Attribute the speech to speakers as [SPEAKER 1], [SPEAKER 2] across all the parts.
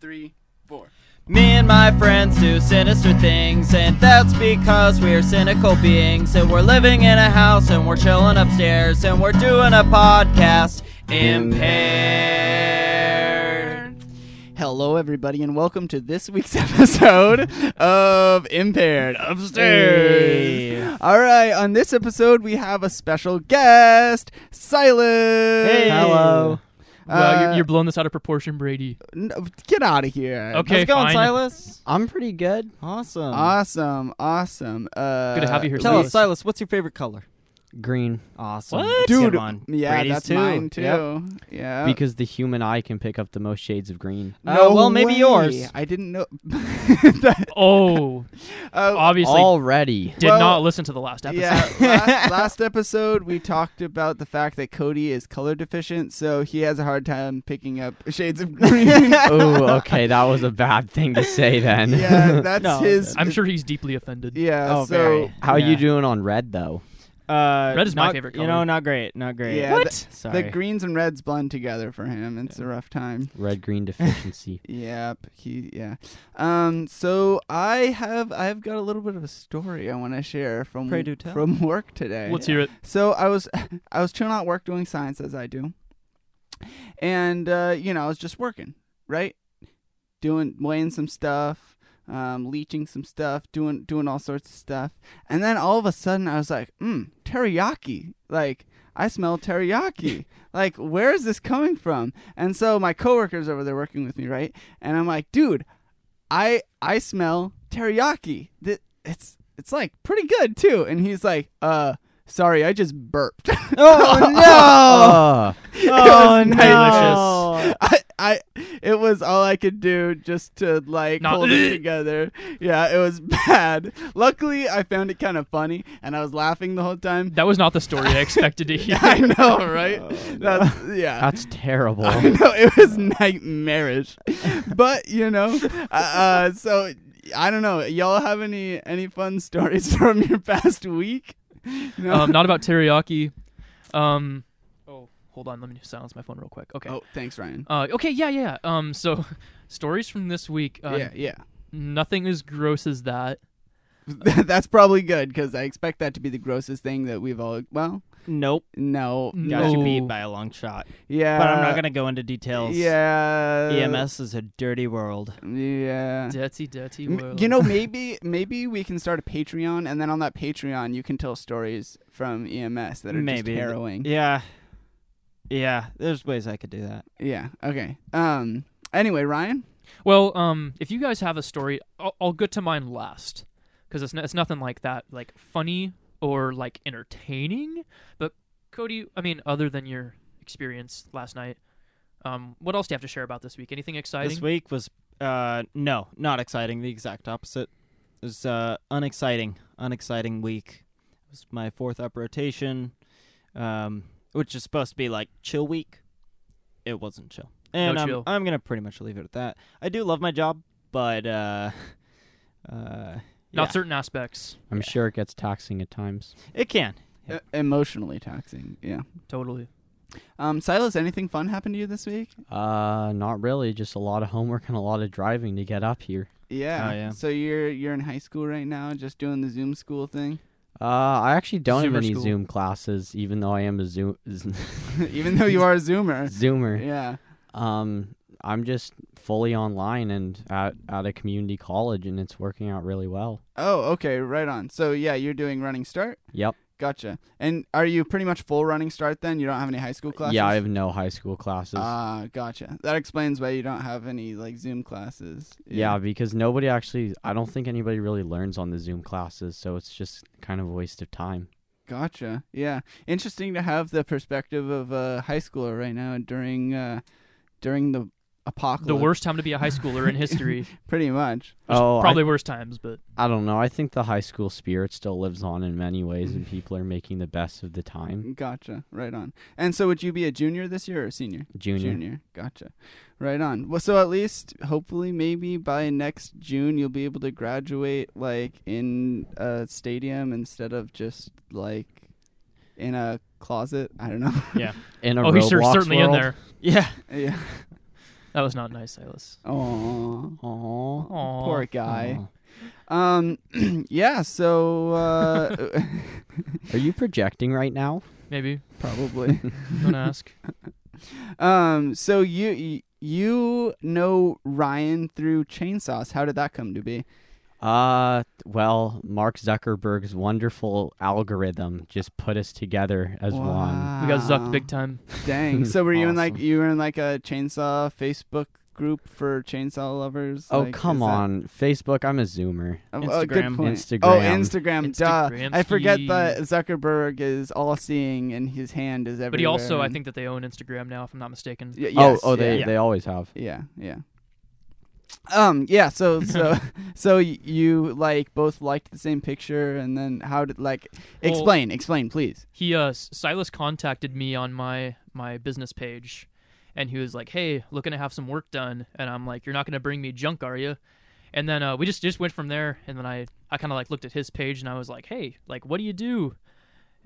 [SPEAKER 1] three, four.
[SPEAKER 2] Me and my friends do sinister things, and that's because we're cynical beings. And we're living in a house, and we're chilling upstairs, and we're doing a podcast. Impaired.
[SPEAKER 1] Hello, everybody, and welcome to this week's episode of Impaired Upstairs.
[SPEAKER 2] Hey.
[SPEAKER 1] All right, on this episode, we have a special guest, Silas.
[SPEAKER 2] Hey. Hello.
[SPEAKER 3] Wow,
[SPEAKER 1] Uh,
[SPEAKER 3] you're, you're blowing this out of proportion, Brady.
[SPEAKER 1] No, get out of here.
[SPEAKER 3] Okay,
[SPEAKER 2] How's it going,
[SPEAKER 3] fine.
[SPEAKER 2] Silas?
[SPEAKER 4] I'm pretty good. Awesome.
[SPEAKER 1] Awesome, awesome. Uh,
[SPEAKER 3] Good to have you here,
[SPEAKER 4] Tell
[SPEAKER 3] Luis.
[SPEAKER 4] us, Silas, what's your favorite color? Green. Awesome.
[SPEAKER 3] What?
[SPEAKER 4] It's a
[SPEAKER 1] Dude,
[SPEAKER 4] good one.
[SPEAKER 1] Yeah,
[SPEAKER 4] Brady's
[SPEAKER 1] that's
[SPEAKER 4] too.
[SPEAKER 1] mine too.
[SPEAKER 4] Yep.
[SPEAKER 1] Yeah.
[SPEAKER 4] Because the human eye can pick up the most shades of green.
[SPEAKER 1] no
[SPEAKER 4] Uh, well, maybe
[SPEAKER 1] way.
[SPEAKER 4] yours.
[SPEAKER 1] I didn't know. That-
[SPEAKER 3] Oh,
[SPEAKER 1] uh,
[SPEAKER 3] obviously
[SPEAKER 4] Already.
[SPEAKER 3] did
[SPEAKER 1] well,
[SPEAKER 3] not listen to the last episode.
[SPEAKER 1] Yeah, last, last episode we talked about the fact that Cody is color deficient, so he has a hard time picking up shades of green.
[SPEAKER 4] oh, okay. That was a bad thing to say then.
[SPEAKER 1] yeah, that's
[SPEAKER 4] No,
[SPEAKER 1] his.
[SPEAKER 3] I'm sure he's deeply offended.
[SPEAKER 1] Yeah,
[SPEAKER 5] Oh,
[SPEAKER 1] so
[SPEAKER 5] very.
[SPEAKER 4] How
[SPEAKER 5] Yeah.
[SPEAKER 4] you doing on red though?
[SPEAKER 5] Uh,
[SPEAKER 3] Red is my
[SPEAKER 5] not-
[SPEAKER 3] favorite
[SPEAKER 5] You
[SPEAKER 3] color.
[SPEAKER 5] know, not great, not great.
[SPEAKER 1] Yeah, What? th-
[SPEAKER 5] Sorry.
[SPEAKER 1] the greens and reds blend together for him. It's a rough time.
[SPEAKER 4] Red green deficiency.
[SPEAKER 1] Yep, he yeah. Um, so I have I've got a little bit of a story I want to share from
[SPEAKER 4] Pray do tell.
[SPEAKER 1] from work today.
[SPEAKER 3] Let's hear it.
[SPEAKER 1] So I was I was chilling out at work doing science as I do, and uh, you know I was just working right, doing weighing some stuff, um, leaching some stuff, doing doing all sorts of stuff, and then all of a sudden I was like, hmm, teriyaki, like. I smell teriyaki. like, where is this coming from? And so my coworkers over there working with me, right? And I'm like, dude, I I smell teriyaki. Th- It's it's like pretty good too. And he's like, uh, sorry, I just burped.
[SPEAKER 4] oh no!
[SPEAKER 1] Oh,
[SPEAKER 3] no.
[SPEAKER 1] I, I it was all I could do just to like
[SPEAKER 3] Not-
[SPEAKER 1] hold it together. Yeah, it was bad. Luckily, I found it kind of funny, and I was laughing the whole time.
[SPEAKER 3] That was not the story I expected to hear.
[SPEAKER 1] I know, right? That's yeah.
[SPEAKER 4] That's terrible.
[SPEAKER 1] I know it was nightmarish, but you know, uh, uh, so I don't know. Y'all have any any fun stories from your past week? No.
[SPEAKER 3] um, not about teriyaki. Um, oh, hold on. Let me silence my phone real quick. Okay.
[SPEAKER 1] oh, thanks, Ryan.
[SPEAKER 3] Uh, okay. Yeah. Yeah. yeah. Um. So, stories from this week. Uh,
[SPEAKER 1] yeah, yeah.
[SPEAKER 3] Nothing as gross as that.
[SPEAKER 1] That's probably good because I expect that to be the grossest thing that we've all. Well,
[SPEAKER 5] nope.
[SPEAKER 1] no,
[SPEAKER 5] Got
[SPEAKER 3] No.
[SPEAKER 5] you beat by a long shot.
[SPEAKER 1] yeah,
[SPEAKER 5] But I'm not gonna go into details.
[SPEAKER 1] Yeah,
[SPEAKER 4] E
[SPEAKER 5] EMS E is a dirty world.
[SPEAKER 1] Yeah.
[SPEAKER 3] Dirty, dirty
[SPEAKER 1] M-
[SPEAKER 3] world.
[SPEAKER 1] You know, maybe maybe we can start a Patreon, and then on that Patreon, you can tell stories from EMS that are
[SPEAKER 5] Maybe.
[SPEAKER 1] just harrowing.
[SPEAKER 5] Yeah. Yeah. There's ways I could do that.
[SPEAKER 1] Yeah. Okay. Um. Anyway, Ryan.
[SPEAKER 3] Well, um, if you guys have a story, I'll, I'll get to mine last because it's n- it's nothing like that, like funny or like entertaining. But Cody, I mean, other than your experience last night, um, what else do you have to share about this week? Anything exciting?
[SPEAKER 5] This week was uh no, not exciting, the exact opposite. It was uh unexciting, unexciting week. It was my fourth up rotation. Um which is supposed to be like chill week. It wasn't chill. And I'm,
[SPEAKER 3] chill.
[SPEAKER 5] I'm gonna pretty much leave it at that. I do love my job, but uh uh yeah.
[SPEAKER 3] Not certain aspects.
[SPEAKER 4] I'm sure it gets taxing at times.
[SPEAKER 5] it can.
[SPEAKER 1] E- emotionally taxing. Yeah.
[SPEAKER 3] Totally.
[SPEAKER 1] Um. Silas, anything fun happened to you this week?
[SPEAKER 4] Uh, not really. Just a lot of homework and a lot of driving to get up here.
[SPEAKER 1] Yeah.
[SPEAKER 5] Oh, yeah.
[SPEAKER 1] So you're you're in high school right now, just doing the Zoom school thing,
[SPEAKER 4] Uh, I actually don't
[SPEAKER 3] Zoomer
[SPEAKER 4] have any
[SPEAKER 3] school.
[SPEAKER 4] Zoom classes, even though I am a Zoom
[SPEAKER 1] even though you are a Zoomer.
[SPEAKER 4] Zoomer.
[SPEAKER 1] Yeah.
[SPEAKER 4] Um, I'm just fully online and at at a community college, and it's working out really well.
[SPEAKER 1] Oh. Okay. Right on. So yeah, you're doing running start.
[SPEAKER 4] Yep.
[SPEAKER 1] Gotcha. And are you pretty much full running start then? You don't have any high school classes.
[SPEAKER 4] Yeah, I have no high school classes.
[SPEAKER 5] Uh,
[SPEAKER 1] Ah, gotcha. That explains why you don't have any like Zoom classes.
[SPEAKER 4] yeah. because nobody actually. I don't think anybody really learns on the Zoom classes, so it's just kind of a waste of time.
[SPEAKER 1] Gotcha. Yeah. Interesting to have the perspective of a high schooler right now during uh during the apocalypse.
[SPEAKER 3] The worst time to be a high schooler in history.
[SPEAKER 1] pretty much.
[SPEAKER 4] oh,
[SPEAKER 3] Probably worst times, but
[SPEAKER 4] I, I don't know. I think the high school spirit still lives on in many ways, and people are making the best of the time.
[SPEAKER 1] Gotcha. Right on. And so would you be a junior this year or a senior?
[SPEAKER 4] Junior.
[SPEAKER 1] Gotcha. Right on. Well, so at least hopefully maybe by next June you'll be able to graduate like in a stadium instead of just like in a closet. I don't know.
[SPEAKER 4] in a
[SPEAKER 3] oh, he's cer-
[SPEAKER 4] Roblox
[SPEAKER 3] certainly in
[SPEAKER 4] world.
[SPEAKER 3] there.
[SPEAKER 5] Yeah.
[SPEAKER 1] yeah.
[SPEAKER 3] That was not nice, Silas.
[SPEAKER 1] Oh,
[SPEAKER 4] Aww.
[SPEAKER 3] Aw.
[SPEAKER 1] poor guy. Um, yeah. So uh,
[SPEAKER 4] Are you projecting right now?
[SPEAKER 3] Maybe.
[SPEAKER 1] probably.
[SPEAKER 3] Don't ask.
[SPEAKER 1] Um, so you you know Ryan through chainsaws. How did that come to be?
[SPEAKER 4] Uh, well, Mark Zuckerberg's wonderful algorithm just put us together as one.
[SPEAKER 3] We got zucked big time.
[SPEAKER 1] Dang. So were you in like
[SPEAKER 4] Awesome.
[SPEAKER 1] you were in like a chainsaw Facebook group for chainsaw lovers?
[SPEAKER 4] Oh,
[SPEAKER 1] Like,
[SPEAKER 4] come
[SPEAKER 1] is that-
[SPEAKER 4] on. Facebook, I'm a zoomer.
[SPEAKER 1] Oh, oh, good
[SPEAKER 5] Instagram.
[SPEAKER 1] point.
[SPEAKER 4] Instagram.
[SPEAKER 1] Oh, Instagram. Duh.
[SPEAKER 3] Instagram.
[SPEAKER 1] I forget
[SPEAKER 3] He-
[SPEAKER 1] that Zuckerberg is all seeing and his hand is everywhere.
[SPEAKER 3] But he also, I
[SPEAKER 1] and-
[SPEAKER 3] think that they own Instagram now, if I'm not mistaken.
[SPEAKER 1] Y- yes,
[SPEAKER 4] oh, oh, they
[SPEAKER 1] yeah.
[SPEAKER 4] they always have.
[SPEAKER 1] Yeah, yeah. Um, yeah, so so so y- you like both liked the same picture and then how did like
[SPEAKER 3] Well-
[SPEAKER 1] explain, explain please.
[SPEAKER 3] He uh S- Silas contacted me on my my business page and he was like, "Hey, looking to have some work done." And I'm like, "You're not going to bring me junk, are you?" And then uh, we just just went from there and then I I kind of like looked at his page and I was like, "Hey, like what do you do?"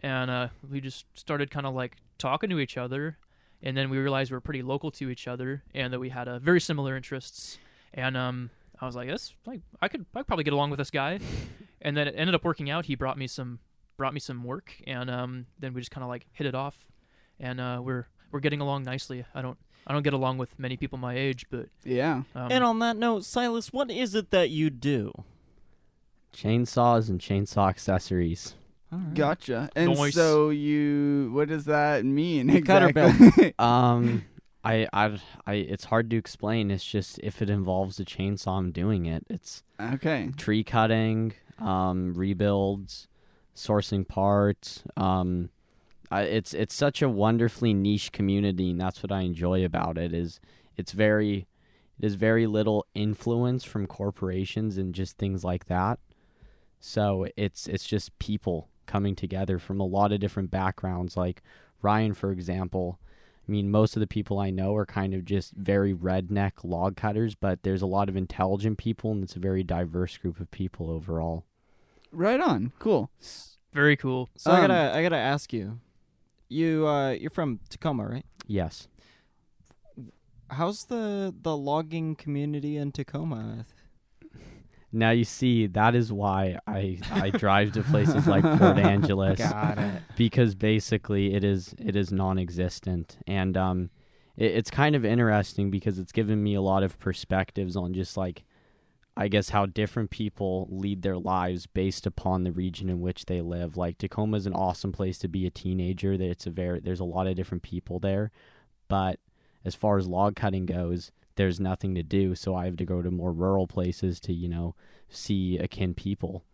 [SPEAKER 3] And uh, we just started kind of like talking to each other and then we realized we were pretty local to each other and that we had uh, very similar interests and um I was like, "This like I could I could probably get along with this guy." and then it ended up working out. He brought me some brought me some work, and um, then we just kind of like hit it off, and uh, we're we're getting along nicely. I don't I don't get along with many people my age, but
[SPEAKER 1] Yeah.
[SPEAKER 3] um,
[SPEAKER 5] And on that note, Silas, what is it that you do?
[SPEAKER 4] Chainsaws and chainsaw accessories.
[SPEAKER 1] Gotcha. And
[SPEAKER 3] Nice.
[SPEAKER 1] so you what does that mean
[SPEAKER 5] Cutter
[SPEAKER 1] exactly?
[SPEAKER 4] Um, I, I, I, it's hard to explain. It's just if it involves a chainsaw, I'm doing it. It's
[SPEAKER 1] okay.
[SPEAKER 4] tree cutting, um, rebuilds, sourcing parts. Um, I, it's it's such a wonderfully niche community, and that's what I enjoy about it. Is it's very it is very little influence from corporations and just things like that. So it's it's just people coming together from a lot of different backgrounds. Like Ryan, for example. I mean, most of the people I know are kind of just very redneck log cutters, but there's a lot of intelligent people, and it's a very diverse group of people overall.
[SPEAKER 1] Right on. Cool.
[SPEAKER 3] very cool.
[SPEAKER 5] So I
[SPEAKER 1] Um,
[SPEAKER 5] gotta, I gotta ask you. You, uh, you're from Tacoma, right?
[SPEAKER 4] Yes.
[SPEAKER 5] How's the the logging community in Tacoma?
[SPEAKER 4] Now you see that is why I I drive to places like Port Angeles
[SPEAKER 5] Got it.
[SPEAKER 4] because basically it is it is non-existent and um it, it's kind of interesting because it's given me a lot of perspectives on just like I guess how different people lead their lives based upon the region in which they live. Like Tacoma is an awesome place to be a teenager. That It's a very there's a lot of different people there, but as far as log cutting goes, there's nothing to do. So I have to go to more rural places to you know see akin people.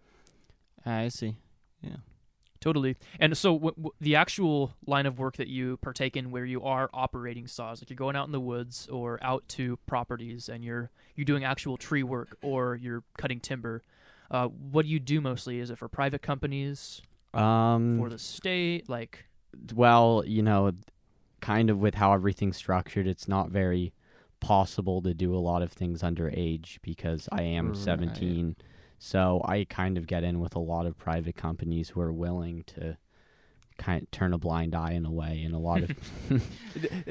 [SPEAKER 5] Ah, I see.
[SPEAKER 3] Totally. And so w- w- the actual line of work that you partake in, where you are operating saws, like you're going out in the woods or out to properties, and you're you're doing actual tree work or you're cutting timber. Uh, what do you do mostly? Is it for private companies,
[SPEAKER 4] Um,
[SPEAKER 3] for the state? Like,
[SPEAKER 4] well, you know, kind of with how everything's structured, it's not very possible to do a lot of things underage because I am
[SPEAKER 5] Right.
[SPEAKER 4] 17. So I kind of get in with a lot of private companies who are willing to kind of turn a blind eye in a way and a lot of
[SPEAKER 1] D-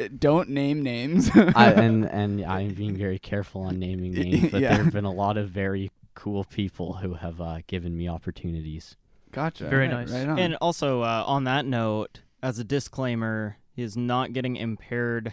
[SPEAKER 1] uh, Don't name names.
[SPEAKER 4] I, and and I'm being very careful on naming names, but
[SPEAKER 1] Yeah.
[SPEAKER 4] there have been a lot of very cool people who have uh, given me opportunities.
[SPEAKER 1] gotcha.
[SPEAKER 3] Very
[SPEAKER 1] Right-
[SPEAKER 3] nice.
[SPEAKER 1] Right on.
[SPEAKER 5] And also, uh, on that note, as a disclaimer, he is not getting impaired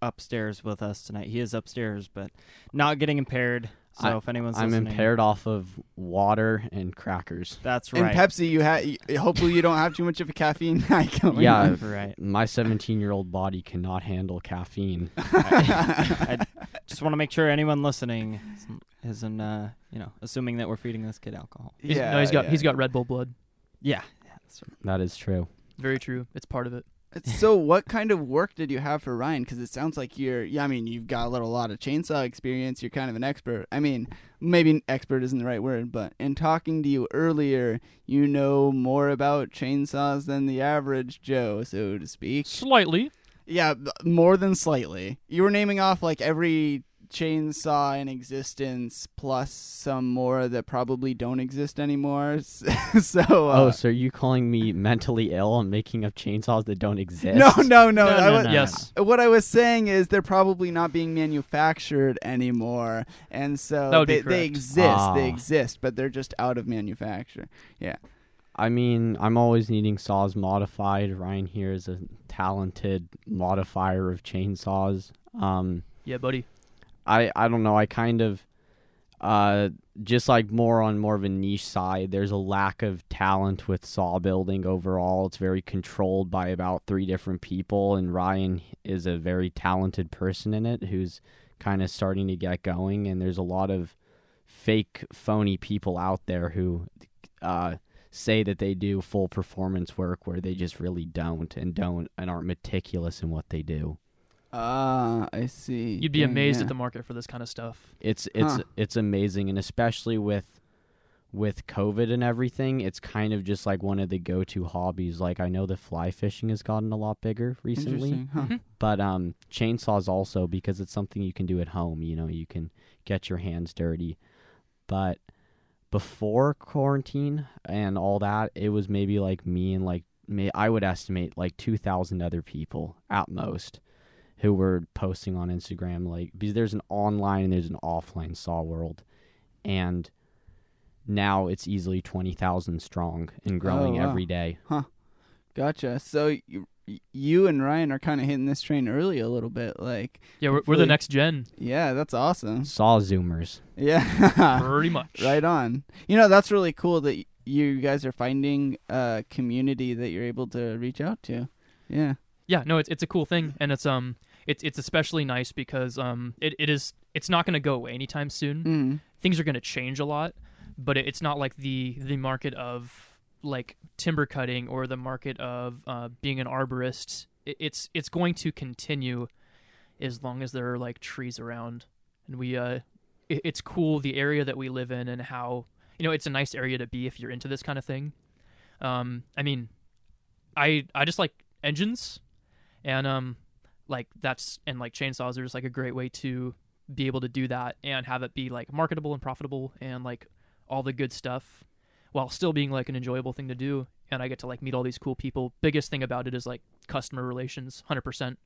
[SPEAKER 5] upstairs with us tonight. He is upstairs, but not getting impaired. So
[SPEAKER 4] I-
[SPEAKER 5] if anyone's
[SPEAKER 4] I'm
[SPEAKER 5] listening,
[SPEAKER 4] impaired off of water and crackers.
[SPEAKER 5] That's
[SPEAKER 1] and
[SPEAKER 5] right.
[SPEAKER 1] Pepsi, you had. Hopefully, you don't have too much of a caffeine night going
[SPEAKER 4] Yeah.
[SPEAKER 1] on.
[SPEAKER 5] right.
[SPEAKER 4] My 17 year old body cannot handle caffeine.
[SPEAKER 5] I, I just want to make sure anyone listening isn't- isn't, uh, you know, assuming that we're feeding this kid alcohol.
[SPEAKER 3] he's, no, he's got
[SPEAKER 1] yeah.
[SPEAKER 3] he's got Red Bull blood.
[SPEAKER 5] Yeah.
[SPEAKER 4] That is true.
[SPEAKER 3] Very true. It's part of it.
[SPEAKER 1] So, what kind of work did you have for Ryan? Because it sounds like you're. Yeah, I mean, you've got a little lot of chainsaw experience. You're kind of an expert. I mean, maybe expert isn't the right word, but in talking to you earlier, you know more about chainsaws than the average Joe, so to speak.
[SPEAKER 3] Slightly.
[SPEAKER 1] Yeah, b- more than slightly. You were naming off like every chainsaw in existence plus some more that probably don't exist anymore. S- so
[SPEAKER 4] oh,
[SPEAKER 1] uh,
[SPEAKER 4] so are you calling me mentally ill and making up chainsaws that don't exist?
[SPEAKER 1] no, no, no,
[SPEAKER 4] No,
[SPEAKER 1] I
[SPEAKER 4] no,
[SPEAKER 1] wa-
[SPEAKER 4] no.
[SPEAKER 3] yes,
[SPEAKER 1] What I was saying is they're probably not being manufactured anymore, and so
[SPEAKER 3] That would be
[SPEAKER 1] they, they
[SPEAKER 3] correct.
[SPEAKER 1] exist. They
[SPEAKER 4] Ah.
[SPEAKER 1] exist, but they're just out of manufacture.
[SPEAKER 4] I mean, I'm always needing saws modified. Ryan here is a talented modifier of chainsaws. Um,
[SPEAKER 3] yeah, buddy.
[SPEAKER 4] I I don't know. I kind of uh just like more on more of a niche side. There's a lack of talent with saw building overall. It's very controlled by about three different people, and Ryan is a very talented person in it who's kind of starting to get going. And there's a lot of fake, phony people out there who. Uh, say that they do full performance work where they just really don't and don't and aren't meticulous in what they do.
[SPEAKER 1] Ah, I see.
[SPEAKER 3] You'd be
[SPEAKER 1] Yeah,
[SPEAKER 3] amazed
[SPEAKER 1] yeah.
[SPEAKER 3] at the market for this kind of stuff.
[SPEAKER 4] It's it's
[SPEAKER 1] Huh.
[SPEAKER 4] it's amazing, and especially with with COVID and everything, it's kind of just like one of the go to hobbies. Like I know that fly fishing has gotten a lot bigger recently,
[SPEAKER 1] Interesting, huh.
[SPEAKER 3] Mm-hmm.
[SPEAKER 4] but um, chainsaws also because it's something you can do at home. You know, you can get your hands dirty, but before quarantine and all that, it was maybe like me and like may I would estimate like two thousand other people at most who were posting on Instagram like because there's an online and there's an offline saw world and now it's easily 20,000 strong and growing
[SPEAKER 1] wow.
[SPEAKER 4] every day.
[SPEAKER 1] Gotcha. So you, you and Ryan are kind of hitting this train early a little bit. Like,
[SPEAKER 3] Yeah, we're, we're the
[SPEAKER 1] Hopefully-
[SPEAKER 3] next gen,
[SPEAKER 1] yeah, that's awesome.
[SPEAKER 4] Saw zoomers.
[SPEAKER 1] Yeah.
[SPEAKER 3] pretty much.
[SPEAKER 1] Uh, right on. You know, that's really cool that y- you guys are finding a community that you're able to reach out to. Yeah.
[SPEAKER 3] yeah no it's, it's a cool thing and it's um it's it's especially nice because um it, it is it's not going to go away anytime soon
[SPEAKER 1] Mm.
[SPEAKER 3] things are going to change a lot but it, it's not like the the market of like timber cutting or the market of uh, being an arborist it, it's it's going to continue as long as there are like trees around and we uh it, it's cool the area that we live in and how you know it's a nice area to be if you're into this kind of thing um i mean i i just like engines and um like that's and like chainsaws are just like a great way to be able to do that and have it be like marketable and profitable and like all the good stuff while still being like an enjoyable thing to do and i get to like meet all these cool people biggest thing about it is like customer relations 100%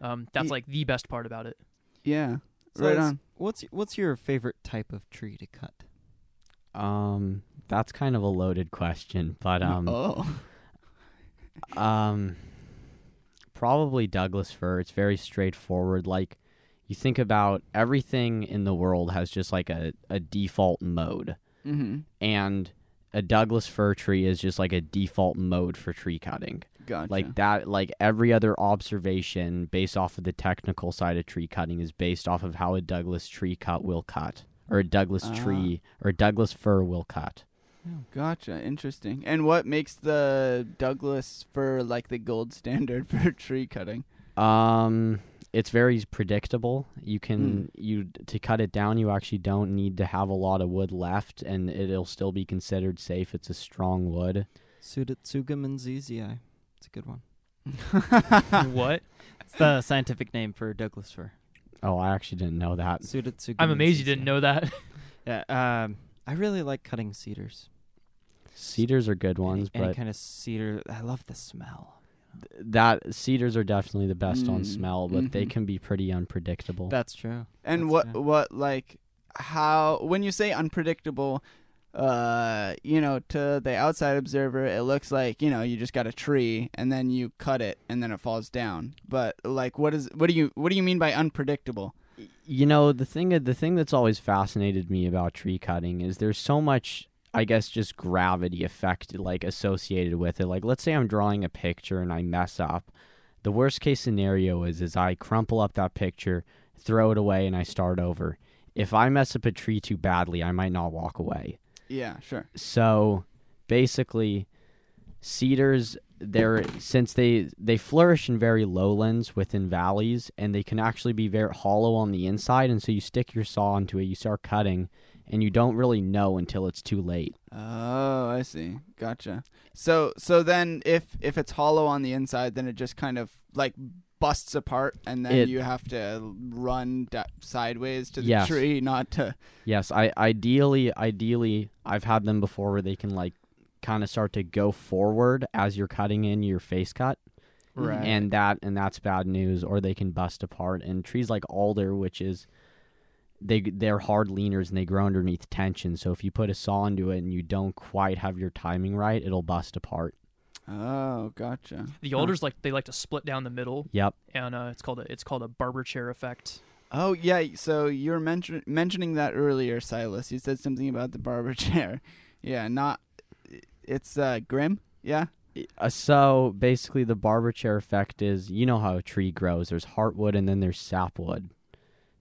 [SPEAKER 3] um, that's
[SPEAKER 1] Ye-
[SPEAKER 3] like the best part about it
[SPEAKER 1] Yeah.
[SPEAKER 5] So
[SPEAKER 1] right
[SPEAKER 5] it's-
[SPEAKER 1] on.
[SPEAKER 5] What's what's your favorite type of tree to cut?
[SPEAKER 4] Um that's kind of a loaded question, but um
[SPEAKER 1] oh.
[SPEAKER 4] Um, probably Douglas fir. It's very straightforward. Like you think about everything in the world has just like a, a default mode,
[SPEAKER 1] Mm-hmm.
[SPEAKER 4] and a Douglas fir tree is just like a default mode for tree cutting.
[SPEAKER 1] Gotcha.
[SPEAKER 4] Like that, like every other observation based off of the technical side of tree cutting is based off of how a Douglas tree cut will cut, or a Douglas
[SPEAKER 1] Ah.
[SPEAKER 4] tree, or a Douglas fir will cut.
[SPEAKER 1] Gotcha. Interesting. And what makes the Douglas fir like the gold standard for tree cutting?
[SPEAKER 4] Um, it's very predictable. You can you to cut it down. You actually don't need to have a lot of wood left, and it'll still be considered safe. It's a strong wood.
[SPEAKER 5] Sudatsugum and ZZI. It's a good one.
[SPEAKER 3] what
[SPEAKER 5] It's the scientific name for Douglas fir.
[SPEAKER 4] Oh, I actually didn't know that.
[SPEAKER 5] Sudatsugum.
[SPEAKER 3] i'm
[SPEAKER 5] and
[SPEAKER 3] amazed you didn't
[SPEAKER 5] ZZI.
[SPEAKER 3] know that
[SPEAKER 5] Yeah, um, I really like cutting cedars.
[SPEAKER 4] Cedars are good
[SPEAKER 5] Any-
[SPEAKER 4] ones,
[SPEAKER 5] any,
[SPEAKER 4] but
[SPEAKER 5] kind of cedar. I love the smell.
[SPEAKER 4] that cedars are definitely the best on
[SPEAKER 1] Mm,
[SPEAKER 4] smell, but they
[SPEAKER 1] mhm.
[SPEAKER 4] can be pretty unpredictable.
[SPEAKER 5] That's true.
[SPEAKER 1] And
[SPEAKER 5] That's
[SPEAKER 1] what
[SPEAKER 5] fair.
[SPEAKER 1] what like how when you say unpredictable, uh, you know, to the outside observer, it looks like you know you just got a tree and then you cut it and then it falls down. But like, what is what do you what do you mean by unpredictable?
[SPEAKER 4] you know the thing the thing that's always fascinated me about tree cutting is there's so much i guess just gravity effect like associated with it like let's say i'm drawing a picture and i mess up the worst case scenario is is i crumple up that picture throw it away and i start over if i mess up a tree too badly i might not walk away
[SPEAKER 1] Yeah, sure.
[SPEAKER 4] so basically cedars they're since they they flourish in very lowlands within valleys and they can actually be very hollow on the inside and so you stick your saw into it you start cutting and you don't really know until it's too late
[SPEAKER 1] Oh, I see. Gotcha. So so then if if it's hollow on the inside, then it just kind of like busts apart, and then
[SPEAKER 4] It-
[SPEAKER 1] you have to run da- sideways to the
[SPEAKER 4] Yes.
[SPEAKER 1] tree not to.
[SPEAKER 4] Yes, I ideally, ideally, I've had them before where they can like kind of start to go forward as you're cutting in your face cut,
[SPEAKER 1] Right.
[SPEAKER 4] and that and that's bad news. Or they can bust apart. And trees like alder, which is they they're hard leaners and they grow underneath tension. So if you put a saw into it and you don't quite have your timing right, it'll bust apart.
[SPEAKER 1] Oh, gotcha.
[SPEAKER 3] The alders like they like to split down the middle,
[SPEAKER 4] Yep.
[SPEAKER 3] and uh, it's called a it's called a barber chair effect.
[SPEAKER 1] Oh yeah, so you were mention- mentioning that earlier, Silas. You said something about the barber chair. Yeah, not. It's uh, grim. Yeah.
[SPEAKER 4] Uh, so basically, the barber chair effect is you know how a tree grows. There's heartwood and then there's sapwood.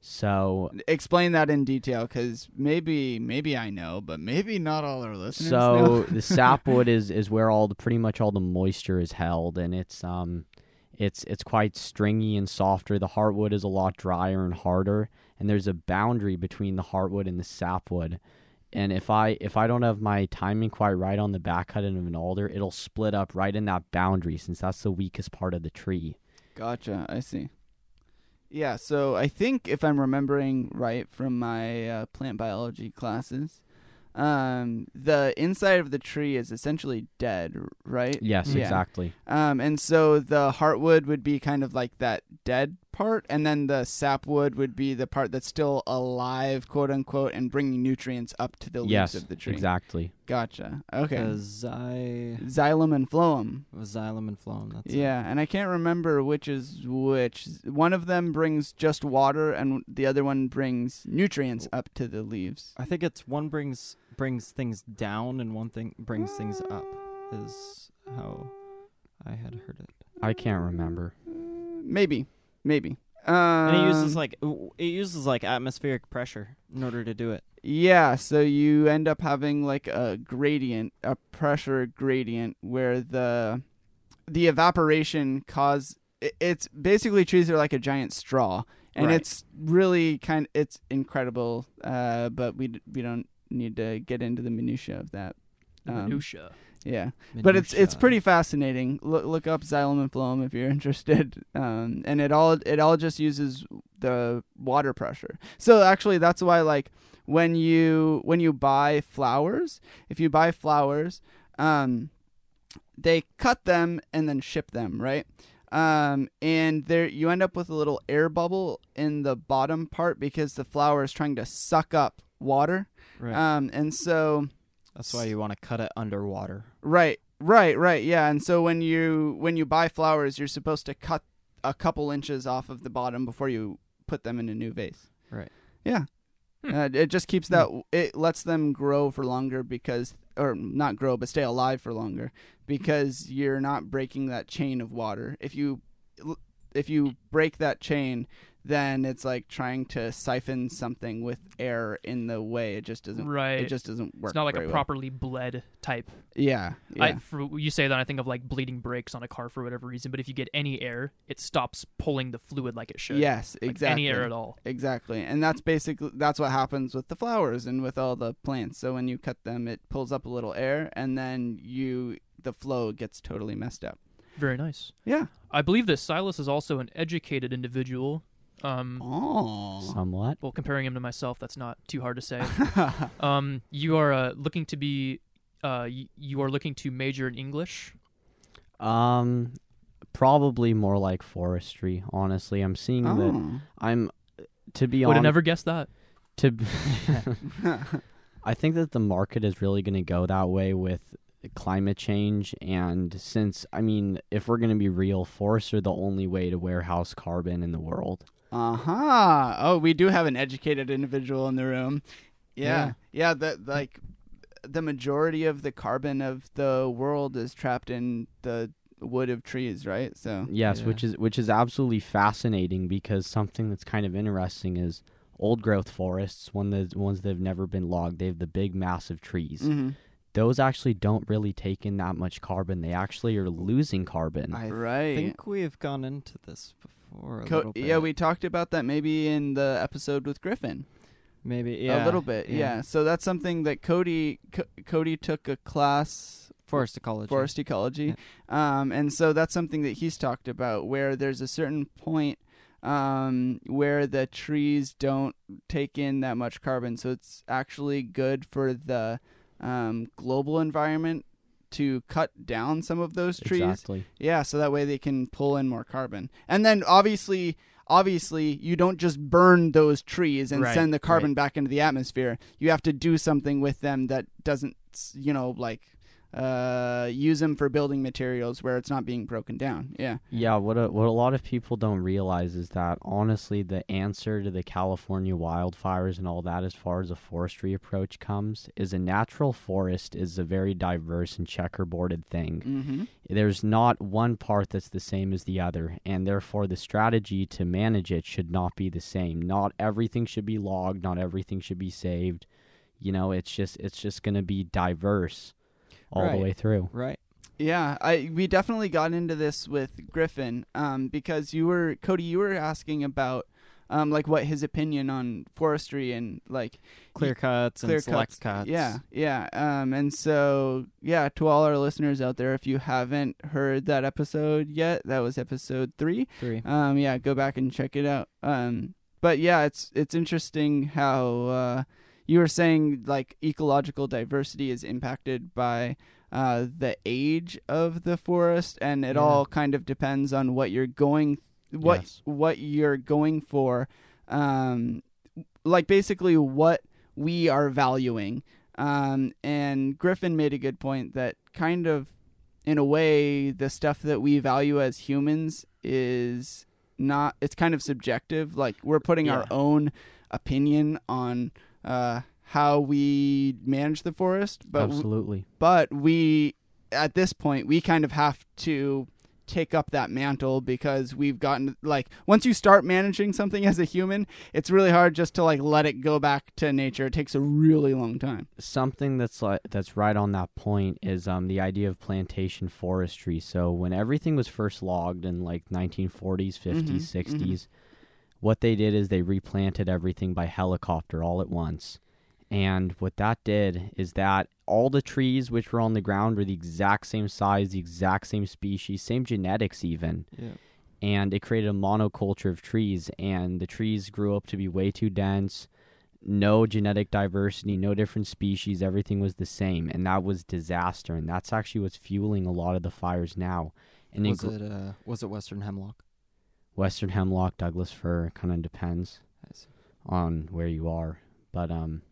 [SPEAKER 4] So
[SPEAKER 1] Explain that in detail, because maybe maybe I know, but maybe not all our listeners.
[SPEAKER 4] So
[SPEAKER 1] know.
[SPEAKER 4] the sapwood is is where all the pretty much all the moisture is held, and it's um, it's it's quite stringy and softer. The heartwood is a lot drier and harder, and there's a boundary between the heartwood and the sapwood. And if I if I don't have my timing quite right on the back cutting of an alder, it'll split up right in that boundary since that's the weakest part of the tree.
[SPEAKER 1] Gotcha. I see. Yeah. So I think if I'm remembering right from my uh, plant biology classes, um, the inside of the tree is essentially dead, r- right?
[SPEAKER 4] Yes,
[SPEAKER 1] Yeah.
[SPEAKER 4] exactly.
[SPEAKER 1] Um, and so the heartwood would be kind of like that dead part, and then the sapwood would be the part that's still alive, quote unquote, and bringing nutrients up to the
[SPEAKER 4] yes,
[SPEAKER 1] leaves of the tree.
[SPEAKER 4] exactly.
[SPEAKER 1] Gotcha. Okay.
[SPEAKER 5] Zy-
[SPEAKER 1] Xylem and phloem.
[SPEAKER 5] xylem and phloem. That's it.
[SPEAKER 1] Yeah, and I can't remember which is which. One of them brings just water, and the other one brings nutrients up to the leaves.
[SPEAKER 5] I think it's one brings brings things down and one thing brings things up. Is how I had heard it.
[SPEAKER 4] I can't remember.
[SPEAKER 1] Maybe, maybe. Um,
[SPEAKER 5] And it uses like it uses like atmospheric pressure in order to do it.
[SPEAKER 1] Yeah, so you end up having like a gradient, a pressure gradient where the the evaporation cause i- it's basically trees are like a giant straw and
[SPEAKER 5] Right.
[SPEAKER 1] it's really kind it's incredible uh but we d- we don't need to get into the minutia of that.
[SPEAKER 3] The
[SPEAKER 1] Um,
[SPEAKER 3] minutia.
[SPEAKER 1] Yeah. But it's it's
[SPEAKER 5] Minutia.
[SPEAKER 1] pretty fascinating. Look look up xylem and phloem if you're interested. Um, and it all it all just uses the water pressure. So actually, that's why like when you when you buy flowers, if you buy flowers, um, they cut them and then ship them, right? Um, and there you end up with a little air bubble in the bottom part because the flower is trying to suck up water.
[SPEAKER 5] Right.
[SPEAKER 1] Um, and so.
[SPEAKER 5] That's why you want to cut it underwater.
[SPEAKER 1] Right, right, right. Yeah, and so when you when you buy flowers, you're supposed to cut a couple inches off of the bottom before you put them in a new vase.
[SPEAKER 5] Right.
[SPEAKER 1] Yeah.
[SPEAKER 3] Hmm.
[SPEAKER 1] Uh, it just keeps that. It lets them grow for longer because, or not grow, but stay alive for longer because you're not breaking that chain of water. If you if you break that chain, then it's like trying to siphon something with air in the way. It just doesn't.
[SPEAKER 3] Right.
[SPEAKER 1] It just doesn't work.
[SPEAKER 3] it's not like
[SPEAKER 1] very
[SPEAKER 3] a
[SPEAKER 1] well.
[SPEAKER 3] properly bled type.
[SPEAKER 1] Yeah. yeah.
[SPEAKER 3] I, for, you say that I think of like bleeding brakes on a car for whatever reason, but if you get any air, it stops pulling the fluid like it should.
[SPEAKER 1] Yes,
[SPEAKER 3] Like,
[SPEAKER 1] exactly.
[SPEAKER 3] Any air at all.
[SPEAKER 1] Exactly. And that's basically that's what happens with the flowers and with all the plants. So when you cut them, it pulls up a little air and then you the flow gets totally messed up.
[SPEAKER 3] Very nice.
[SPEAKER 1] Yeah.
[SPEAKER 3] I believe that Silas is also an educated individual. Um,
[SPEAKER 1] Oh.
[SPEAKER 4] Somewhat.
[SPEAKER 3] well, comparing him to myself, that's not too hard to say. um, you are uh, looking to be, uh, y- you are looking to major in English.
[SPEAKER 4] Um, probably more like forestry. Honestly, I'm seeing that
[SPEAKER 1] Oh.
[SPEAKER 4] I'm to be
[SPEAKER 3] Would have
[SPEAKER 4] honest.
[SPEAKER 3] never guessed that.
[SPEAKER 4] to b-
[SPEAKER 1] Oh.
[SPEAKER 4] I think that the market is really going to go that way with climate change and since I mean if we're going to be real forests are the only way to warehouse carbon in the world.
[SPEAKER 1] Uh-huh. Oh, we do have an educated individual in the room. Yeah. Yeah, the like the majority of the carbon of the world is trapped in the wood of trees, right? So
[SPEAKER 4] Yes,
[SPEAKER 5] Yeah.
[SPEAKER 4] which is which is absolutely fascinating because something that's kind of interesting is old growth forests, one of the ones that have never been logged, they have the big massive trees.
[SPEAKER 1] Mhm.
[SPEAKER 4] Those actually don't really take in that much carbon. They actually are losing carbon.
[SPEAKER 5] I
[SPEAKER 1] Right.
[SPEAKER 5] think we've gone into this before a
[SPEAKER 1] Co-
[SPEAKER 5] little bit.
[SPEAKER 1] yeah, we talked about that maybe in the episode with Griffin.
[SPEAKER 5] maybe yeah
[SPEAKER 1] a little bit. Yeah. So that's something that Cody Co- Cody took a class
[SPEAKER 5] Forest ecology.
[SPEAKER 1] forest ecology. Um, and so that's something that he's talked about where there's a certain point um, where the trees don't take in that much carbon. So it's actually good for the um, global environment to cut down some of those trees.
[SPEAKER 4] Exactly.
[SPEAKER 1] Yeah, so that way they can pull in more carbon. And then obviously obviously you don't just burn those trees and
[SPEAKER 5] Right,
[SPEAKER 1] send the carbon back into the atmosphere. You have to do something with them that doesn't, you know, like uh use them for building materials where it's not being broken down. Yeah.
[SPEAKER 4] Yeah, what a, what a lot of people don't realize is that honestly, the answer to the California wildfires and all that, as far as a forestry approach comes, is a natural forest is a very diverse and checkerboarded thing.
[SPEAKER 5] Mm-hmm.
[SPEAKER 1] Mhm.
[SPEAKER 4] There's not one part that's the same as the other, and therefore the strategy to manage it should not be the same. Not everything should be logged, not everything should be saved. You know, it's just it's just going to be diverse all
[SPEAKER 5] Right.
[SPEAKER 4] the way through.
[SPEAKER 5] Right.
[SPEAKER 1] Yeah, I we definitely got into this with Griffin um, because you were Cody, you were asking about um, like what his opinion on forestry and like
[SPEAKER 5] Clear cuts
[SPEAKER 1] clear
[SPEAKER 5] and select cuts.
[SPEAKER 1] Yeah, yeah. Um, and so, yeah, to all our listeners out there, if you haven't heard that episode yet, that was episode three.
[SPEAKER 5] Three.
[SPEAKER 1] Um, yeah, go back and check it out. Um, but yeah, it's it's interesting how uh, you were saying like ecological diversity is impacted by uh, the age of the forest, and it
[SPEAKER 5] Yeah.
[SPEAKER 1] all kind of depends on what you're going what
[SPEAKER 4] Yes.
[SPEAKER 1] what you're going for. Um, like basically what we are valuing. Um, and Griffin made a good point that kind of in a way the stuff that we value as humans is not it's kind of subjective like we're putting our
[SPEAKER 5] Yeah.
[SPEAKER 1] own opinion on uh, how we manage the forest but w-
[SPEAKER 4] Absolutely.
[SPEAKER 1] but we at this point we kind of have to take up that mantle because we've gotten like once you start managing something as a human it's really hard just to like let it go back to nature it takes a really long time
[SPEAKER 4] something that's like that's right on that point is um the idea of plantation forestry. So when everything was first logged in like 1940s, 50s,
[SPEAKER 1] Mhm,
[SPEAKER 4] 60s, what they did is they replanted everything by helicopter all at once. And what that did is that all the trees which were on the ground were the exact same size, the exact same species, same genetics even
[SPEAKER 5] Yeah.
[SPEAKER 4] and it created a monoculture of trees and the trees grew up to be way too dense no genetic diversity no different species everything was the same and that was disaster and that's actually what's fueling a lot of the fires now and in
[SPEAKER 5] Was
[SPEAKER 4] gr-
[SPEAKER 5] it uh, was it Western hemlock?
[SPEAKER 4] western hemlock douglas fir kind of depends
[SPEAKER 5] I see.
[SPEAKER 4] on where you are but um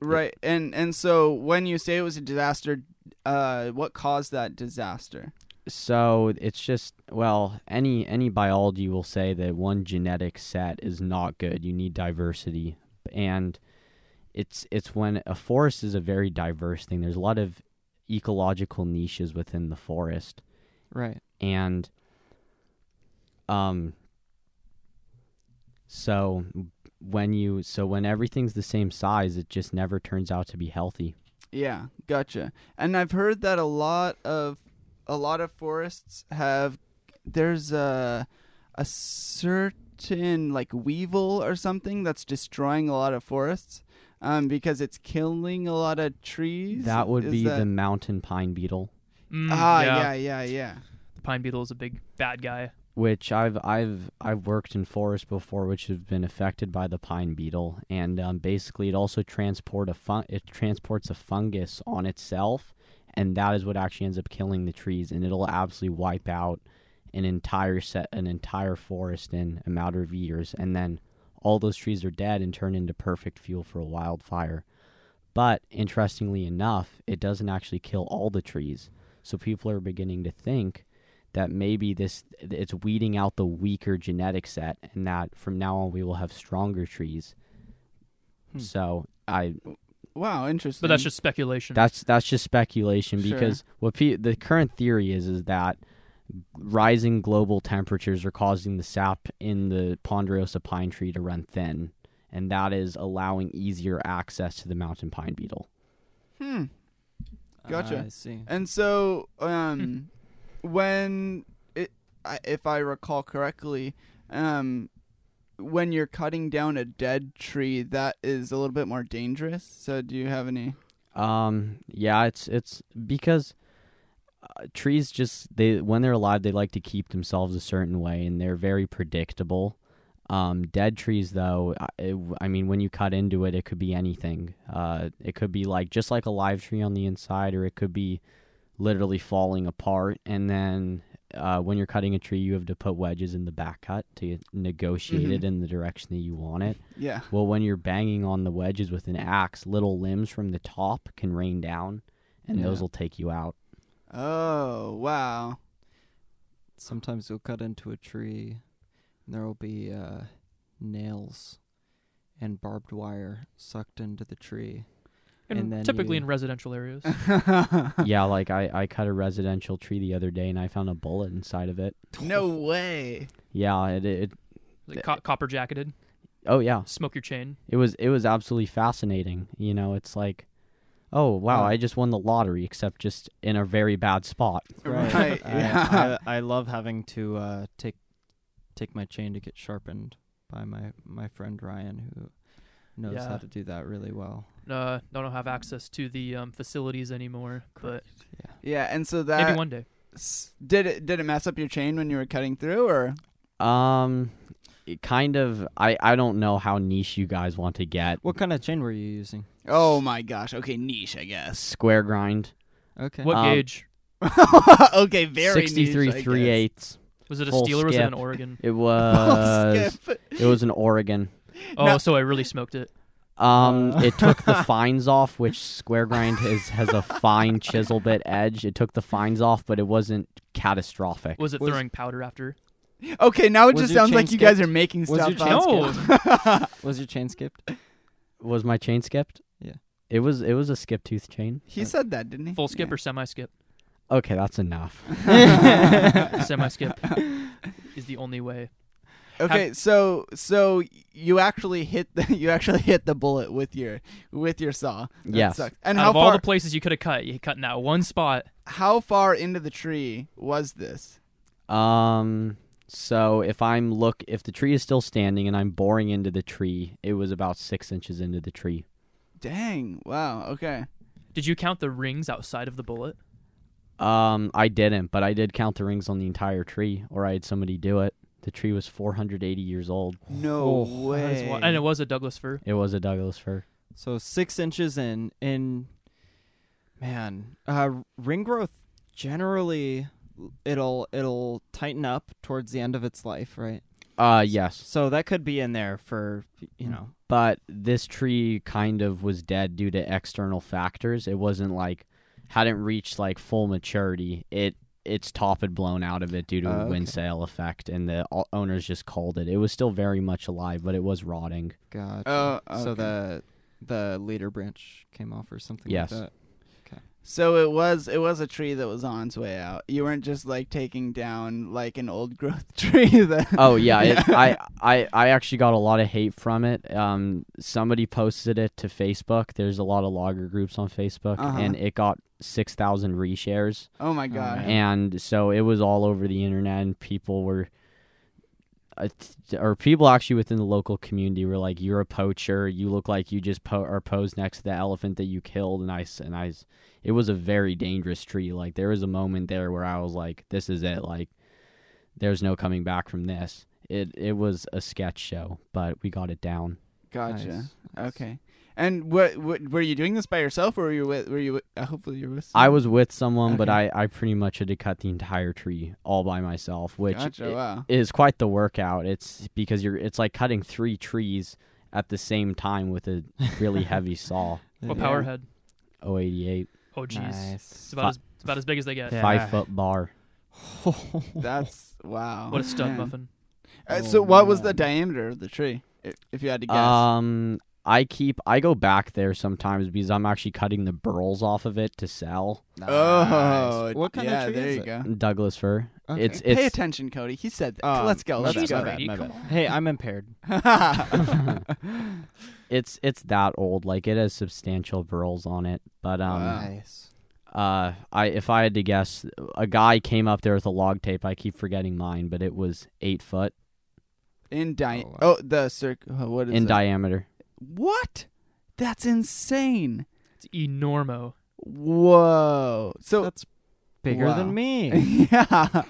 [SPEAKER 1] right and and so when you say it was a disaster uh what caused that disaster
[SPEAKER 4] so it's just well any any biology will say that one genetic set is not good you need diversity and it's it's when a forest is a very diverse thing there's a lot of ecological niches within the forest
[SPEAKER 5] Right.
[SPEAKER 4] and um so when you so when everything's the same size it just never turns out to be healthy
[SPEAKER 1] yeah gotcha and i've heard that a lot of a lot of forests have there's a a certain like weevil or something that's destroying a lot of forests um because it's killing a lot of trees
[SPEAKER 4] that would
[SPEAKER 1] Is
[SPEAKER 4] be
[SPEAKER 1] that-
[SPEAKER 4] the mountain pine beetle
[SPEAKER 3] Mm,
[SPEAKER 1] ah yeah
[SPEAKER 3] yeah.
[SPEAKER 1] yeah yeah
[SPEAKER 3] The pine beetle is a big bad guy.
[SPEAKER 4] which I've I've I've worked in forests before, which have been affected by the pine beetle, and um, basically it also transport a fun- it transports a fungus on itself, and that is what actually ends up killing the trees, and it'll absolutely wipe out an entire set an entire forest in a matter of years, and then all those trees are dead and turn into perfect fuel for a wildfire. But interestingly enough, it doesn't actually kill all the trees. So people are beginning to think that maybe this it's weeding out the weaker genetic set and that from now on we will have stronger trees.
[SPEAKER 5] Hmm.
[SPEAKER 4] So I
[SPEAKER 1] wow interesting
[SPEAKER 3] But that's just speculation.
[SPEAKER 4] that's that's just speculation
[SPEAKER 1] Sure.
[SPEAKER 4] because what pe- the current theory is is that rising global temperatures are causing the sap in the ponderosa pine tree to run thin and that is allowing easier access to the mountain pine beetle.
[SPEAKER 1] hmm Gotcha. Uh,
[SPEAKER 5] I see.
[SPEAKER 1] And so, um, when it, I- if I recall correctly, um, when you're cutting down a dead tree, that is a little bit more dangerous. So, do you have any?
[SPEAKER 4] Um, yeah, it's it's because uh, trees just they when they're alive they like to keep themselves a certain way and they're very predictable. Um, dead trees though, I, it- I mean when you cut into it, it could be anything. Uh, it could be like just like a live tree on the inside, or it could be literally falling apart. And then uh, when you're cutting a tree, you have to put wedges in the back cut to negotiate
[SPEAKER 1] Mhm.
[SPEAKER 4] it in the direction that you want it.
[SPEAKER 1] Yeah.
[SPEAKER 4] Well, when you're banging on the wedges with an axe, little limbs from the top can rain down, and
[SPEAKER 1] Yeah.
[SPEAKER 4] those will take you out.
[SPEAKER 1] Oh wow.
[SPEAKER 5] Sometimes you'll cut into a tree, and there will be uh, nails and barbed wire sucked into the tree.
[SPEAKER 3] And,
[SPEAKER 5] And then
[SPEAKER 3] typically
[SPEAKER 5] you-
[SPEAKER 3] in residential areas.
[SPEAKER 4] yeah, like I, I cut a residential tree the other day, and I found a bullet inside of it.
[SPEAKER 1] no way.
[SPEAKER 4] Yeah, it, it
[SPEAKER 3] like co- copper jacketed,
[SPEAKER 4] oh yeah,
[SPEAKER 3] smoke your chain.
[SPEAKER 4] it was it was absolutely fascinating. You know, it's like, oh wow,
[SPEAKER 5] Wow.
[SPEAKER 4] I just won the lottery, except just in a very bad spot.
[SPEAKER 1] Right.
[SPEAKER 5] I,
[SPEAKER 1] yeah.
[SPEAKER 5] I, I love having to uh, take take my chain to get sharpened by my my friend Ryan, who knows how
[SPEAKER 3] Yeah.
[SPEAKER 5] to do that really well.
[SPEAKER 3] Uh, don't have access to the um, facilities anymore, but
[SPEAKER 1] yeah. And so
[SPEAKER 3] maybe
[SPEAKER 1] that
[SPEAKER 3] one day.
[SPEAKER 1] s- did it. Did it mess up your chain when you were cutting through, or
[SPEAKER 4] Um, it kind of. I I don't know how niche you guys want to get.
[SPEAKER 5] What kind of chain were you using?
[SPEAKER 1] oh my gosh? Okay, niche, I guess.
[SPEAKER 4] Square grind,
[SPEAKER 5] Okay.
[SPEAKER 3] What
[SPEAKER 4] Um,
[SPEAKER 3] gauge
[SPEAKER 1] okay, very
[SPEAKER 4] sixty-three
[SPEAKER 1] niche, I
[SPEAKER 4] three
[SPEAKER 1] guess.
[SPEAKER 4] eighths.
[SPEAKER 3] was it? A
[SPEAKER 4] full
[SPEAKER 3] steel or was it an
[SPEAKER 4] skip.
[SPEAKER 3] Oregon?
[SPEAKER 4] It
[SPEAKER 1] Full
[SPEAKER 4] was.
[SPEAKER 1] skip.
[SPEAKER 4] uh, It was an Oregon.
[SPEAKER 3] Oh,
[SPEAKER 1] No.
[SPEAKER 3] so I really smoked it.
[SPEAKER 4] Um,
[SPEAKER 5] Uh.
[SPEAKER 4] it took the fines off, which square grind has has a fine chisel bit edge. It took the fines off, but it wasn't catastrophic.
[SPEAKER 3] Was it
[SPEAKER 5] Was-
[SPEAKER 3] throwing powder after?
[SPEAKER 1] Okay, now it
[SPEAKER 5] Was
[SPEAKER 1] just
[SPEAKER 5] your
[SPEAKER 1] sounds
[SPEAKER 5] chain
[SPEAKER 1] like you guys
[SPEAKER 5] skipped?
[SPEAKER 1] are making
[SPEAKER 5] Was
[SPEAKER 1] stuff
[SPEAKER 5] your chain
[SPEAKER 1] up.
[SPEAKER 3] No.
[SPEAKER 5] Was your chain skipped?
[SPEAKER 4] Was my chain skipped?
[SPEAKER 5] Yeah.
[SPEAKER 4] It was. It was a skip tooth chain.
[SPEAKER 1] He said that, didn't he?
[SPEAKER 3] Full skip or semi skip?
[SPEAKER 4] Okay, that's enough.
[SPEAKER 3] semi skip is the only way.
[SPEAKER 1] Okay, so so you actually hit the you actually hit the bullet with your with your saw. That
[SPEAKER 4] Yes.
[SPEAKER 1] sucks. And
[SPEAKER 3] Out
[SPEAKER 1] how
[SPEAKER 3] of all
[SPEAKER 1] far
[SPEAKER 3] the places you could have cut, you cut in that one spot.
[SPEAKER 1] how far into the tree was this?
[SPEAKER 4] Um. So if I'm look, if the tree is still standing and I'm boring into the tree, it was about six inches into the tree.
[SPEAKER 1] Dang! Wow. Okay.
[SPEAKER 3] Did you count the rings outside of the bullet?
[SPEAKER 4] Um, I didn't, but I did count the rings on the entire tree, or I had somebody do it. The tree was 480 years old.
[SPEAKER 1] No
[SPEAKER 3] That is
[SPEAKER 1] way.
[SPEAKER 3] why- and it was a Douglas fir.
[SPEAKER 4] It was a Douglas fir.
[SPEAKER 5] So six inches in, in man, uh, ring growth generally it'll it'll tighten up towards the end of its life, right?
[SPEAKER 4] Uh, yes.
[SPEAKER 5] So that could be in there for you know.
[SPEAKER 4] but this tree kind of was dead due to external factors. It wasn't like hadn't reached like full maturity. It its top had blown out of it due to
[SPEAKER 5] Oh,
[SPEAKER 4] a wind
[SPEAKER 5] okay.
[SPEAKER 4] sail effect, and the o- owners just called it. It was still very much alive, but it was rotting.
[SPEAKER 5] Gotcha.
[SPEAKER 1] Oh,
[SPEAKER 5] So
[SPEAKER 1] okay.
[SPEAKER 5] the the leader branch came off or something
[SPEAKER 4] Yes.
[SPEAKER 5] like that.
[SPEAKER 1] So it was it was a tree that was on its way out. You weren't just like taking down like an old growth tree that.
[SPEAKER 4] Oh yeah, it, I, I I actually got a lot of hate from it. Um, somebody posted it to Facebook. There's a lot of logger groups on Facebook,
[SPEAKER 1] Uh-huh.
[SPEAKER 4] and it got six thousand reshares.
[SPEAKER 1] Oh my
[SPEAKER 5] Oh,
[SPEAKER 1] god.
[SPEAKER 5] man.
[SPEAKER 4] and so it was all over the internet and people were uh, t- or people actually within the local community were like you're a poacher you look like you just po- or posed next to the elephant that you killed and i s- and i s- it was a very dangerous tree like there was a moment there where i was like this is it like there's no coming back from this it it was a sketch show but we got it down
[SPEAKER 1] Gotcha.
[SPEAKER 5] Nice, nice.
[SPEAKER 1] Okay. And what, what were you doing this by yourself, or were you with? Were you? With, uh, hopefully, you were with.
[SPEAKER 4] i was with someone but
[SPEAKER 1] Okay.
[SPEAKER 4] i i pretty much had to cut the entire tree all by myself which
[SPEAKER 1] someone. Gotcha.
[SPEAKER 4] i-
[SPEAKER 1] wow.
[SPEAKER 4] is quite the workout. It's because you're it's like cutting three trees at the same time with a really heavy saw.
[SPEAKER 3] What
[SPEAKER 1] Yeah.
[SPEAKER 3] power head?
[SPEAKER 4] 088
[SPEAKER 3] Oh, jeez. It's
[SPEAKER 5] Nice.
[SPEAKER 3] about, as, it's about as big as they get.
[SPEAKER 5] Yeah.
[SPEAKER 4] 5 foot bar.
[SPEAKER 1] That's wow.
[SPEAKER 3] What a stud
[SPEAKER 1] Oh, Man.
[SPEAKER 3] muffin.
[SPEAKER 1] Uh, so,
[SPEAKER 5] Oh,
[SPEAKER 1] what was
[SPEAKER 5] man.
[SPEAKER 1] the
[SPEAKER 5] Uh,
[SPEAKER 1] diameter of the tree, if, if you had to guess?
[SPEAKER 4] Um I keep I go back there sometimes because I'm actually cutting the burls off of it to sell.
[SPEAKER 1] oh,
[SPEAKER 5] Nice. What kind
[SPEAKER 1] yeah,
[SPEAKER 5] of tree
[SPEAKER 1] there
[SPEAKER 5] is
[SPEAKER 1] you
[SPEAKER 5] it?
[SPEAKER 1] go.
[SPEAKER 4] Dought's fir.
[SPEAKER 5] Okay.
[SPEAKER 4] It's
[SPEAKER 1] Pay
[SPEAKER 4] it's
[SPEAKER 1] attention, Cody. He said that.
[SPEAKER 5] Um,
[SPEAKER 1] Let's go.
[SPEAKER 5] my
[SPEAKER 1] Let's
[SPEAKER 5] bad,
[SPEAKER 3] Jeez,
[SPEAKER 1] go.
[SPEAKER 5] my
[SPEAKER 3] Brady,
[SPEAKER 5] bad, my
[SPEAKER 3] come
[SPEAKER 5] bad. Hey, I'm impaired.
[SPEAKER 4] it's it's that old. Like it has substantial burls on it. But um
[SPEAKER 1] Wow.
[SPEAKER 5] nice.
[SPEAKER 4] uh I if I had to guess a guy came up there with a log tape. I keep forgetting mine, but it was 8 foot
[SPEAKER 1] In di-
[SPEAKER 5] Oh, wow.
[SPEAKER 1] oh, the circ. oh, what is
[SPEAKER 4] in
[SPEAKER 1] that?
[SPEAKER 4] diameter.
[SPEAKER 1] What? That's insane.
[SPEAKER 3] It's enormo.
[SPEAKER 1] Whoa. So
[SPEAKER 5] That's bigger
[SPEAKER 1] Wow.
[SPEAKER 5] than me.
[SPEAKER 1] yeah.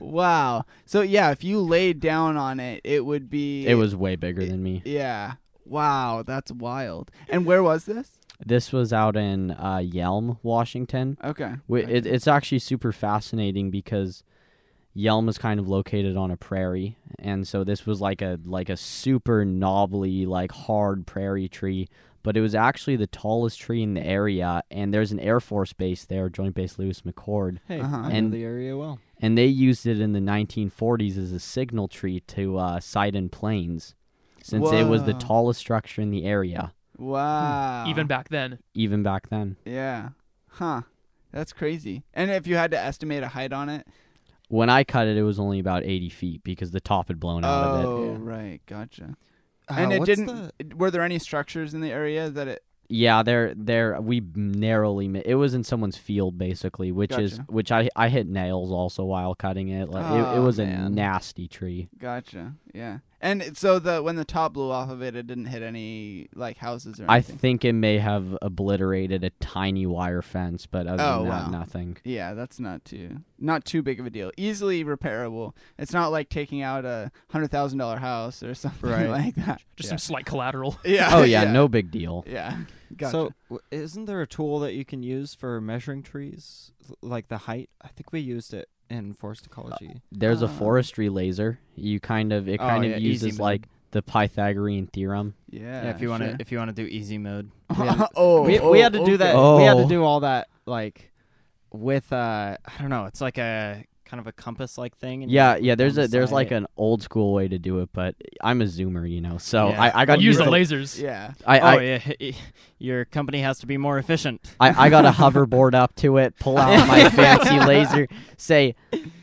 [SPEAKER 1] Wow. So yeah, if you laid down on it, it would be
[SPEAKER 4] It was way bigger than me.
[SPEAKER 1] Yeah. Wow, that's wild. And where was this?
[SPEAKER 4] This was out in uh, Yelm, Washington.
[SPEAKER 1] Okay.
[SPEAKER 4] Wh- It, it's actually super fascinating because Yelm is kind of located on a prairie, and so this was like a like a super knobbly, like hard prairie tree. But it was actually the tallest tree in the area, and there's an Air Force base there, Joint Base Lewis McChord,
[SPEAKER 5] Hey,
[SPEAKER 1] Uh-huh.
[SPEAKER 5] I
[SPEAKER 4] And-
[SPEAKER 5] know the area well.
[SPEAKER 4] and they used it in the 1940s as a signal tree to uh, sight in planes, since it was the
[SPEAKER 1] Whoa.
[SPEAKER 4] tallest structure in the area,
[SPEAKER 1] Wow.
[SPEAKER 3] Even back then,
[SPEAKER 4] even back then.
[SPEAKER 1] Yeah. Huh. That's crazy. And if you had to estimate a height on it?
[SPEAKER 4] When I cut it, it was only about 80 feet because the top had blown out of it.
[SPEAKER 1] Oh,
[SPEAKER 5] yeah.
[SPEAKER 1] right. Gotcha.
[SPEAKER 5] Uh,
[SPEAKER 1] and it
[SPEAKER 5] what's
[SPEAKER 1] didn't
[SPEAKER 5] the-
[SPEAKER 1] were there any structures in the area that it
[SPEAKER 4] Yeah, there, there. We narrowly. Mi- it was in someone's field, basically, which is
[SPEAKER 1] Gotcha.
[SPEAKER 4] which I I hit nails also while cutting it. Like it, it
[SPEAKER 1] Aw,
[SPEAKER 4] was a
[SPEAKER 1] man.
[SPEAKER 4] nasty tree.
[SPEAKER 1] Gotcha. Yeah. And it- so the when the top blew off of it, it didn't hit any like houses or
[SPEAKER 4] I
[SPEAKER 1] anything.
[SPEAKER 4] think it may have obliterated a tiny wire fence, but other
[SPEAKER 1] Oh,
[SPEAKER 4] than that,
[SPEAKER 1] wow.
[SPEAKER 4] nothing.
[SPEAKER 1] yeah, that's not too not too big of a deal. Easily repairable. It's not like taking out a hundred thousand dollar house or something
[SPEAKER 5] Right.
[SPEAKER 1] like that.
[SPEAKER 3] just
[SPEAKER 1] Yeah.
[SPEAKER 3] some slight collateral.
[SPEAKER 1] Yeah.
[SPEAKER 4] Oh yeah, no big deal.
[SPEAKER 1] Yeah. Gotcha.
[SPEAKER 5] So, w- isn't there a tool that you can use for measuring trees, L- like the height? I think we used it in forest ecology.
[SPEAKER 4] There's
[SPEAKER 1] Ah.
[SPEAKER 4] a forestry laser. You kind of it
[SPEAKER 5] Oh,
[SPEAKER 4] kind
[SPEAKER 5] yeah,
[SPEAKER 4] of
[SPEAKER 5] easy
[SPEAKER 4] uses
[SPEAKER 5] mode.
[SPEAKER 4] like the Pythagorean theorem.
[SPEAKER 1] yeah.
[SPEAKER 5] if you want to,
[SPEAKER 1] Uh, sure.
[SPEAKER 5] if you want to do easy mode,
[SPEAKER 1] oh,
[SPEAKER 5] we,
[SPEAKER 1] oh,
[SPEAKER 5] we had to do
[SPEAKER 1] okay.
[SPEAKER 5] that. We had to
[SPEAKER 4] Oh.
[SPEAKER 5] do all that like with uh, I don't know. It's like a kind of a compass like thing. and you
[SPEAKER 4] Yeah,
[SPEAKER 5] look
[SPEAKER 4] yeah. There's
[SPEAKER 5] down the
[SPEAKER 4] a there's
[SPEAKER 5] side.
[SPEAKER 4] like an old school way to do it, but I'm a zoomer, you know. So
[SPEAKER 5] Yeah.
[SPEAKER 4] I I got
[SPEAKER 3] Use
[SPEAKER 4] used
[SPEAKER 3] the
[SPEAKER 4] to.
[SPEAKER 3] lasers.
[SPEAKER 1] Yeah.
[SPEAKER 4] I,
[SPEAKER 5] Oh
[SPEAKER 4] I,
[SPEAKER 5] yeah, your company has to be more efficient.
[SPEAKER 4] I, I got a hoverboard up to it, pull out my fancy laser, say,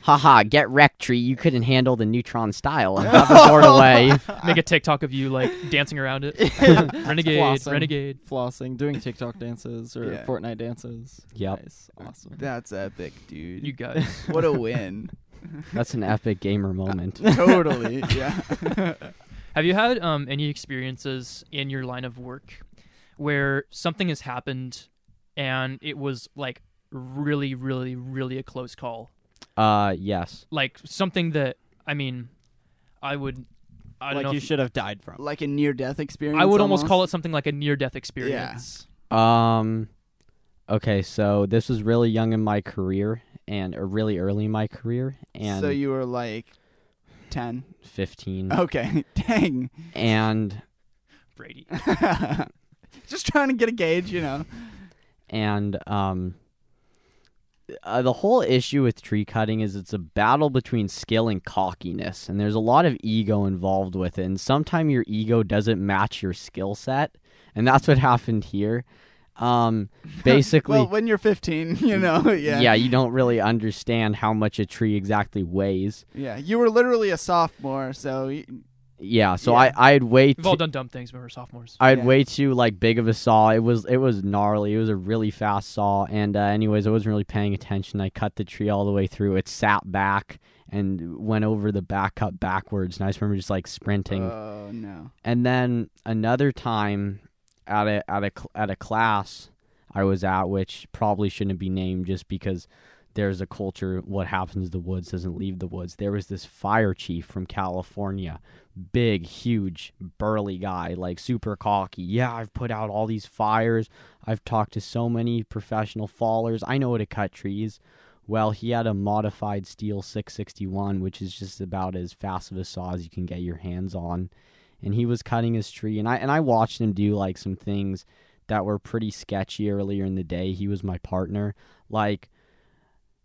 [SPEAKER 4] haha, get wrecked, tree. You couldn't handle the neutron style. and hoverboard away.
[SPEAKER 3] Make a TikTok of you like dancing around it. renegade,
[SPEAKER 5] Flossing.
[SPEAKER 3] renegade.
[SPEAKER 5] Flossing, doing TikTok dances or
[SPEAKER 1] Yeah.
[SPEAKER 5] Fortnite dances.
[SPEAKER 4] Yep.
[SPEAKER 5] Nice, awesome.
[SPEAKER 1] That's epic, dude.
[SPEAKER 3] You guys.
[SPEAKER 1] what a win.
[SPEAKER 4] That's an epic gamer moment.
[SPEAKER 1] totally. Yeah.
[SPEAKER 3] Have you had um, any experiences in your line of work where something has happened and it was like really, really, really a close call?
[SPEAKER 4] Uh, yes.
[SPEAKER 3] Like something that, I mean, I would, I don't
[SPEAKER 5] like
[SPEAKER 3] know.
[SPEAKER 5] you
[SPEAKER 3] if-
[SPEAKER 5] should have died from.
[SPEAKER 1] Like a near death experience.
[SPEAKER 3] I would almost call it something like a near death experience.
[SPEAKER 4] Um, okay, so this was really young in my career and or really early in my career and Mm.
[SPEAKER 1] So you were like ten.
[SPEAKER 4] 15.
[SPEAKER 5] Oh.
[SPEAKER 1] Okay. Dang.
[SPEAKER 4] And,
[SPEAKER 3] Brady.
[SPEAKER 1] Just trying to get a gauge, you know.
[SPEAKER 4] and, um, uh, the whole issue with tree cutting is it's a battle between skill and cockiness, and there's a lot of ego involved with it. And sometimes your ego doesn't match your skill set, and that's what happened here. Um, basically,
[SPEAKER 1] Well, when you're 15, you know, yeah.
[SPEAKER 4] yeah, you don't really understand how much a tree exactly weighs.
[SPEAKER 1] Yeah, you were literally a sophomore, so y-
[SPEAKER 4] Yeah, so
[SPEAKER 1] Yeah.
[SPEAKER 4] I I'd way
[SPEAKER 3] We've all
[SPEAKER 4] too,
[SPEAKER 3] done dumb things when we were sophomores.
[SPEAKER 4] I'd
[SPEAKER 1] Yeah.
[SPEAKER 4] way too like big of a saw. It was it was gnarly. It was a really fast saw, and uh, anyways, I wasn't really paying attention. I cut the tree all the way through. It sat back and went over the back cut backwards, and I just remember just like sprinting.
[SPEAKER 1] oh no.
[SPEAKER 4] And then another time at a at a cl- at a class I was at, which probably shouldn't be named just because there's a culture. What happens in the woods doesn't leave the woods. There was this fire chief from California, big, huge, burly guy, like super cocky. Yeah, I've put out all these fires. I've talked to so many professional fallers. I know how to cut trees. Well, he had a modified steel 661, which is just about as fast of a saw as you can get your hands on and he was cutting his tree and I and I watched him do like some things that were pretty sketchy earlier in the day. He was my partner. Like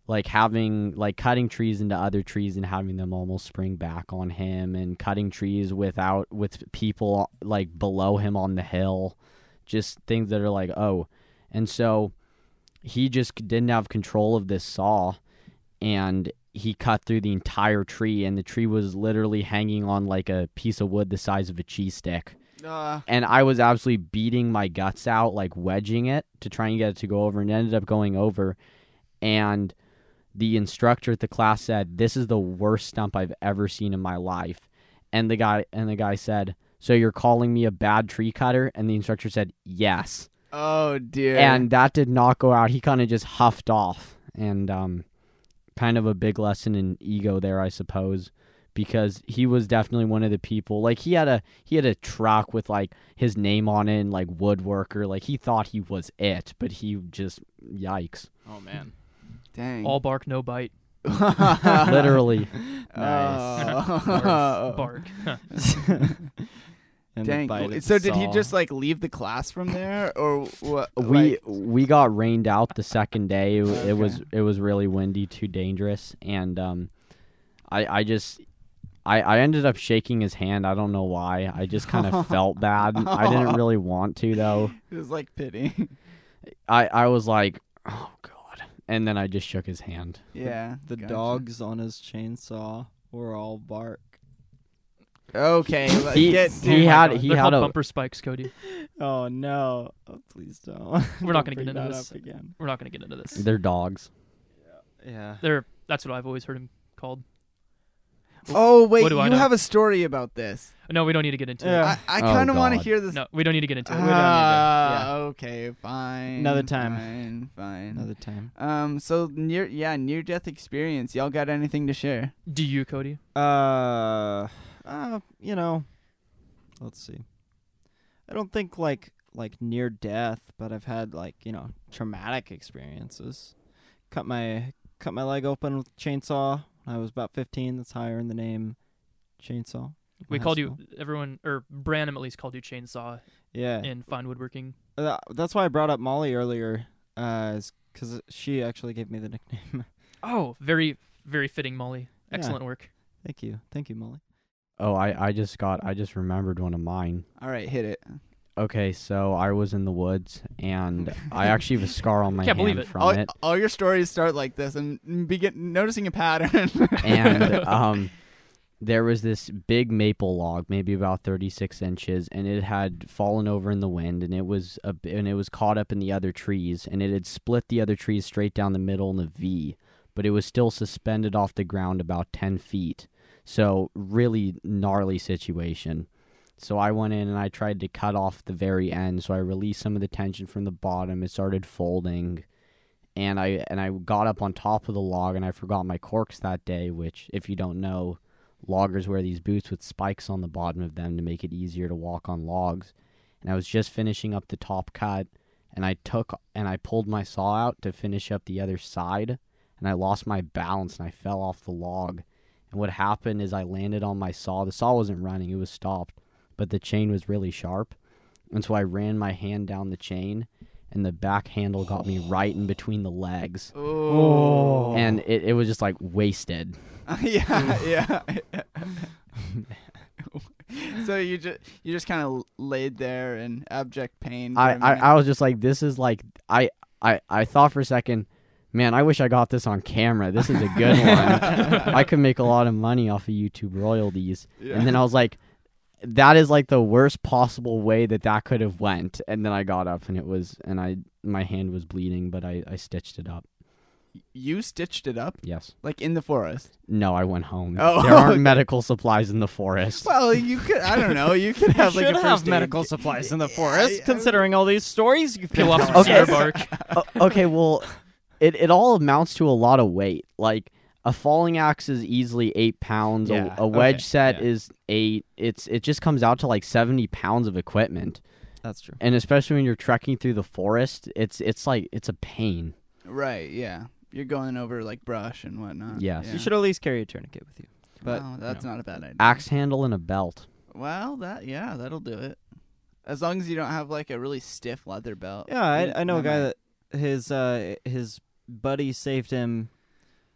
[SPEAKER 4] like having like cutting trees into other trees and having them almost spring back on him and cutting trees without with people like below him on the hill. Just things that are like, "Oh." And so he just didn't have control of this saw and he cut through the entire tree and the tree was literally hanging on like a piece of wood the size of a cheese stick
[SPEAKER 1] Uh,
[SPEAKER 4] and i was absolutely beating my guts out like wedging it to try and get it to go over and it ended up going over and the instructor at the class said this is the worst stump i've ever seen in my life and the guy and the guy said so you're calling me a bad tree cutter and the instructor said yes
[SPEAKER 1] Oh dear.
[SPEAKER 4] and that did not go out. He kind of just huffed off, and um, kind of a big lesson in ego there, I suppose, because he was definitely one of the people. Like he had a he had a truck with like his name on it, and like woodworker. Like he thought he was it, but he just yikes,
[SPEAKER 5] Oh man.
[SPEAKER 1] dang.
[SPEAKER 3] All bark, no bite.
[SPEAKER 4] literally.
[SPEAKER 1] Oh.
[SPEAKER 5] uh,
[SPEAKER 3] Barf, bark.
[SPEAKER 5] And the
[SPEAKER 1] Dang.
[SPEAKER 5] bite
[SPEAKER 1] W-
[SPEAKER 5] of
[SPEAKER 1] So
[SPEAKER 5] the
[SPEAKER 1] did he
[SPEAKER 5] saw.
[SPEAKER 1] just like leave the class from there, or what?
[SPEAKER 4] we
[SPEAKER 1] like-
[SPEAKER 4] we got rained out the second day. It, it was
[SPEAKER 1] Okay.
[SPEAKER 4] it was really windy, too dangerous, and um, I I just I I ended up shaking his hand. I don't know why. I just kind of felt bad. I didn't really want to though.
[SPEAKER 1] it was like pity.
[SPEAKER 4] I I was like, oh god, and then I just shook his hand.
[SPEAKER 1] yeah.
[SPEAKER 5] the
[SPEAKER 1] gotcha.
[SPEAKER 5] dogs on his chainsaw were all bark.
[SPEAKER 1] Okay. let-
[SPEAKER 4] He-
[SPEAKER 1] get,
[SPEAKER 4] he
[SPEAKER 1] dude,
[SPEAKER 3] Oh my
[SPEAKER 4] had-
[SPEAKER 3] God.
[SPEAKER 4] he
[SPEAKER 3] They're
[SPEAKER 4] had
[SPEAKER 3] called
[SPEAKER 4] a-
[SPEAKER 3] bumper spikes, Cody.
[SPEAKER 5] Oh no! Oh, please don't.
[SPEAKER 3] We're not
[SPEAKER 5] Don't
[SPEAKER 3] gonna
[SPEAKER 5] bring
[SPEAKER 3] get into
[SPEAKER 5] that
[SPEAKER 3] this.
[SPEAKER 5] up again.
[SPEAKER 3] We're not going to get into this.
[SPEAKER 4] They're dogs.
[SPEAKER 5] Yeah.
[SPEAKER 3] They're that's what I've always heard him called.
[SPEAKER 1] Oh wait,
[SPEAKER 3] What
[SPEAKER 1] you
[SPEAKER 3] do I know?
[SPEAKER 1] have a story about this.
[SPEAKER 3] Uh, No, we don't need to get into
[SPEAKER 5] Yeah.
[SPEAKER 1] I, I
[SPEAKER 4] Oh,
[SPEAKER 1] kind of want to
[SPEAKER 4] God.
[SPEAKER 1] hear this.
[SPEAKER 3] it. No, we don't need to get into it.
[SPEAKER 5] don't need to.
[SPEAKER 1] Ah,
[SPEAKER 5] Yeah.
[SPEAKER 1] Okay. Fine.
[SPEAKER 5] Another time.
[SPEAKER 1] Fine. Fine.
[SPEAKER 5] Another time.
[SPEAKER 1] Um. So near. Yeah. Near death experience. Y'all got anything to share?
[SPEAKER 3] Do you, Cody?
[SPEAKER 5] Uh, uh, you know, let's see. I don't think like like near death, but I've had like you know traumatic experiences. Cut my cut my leg open with chainsaw when I was about fifteen. That's how I earned the name chainsaw.
[SPEAKER 3] We
[SPEAKER 5] High
[SPEAKER 3] called you
[SPEAKER 5] school.
[SPEAKER 3] everyone or Branham at least called you chainsaw
[SPEAKER 5] Yeah.
[SPEAKER 3] in fine woodworking.
[SPEAKER 5] Tha- that's why I brought up Molly earlier, uh, because she actually gave me the nickname.
[SPEAKER 3] Oh, very very fitting, Molly.
[SPEAKER 5] Yeah.
[SPEAKER 3] Excellent work.
[SPEAKER 5] Thank you, thank you, Molly.
[SPEAKER 4] Oh, I I just got I just remembered one of mine.
[SPEAKER 1] All right. Hit it.
[SPEAKER 4] Okay, so I was in the woods and I actually have a scar on my
[SPEAKER 3] Can't believe
[SPEAKER 4] hand
[SPEAKER 3] it. Oh,
[SPEAKER 4] from
[SPEAKER 1] all,
[SPEAKER 4] it.
[SPEAKER 1] all your stories start like this and begin noticing a pattern.
[SPEAKER 4] and um, there was this big maple log, maybe about thirty-six inches, and it had fallen over in the wind, and it was a, and it was caught up in the other trees, and it had split the other trees straight down the middle in a V, but it was still suspended off the ground about ten feet. So really gnarly situation. So I went in and I tried to cut off the very end. So I released some of the tension from the bottom. It started folding and I and I got up on top of the log and I forgot my corks that day, which if you don't know, loggers wear these boots with spikes on the bottom of them to make it easier to walk on logs. And I was just finishing up the top cut and I took and I pulled my saw out to finish up the other side and I lost my balance and I fell off the log. And what happened is I landed on my saw. The saw wasn't running, it was stopped, but the chain was really sharp. And so I ran my hand down the chain and the back handle got me right in between the legs.
[SPEAKER 1] oh.
[SPEAKER 4] And it, it was just like wasted.
[SPEAKER 1] yeah, yeah. so you just you just kind of laid there in abject pain. for
[SPEAKER 4] I,
[SPEAKER 1] a
[SPEAKER 4] I,
[SPEAKER 1] minute.
[SPEAKER 4] I was just like, this is like I, I I thought for a second, man, I wish I got this on camera. This is a good one. I could make a lot of money off of YouTube royalties.
[SPEAKER 1] Yeah.
[SPEAKER 4] And then I was like, that is like the worst possible way that that could have went. And then I got up and it was and I my hand was bleeding, but I, I stitched it up.
[SPEAKER 1] you stitched it up
[SPEAKER 4] Yes.
[SPEAKER 1] like in the forest.
[SPEAKER 4] No, I went home.
[SPEAKER 1] Oh,
[SPEAKER 4] there aren't
[SPEAKER 1] okay.
[SPEAKER 4] medical supplies in the forest.
[SPEAKER 1] Well, you could I don't know. You could have like a
[SPEAKER 5] should
[SPEAKER 1] first
[SPEAKER 5] have
[SPEAKER 1] aid
[SPEAKER 5] medical
[SPEAKER 1] kit.
[SPEAKER 5] supplies in the
[SPEAKER 1] Yeah,
[SPEAKER 5] forest,
[SPEAKER 1] yeah.
[SPEAKER 5] considering all these stories you
[SPEAKER 3] Peel off some
[SPEAKER 4] Okay.
[SPEAKER 3] cedar bark.
[SPEAKER 4] O- Uh, okay, well, it, it all amounts to a lot of weight. Like a falling axe is easily eight pounds.
[SPEAKER 5] Yeah,
[SPEAKER 4] a, a wedge
[SPEAKER 5] okay,
[SPEAKER 4] set
[SPEAKER 5] yeah.
[SPEAKER 4] is eight. It's it just comes out to like seventy pounds of equipment,
[SPEAKER 5] That's true.
[SPEAKER 4] and especially when you're trekking through the forest, it's it's like it's a pain.
[SPEAKER 1] Right. Yeah. You're going over like brush and whatnot.
[SPEAKER 4] Yes.
[SPEAKER 1] Yeah.
[SPEAKER 5] You should at least carry a tourniquet with you.
[SPEAKER 1] But
[SPEAKER 5] but,
[SPEAKER 1] that's not a bad idea.
[SPEAKER 4] Axe handle and a belt.
[SPEAKER 1] Well, that yeah, that'll do it. As long as you don't have like a really stiff leather belt.
[SPEAKER 5] Yeah, I, I know a guy
[SPEAKER 1] might.
[SPEAKER 5] that his uh, his buddy saved him.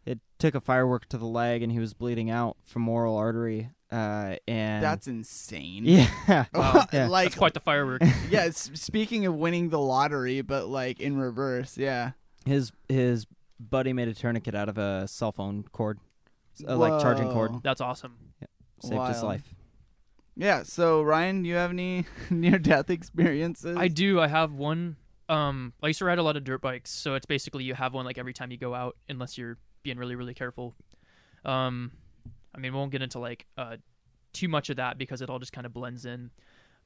[SPEAKER 5] It took a firework to the leg, and he was bleeding out from oral artery. Uh, and
[SPEAKER 1] That's insane.
[SPEAKER 5] yeah,
[SPEAKER 3] Wow.
[SPEAKER 5] Yeah.
[SPEAKER 1] like
[SPEAKER 3] That's quite the firework.
[SPEAKER 1] yeah, s- speaking of winning the lottery, but like in reverse, yeah.
[SPEAKER 5] his his buddy made a tourniquet out of a cell phone cord, S- uh, like charging cord.
[SPEAKER 1] Whoa.
[SPEAKER 3] That's awesome.
[SPEAKER 5] Saved his
[SPEAKER 1] Wild.
[SPEAKER 5] life.
[SPEAKER 1] Yeah. So Ryan, do you have any near death experiences?
[SPEAKER 3] I do. I have one. Um, I used to ride a lot of dirt bikes, so it's basically you have one like every time you go out, unless you're being really, really careful. Um, I mean, we won't get into like uh, too much of that because it all just kind of blends in.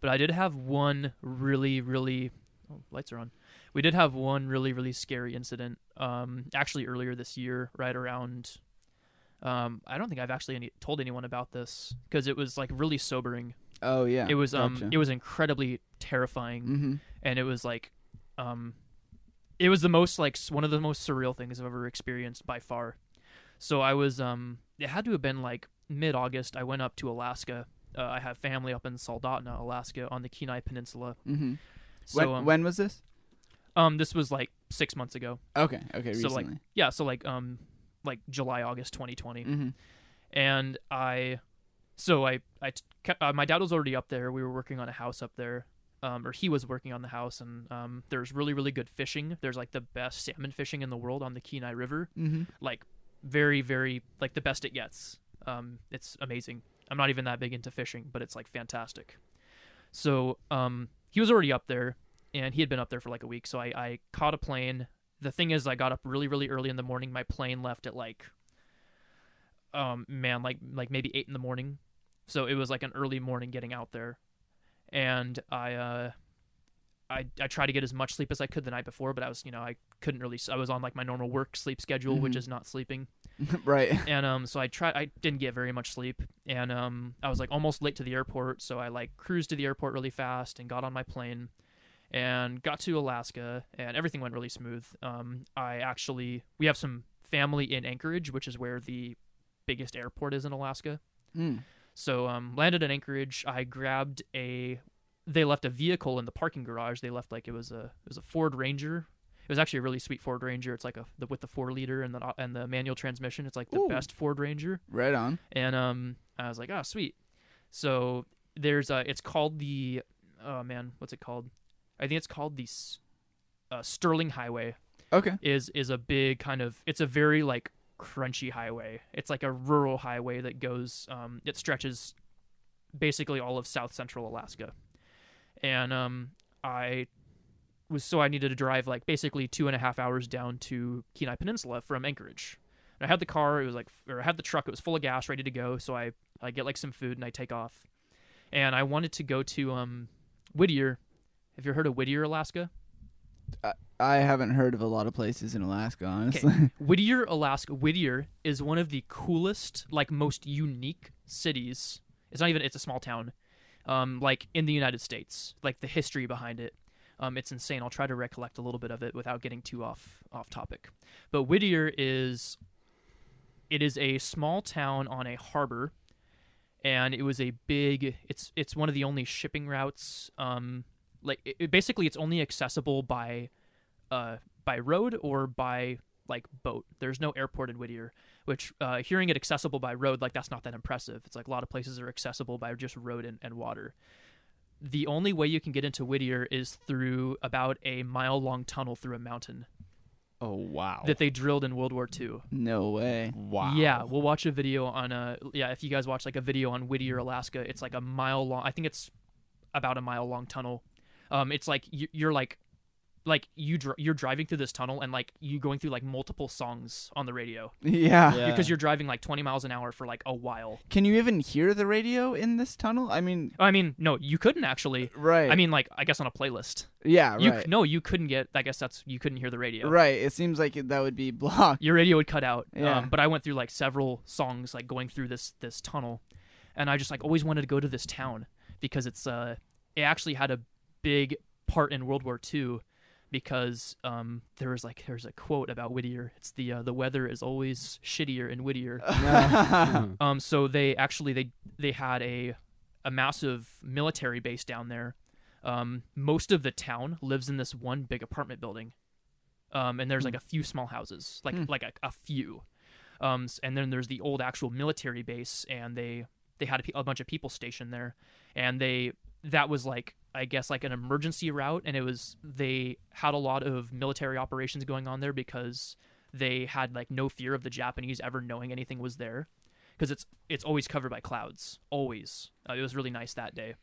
[SPEAKER 3] But I did have one really, really Oh, lights are on. We did have one really, really scary incident. Um, actually, earlier this year, right around. Um, I don't think I've actually any, told anyone about this because it was like really sobering.
[SPEAKER 1] Oh yeah.
[SPEAKER 3] it was um,
[SPEAKER 1] Gotcha.
[SPEAKER 3] it was incredibly terrifying,
[SPEAKER 1] Mhm.
[SPEAKER 3] and it was like, um, it was the most like s- one of the most surreal things I've ever experienced by far. So I was um, it had to have been like mid August. I went up to Alaska. Uh, I have family up in Soldotna, Alaska, on the Kenai Peninsula.
[SPEAKER 1] Mhm.
[SPEAKER 3] So
[SPEAKER 1] when,
[SPEAKER 3] um,
[SPEAKER 1] when was this?
[SPEAKER 3] um, this was like six months ago.
[SPEAKER 1] Okay. Okay.
[SPEAKER 3] so,
[SPEAKER 1] Recently.
[SPEAKER 3] like, Yeah, so like um, like July August 2020,
[SPEAKER 1] Mhm.
[SPEAKER 3] and I, so I I t- kept, uh, my dad was already up there. We were working on a house up there, um, or he was working on the house, and um, there's really really good fishing. There's like the best salmon fishing in the world on the Kenai River,
[SPEAKER 1] Mhm.
[SPEAKER 3] like very very like the best it gets. Um, it's amazing. I'm not even that big into fishing, but it's like fantastic. So um, he was already up there, and he had been up there for like a week. So I, I caught a plane. The thing is, I got up really, really early in the morning. My plane left at like, um, man, like like maybe eight in the morning. So it was like an early morning getting out there, and I, uh, I I tried to get as much sleep as I could the night before, but I was you know I couldn't really. s- I was on like my normal work sleep schedule, which
[SPEAKER 1] Mhm.
[SPEAKER 3] is not sleeping
[SPEAKER 1] right.
[SPEAKER 3] and um so i tried i didn't get very much sleep and um i was like almost late to the airport so i like cruised to the airport really fast and got on my plane and got to alaska and everything went really smooth um i actually we have some family in anchorage which is where the biggest airport is in alaska
[SPEAKER 1] Mm.
[SPEAKER 3] so um landed in anchorage i grabbed a they left a vehicle in the parking garage they left like it was a it was a ford ranger it was actually a really sweet Ford Ranger. It's like a the, with the four liter and the and the manual transmission. It's like the
[SPEAKER 1] Ooh.
[SPEAKER 3] best Ford Ranger
[SPEAKER 1] Right on.
[SPEAKER 3] and um, I was like, oh, sweet. So there's uh, it's called the, oh man, what's it called? I think it's called the S- uh, Sterling Highway.
[SPEAKER 1] Okay.
[SPEAKER 3] Is is a big kind of it's a very like crunchy highway. It's like a rural highway that goes um, it stretches basically all of South Central Alaska, and um, I was so I needed to drive like basically two and a half hours down to Kenai Peninsula from Anchorage. And I had the car, it was like, or I had the truck, it was full of gas, ready to go. So I, I get like some food and I take off. And I wanted to go to um, Whittier. Have you heard of Whittier, Alaska?
[SPEAKER 1] I haven't heard of a lot of places in Alaska, honestly.
[SPEAKER 3] Whittier, Alaska. Whittier is one of the coolest, like most unique cities. It's not even. It's a small town, um, like in the United States. Like the history behind it, um, it's insane. I'll try to recollect a little bit of it without getting too off off topic. But Whittier is, it is a small town on a harbor, and it was a big. It's it's one of the only shipping routes. Um, like it- it, basically, it's only accessible by, uh, by road or by like boat. There's no airport in Whittier, which uh, hearing it accessible by road, like that's not that impressive. It's like a lot of places are accessible by just road and, and water. The only way you can get into Whittier is through about a mile long tunnel through a mountain
[SPEAKER 5] Oh wow.
[SPEAKER 3] that they drilled in World War II.
[SPEAKER 1] no way.
[SPEAKER 5] wow.
[SPEAKER 3] Yeah, we'll watch a video on a yeah. If you guys watch like a video on Whittier, Alaska, it's like a mile long. I think it's about a mile long tunnel. Um, it's like you, you're like like you dr- you're driving through this tunnel and like you going through like multiple songs on the radio
[SPEAKER 1] Yeah.
[SPEAKER 5] Yeah.
[SPEAKER 3] because you're driving like 20 miles an hour for like a while.
[SPEAKER 1] Can you even hear the radio in this tunnel? I mean,
[SPEAKER 3] I mean, no, you couldn't actually.
[SPEAKER 1] right.
[SPEAKER 3] I mean, like I guess on a playlist.
[SPEAKER 1] yeah,
[SPEAKER 3] You
[SPEAKER 1] right.
[SPEAKER 3] c- no, you couldn't get. I guess that's you couldn't hear the radio.
[SPEAKER 1] Right. It seems like it- that would be blocked.
[SPEAKER 3] Your radio would cut out.
[SPEAKER 1] Yeah.
[SPEAKER 3] Um, but I went through like several songs like going through this this tunnel, and I just like always wanted to go to this town because it's uh it actually had a big part in World War II because um there was like there's a quote about Whittier. It's the uh, the weather is always shittier in Whittier. Um, so they actually they they had a a massive military base down there. Um, most of the town lives in this one big apartment building, um, and there's like a few small houses, like
[SPEAKER 1] Hmm.
[SPEAKER 3] like a, a few. Um, s- and then there's the old actual military base, and they they had a, pe- a bunch of people stationed there, and they that was like I guess like an emergency route, and it was they had a lot of military operations going on there because they had like no fear of the Japanese ever knowing anything was there because it's it's always covered by clouds always uh, it was really nice that day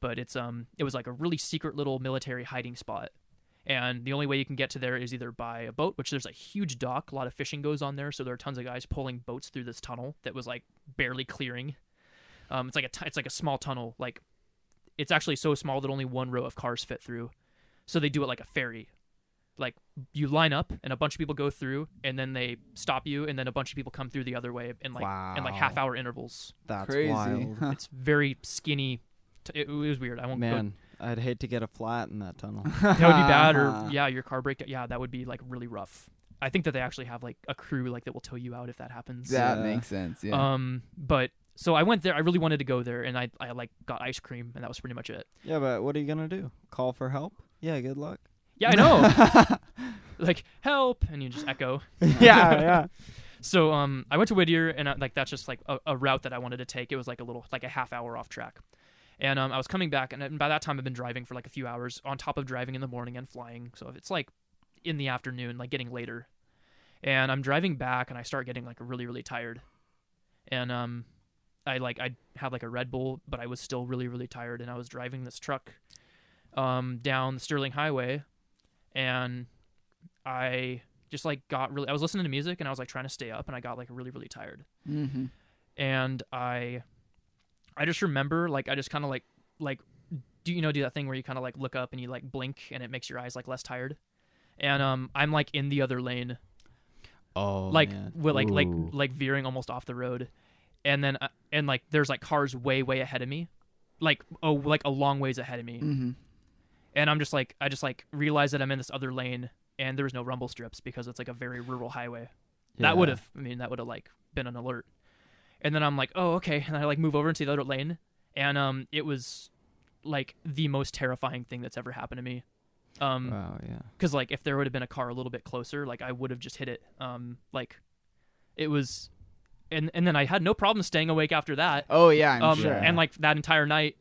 [SPEAKER 3] but it's um it was like a really secret little military hiding spot and the only way you can get to there is either by a boat which there's a huge dock a lot of fishing goes on there so there are tons of guys pulling boats through this tunnel that was like barely clearing um it's like a t- it's like a small tunnel like it's actually so small that only one row of cars fit through So they do it like a ferry. Like you line up and a bunch of people go through and then they stop you and then a bunch of people come through the other way and like in like
[SPEAKER 5] Wow.
[SPEAKER 3] half hour intervals.
[SPEAKER 5] That's
[SPEAKER 1] Crazy.
[SPEAKER 5] wild.
[SPEAKER 1] Huh.
[SPEAKER 3] It's very skinny. T- it, it was weird. I won't go
[SPEAKER 5] Man, I'd hate to get a flat in that tunnel.
[SPEAKER 3] that would be bad or yeah your car breakdown yeah that would be like really rough i think that they actually have like a crew like that will tow you out if that happens
[SPEAKER 1] That
[SPEAKER 5] Yeah.
[SPEAKER 1] makes sense. Yeah.
[SPEAKER 3] um but so i went there i really wanted to go there and i i like got ice cream and that was pretty much it
[SPEAKER 5] yeah, but what are you gonna do? Call for help? Yeah, good luck.
[SPEAKER 3] yeah i know like help and you just echo
[SPEAKER 5] yeah, yeah.
[SPEAKER 3] so um i went to whittier and I, like that's just like a, a route that i wanted to take it was like a little like a half hour off track and um, I was coming back, and, and by that time I've been driving for like a few hours, on top of driving in the morning and flying. So if it's like in the afternoon, like getting later, and I'm driving back, and I start getting like really really tired, and um, I like I had like a Red Bull, but I was still really really tired, and I was driving this truck, um, down the Sterling Highway, and I just like got really I was listening to music, and I was like trying to stay up, and I got like really really tired
[SPEAKER 1] mm-hmm.
[SPEAKER 3] and I I just remember like I just kind of like like do you know do that thing where you kind of like look up and you like blink and it makes your eyes like less tired and um I'm like in the other lane
[SPEAKER 5] Oh,
[SPEAKER 3] like
[SPEAKER 5] man.
[SPEAKER 3] wi- like like
[SPEAKER 4] Ooh.
[SPEAKER 3] like veering almost off the road and then uh, and like there's like cars way way ahead of me like oh like a long ways ahead of me
[SPEAKER 1] Mm-hmm.
[SPEAKER 3] and I'm just like I just like realize that I'm in this other lane and there was no rumble strips because it's like a very rural highway that would have i mean that would have like been an alert and then i'm like oh okay and i like move over into the other lane and um it was like the most terrifying thing that's ever happened to me um
[SPEAKER 5] Wow, yeah.
[SPEAKER 3] because like if there would have been a car a little bit closer like i would have just hit it um like it was and and then i had no problem staying awake after that
[SPEAKER 1] Oh yeah, I'm
[SPEAKER 3] um
[SPEAKER 1] sure.
[SPEAKER 3] and like that entire night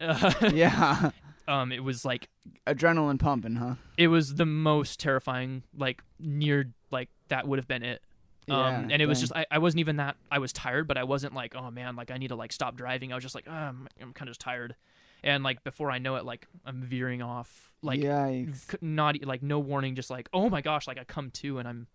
[SPEAKER 1] yeah,
[SPEAKER 3] um it was like
[SPEAKER 1] adrenaline pumping, huh?
[SPEAKER 3] it was the most terrifying like near like that would have been it um
[SPEAKER 1] Yeah,
[SPEAKER 3] and it was
[SPEAKER 1] dang.
[SPEAKER 3] just I, I wasn't even that i was tired but i wasn't like oh man like i need to like stop driving i was just like "Ah, i'm, I'm kind of just tired and like before i know it like i'm veering off like
[SPEAKER 1] Yikes.
[SPEAKER 3] c- not e- like no warning just like oh my gosh like i come to and i'm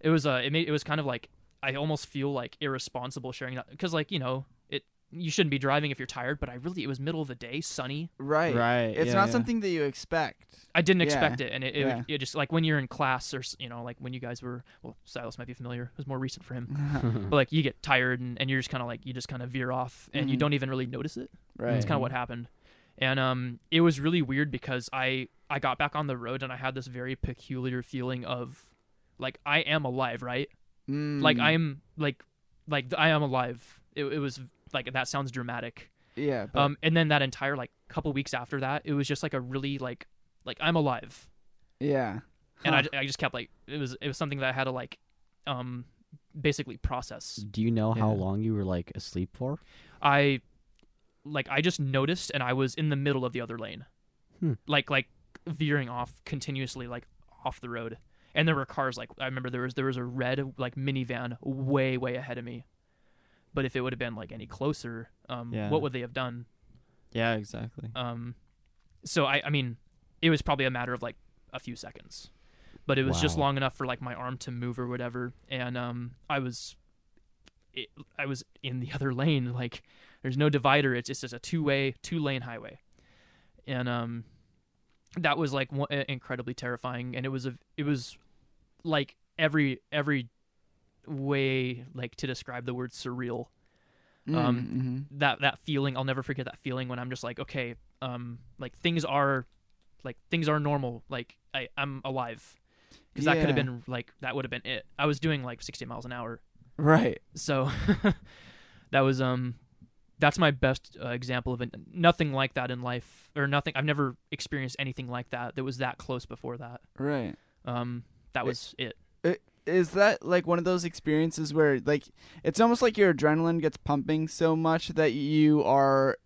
[SPEAKER 3] it was uh it made it was kind of like i almost feel like irresponsible sharing that because like you know it you shouldn't be driving if you're tired but i really it was middle of the day sunny
[SPEAKER 1] right.
[SPEAKER 5] Right.
[SPEAKER 1] It's
[SPEAKER 5] yeah,
[SPEAKER 1] not
[SPEAKER 5] yeah.
[SPEAKER 1] something that you expect.
[SPEAKER 3] I didn't
[SPEAKER 1] Yeah.
[SPEAKER 3] expect it, and it, it,
[SPEAKER 1] Yeah.
[SPEAKER 3] it just like when you're in class or s- you know like when you guys were well Silas might be familiar it was more recent for him but like you get tired and, and you're just kind of like you just kind of veer off and you
[SPEAKER 1] Mhm.
[SPEAKER 3] don't even really notice it
[SPEAKER 1] right.
[SPEAKER 3] that's kind of what happened and um it was really weird because I I got back on the road and I had this very peculiar feeling of like I am alive right
[SPEAKER 1] Mm,
[SPEAKER 3] like I'm like like I am alive it, it was like that sounds dramatic
[SPEAKER 1] Yeah. But,
[SPEAKER 3] um and then that entire like couple weeks after that it was just like a really like like I'm alive
[SPEAKER 1] yeah.
[SPEAKER 3] and
[SPEAKER 1] Huh.
[SPEAKER 3] I, I just kept like it was it was something that I had to like um basically process.
[SPEAKER 4] Do you know how
[SPEAKER 5] Yeah.
[SPEAKER 4] long you were like asleep for?
[SPEAKER 3] I like I just noticed and I was in the middle of the other lane.
[SPEAKER 4] Hmm.
[SPEAKER 3] Like like veering off continuously like off the road. And there were cars like I remember there was there was a red like minivan way way ahead of me. But if it would have been like any closer, um
[SPEAKER 5] Yeah.
[SPEAKER 3] what would they have done?
[SPEAKER 5] Yeah, exactly.
[SPEAKER 3] Um, so I, I mean, it was probably a matter of like a few seconds, but it was just
[SPEAKER 4] Wow.
[SPEAKER 3] long enough for like my arm to move or whatever, and um, I was, it, I was in the other lane. Like, there's no divider. It's just it's a two way, two lane highway, and um, that was like one, incredibly terrifying, and it was a, it was, like every every way like to describe the word surreal
[SPEAKER 1] Um.
[SPEAKER 3] that that feeling i'll never forget that feeling when i'm just like okay um like things are like things are normal like i i'm alive because that could have
[SPEAKER 1] Yeah.
[SPEAKER 3] been like that would have been it i was doing like 60 miles an hour
[SPEAKER 1] Mm-hmm. Right.
[SPEAKER 3] so that was um that's my best uh, example of an, nothing like that in life or nothing i've never experienced anything like that that was that close before that
[SPEAKER 1] Right.
[SPEAKER 3] um that
[SPEAKER 1] It-
[SPEAKER 3] was it
[SPEAKER 1] Is that like one of those experiences where like it's almost like your adrenaline gets pumping so much that you are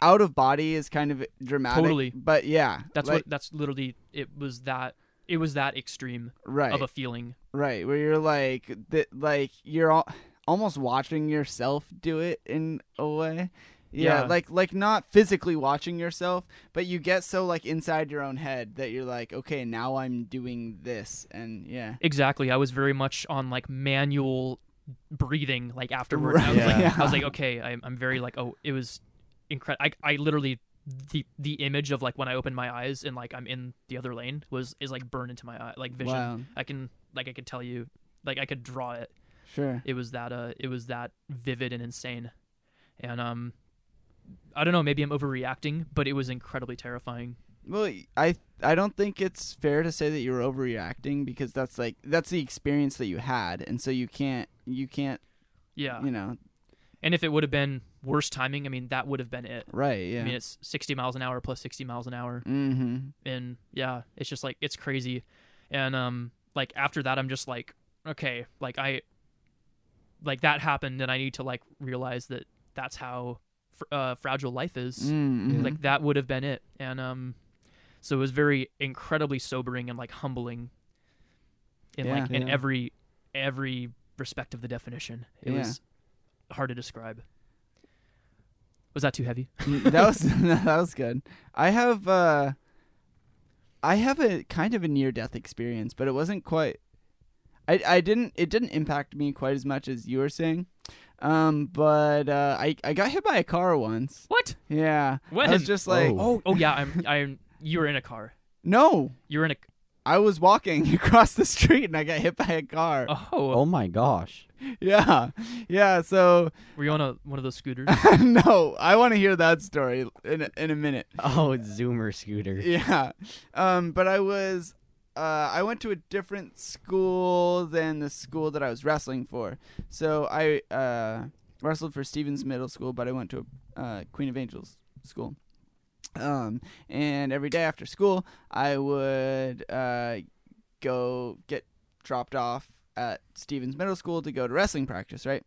[SPEAKER 1] out of body is kind of dramatic.
[SPEAKER 3] Totally.
[SPEAKER 1] But yeah.
[SPEAKER 3] that's
[SPEAKER 1] like,
[SPEAKER 3] what that's literally it was that it was that extreme
[SPEAKER 1] Right.
[SPEAKER 3] of a feeling
[SPEAKER 1] Right, where you're like that, like you're all, almost watching yourself do it in a way. Yeah,
[SPEAKER 3] Yeah.
[SPEAKER 1] like like not physically watching yourself, but you get so like inside your own head that you're like, okay, now I'm doing this, and yeah,
[SPEAKER 3] Exactly. I was very much on like manual breathing like afterwards. I was
[SPEAKER 5] Right.
[SPEAKER 3] like
[SPEAKER 1] Yeah.
[SPEAKER 3] I was like okay, I'm I'm very like oh, it was incredible. I I literally the the image of like when I open my eyes and like I'm in the other lane was is like burned into my eye like vision.
[SPEAKER 1] Wow.
[SPEAKER 3] I can like I could tell you like I could draw it.
[SPEAKER 1] Sure.
[SPEAKER 3] It was that uh it was that vivid and insane. And um I don't know, maybe I'm overreacting, but it was incredibly terrifying.
[SPEAKER 1] Well, I I don't think it's fair to say that you're overreacting because that's like that's the experience that you had, and so you can't you can't
[SPEAKER 3] Yeah.
[SPEAKER 1] you know
[SPEAKER 3] And if it would have been worse timing, I mean that would have been it.
[SPEAKER 1] right yeah.
[SPEAKER 3] I mean it's 60 miles an hour plus 60 miles an hour.
[SPEAKER 1] mm-hmm.
[SPEAKER 3] and yeah it's just like it's crazy and um like after that i'm just like okay like i like that happened and i need to like realize that that's how fr- uh, fragile life is
[SPEAKER 1] Mm-hmm.
[SPEAKER 3] like that would have been it and um so it was very incredibly sobering and like humbling in like
[SPEAKER 1] Yeah.
[SPEAKER 3] in
[SPEAKER 1] Yeah.
[SPEAKER 3] every every respect of the definition it
[SPEAKER 1] Yeah.
[SPEAKER 3] was hard to describe was that too heavy
[SPEAKER 1] Mm, that was that was good. I have uh I have a kind of a near death experience, but it wasn't quite I I didn't it didn't impact me quite as much as you were saying. Um but uh I I got hit by a car once.
[SPEAKER 3] what
[SPEAKER 1] Yeah.
[SPEAKER 3] when
[SPEAKER 1] I was just like
[SPEAKER 4] Oh.
[SPEAKER 3] oh oh yeah i'm i'm you were in a car
[SPEAKER 1] no.
[SPEAKER 3] you were in a
[SPEAKER 1] I was walking across the street and I got hit by a car.
[SPEAKER 3] Oh,
[SPEAKER 4] Oh my gosh.
[SPEAKER 1] Yeah. Yeah, so
[SPEAKER 3] were you on a one of those scooters?
[SPEAKER 1] no, I want to hear that story in a, in a minute.
[SPEAKER 4] Oh, it's Zoomer Scooter.
[SPEAKER 1] Yeah. Um, but I was, uh, I went to a different school than the school that I was wrestling for. So I uh, wrestled for Stevens Middle School, but I went to uh, Queen of Angels school. Um, and every day after school, I would uh, go get dropped off at Stevens Middle School to go to wrestling practice, right?